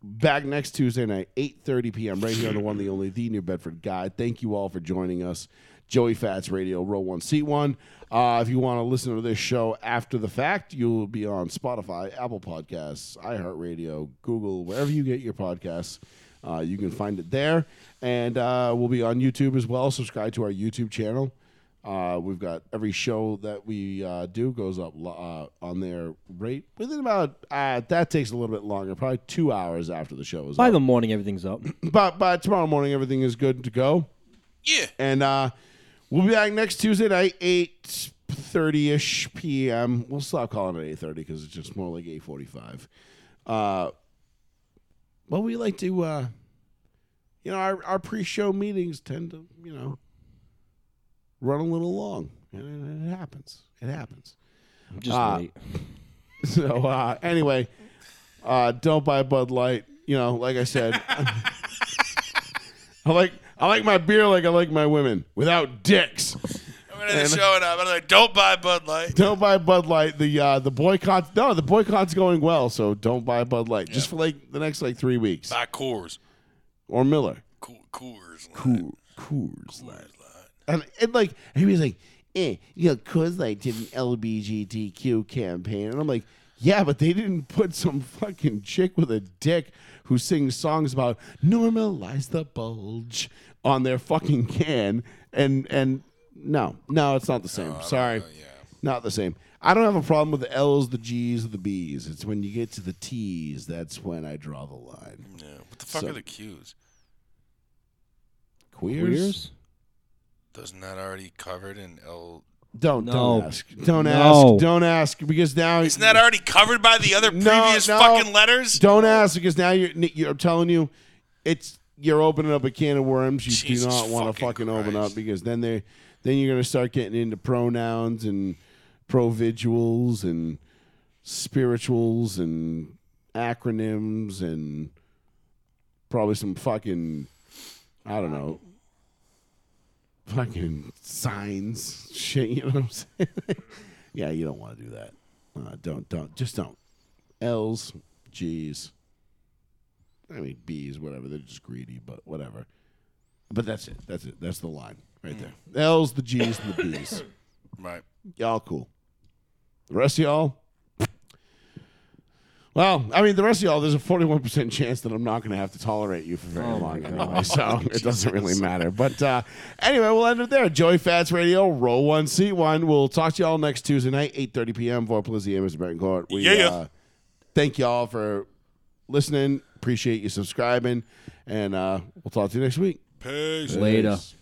Speaker 3: back next Tuesday night, 8.30 p.m., right here on the one, the only, the New Bedford Guide. Thank you all for joining us. Joey Fats Radio, Row 1, Seat 1. Uh, if you want to listen to this show after the fact, you'll be on Spotify, Apple Podcasts, iHeartRadio, Google, wherever you get your podcasts. Uh, you can find it there. And uh, we'll be on YouTube as well. Subscribe to our YouTube channel. Uh, we've got every show that we uh, do goes up li- uh, on there right within about uh, that takes a little bit longer, probably two hours after the show is
Speaker 2: by
Speaker 3: up.
Speaker 2: the morning, everything's up.
Speaker 3: But by tomorrow morning, everything is good to go,
Speaker 4: Yeah.
Speaker 3: and uh, we'll be back next Tuesday night, eight thirty ish p.m. We'll stop calling it eight thirty because it's just more like eight forty five. Uh, but we like to, uh, you know, our, our pre show meetings tend to, you know, run a little long, and it, it happens. It happens.
Speaker 2: Just
Speaker 3: Ah.
Speaker 2: wait.
Speaker 3: [laughs] So uh, anyway, uh, don't buy Bud Light. You know, like I said, I like I like my beer like I like my women without dicks.
Speaker 4: I'm going to show it up. I'm like, don't buy Bud Light.
Speaker 3: Don't buy Bud Light. The uh, the boycott. No, the boycott's going well. So don't buy Bud Light just for like the next like three weeks
Speaker 4: Buy Coors.
Speaker 3: or Miller.
Speaker 4: Cool, Coors. Light.
Speaker 3: Cool, Coors Light.
Speaker 4: Coors Light.
Speaker 3: And, and like and he was like, eh, you know, Coors Light did an LBGTQ campaign, and I'm like, yeah, but they didn't put some fucking chick with a dick who sings songs about normalize the bulge on their fucking can, and and no, no, it's not the same. Sorry, not the same. I don't have a problem with the L's, the G's, or the B's. It's when you get to the T's that's when I draw the line.
Speaker 4: Yeah. What the fuck
Speaker 3: So-
Speaker 4: are the Qs?
Speaker 3: Queers?
Speaker 2: Queers?
Speaker 4: Doesn't that already covered in L?
Speaker 3: Don't
Speaker 2: No.
Speaker 3: don't ask. Don't
Speaker 2: No.
Speaker 3: ask. Don't ask because now
Speaker 4: Isn't that already covered by the other
Speaker 3: No,
Speaker 4: previous
Speaker 3: no.
Speaker 4: fucking letters?
Speaker 3: Don't ask because now you're, you're I'm telling you, it's you're opening up a can of worms you
Speaker 4: Jesus
Speaker 3: do not want to
Speaker 4: fucking
Speaker 3: fucking open
Speaker 4: Christ.
Speaker 3: up because then they then you're gonna start getting into pronouns and proviguals and spirituals and acronyms and probably some fucking I don't know fucking signs, shit. You know what I'm saying? [laughs] yeah, you don't want to do that. Uh, don't, don't, just don't. L's, G's. I mean B's, whatever. They're just greedy, but whatever. But that's it. That's it. That's the line right there. L's, the G's, and the B's.
Speaker 4: Right.
Speaker 3: Y'all cool. The rest of y'all. Well, I mean, the rest of y'all, there's a 41% chance that I'm not going to have to tolerate you for very long anyway, so it doesn't really matter. But uh, anyway, we'll end it there. Joey Fats Radio, roll one, seat one. We'll talk to y'all next Tuesday night, 8.30 p.m. for Plizzy and Mr. Barton Court. We,
Speaker 4: Yeah, yeah.
Speaker 3: Uh, thank y'all for listening. Appreciate you subscribing, and uh, we'll talk to you next week.
Speaker 4: Peace.
Speaker 2: Later.
Speaker 3: Peace.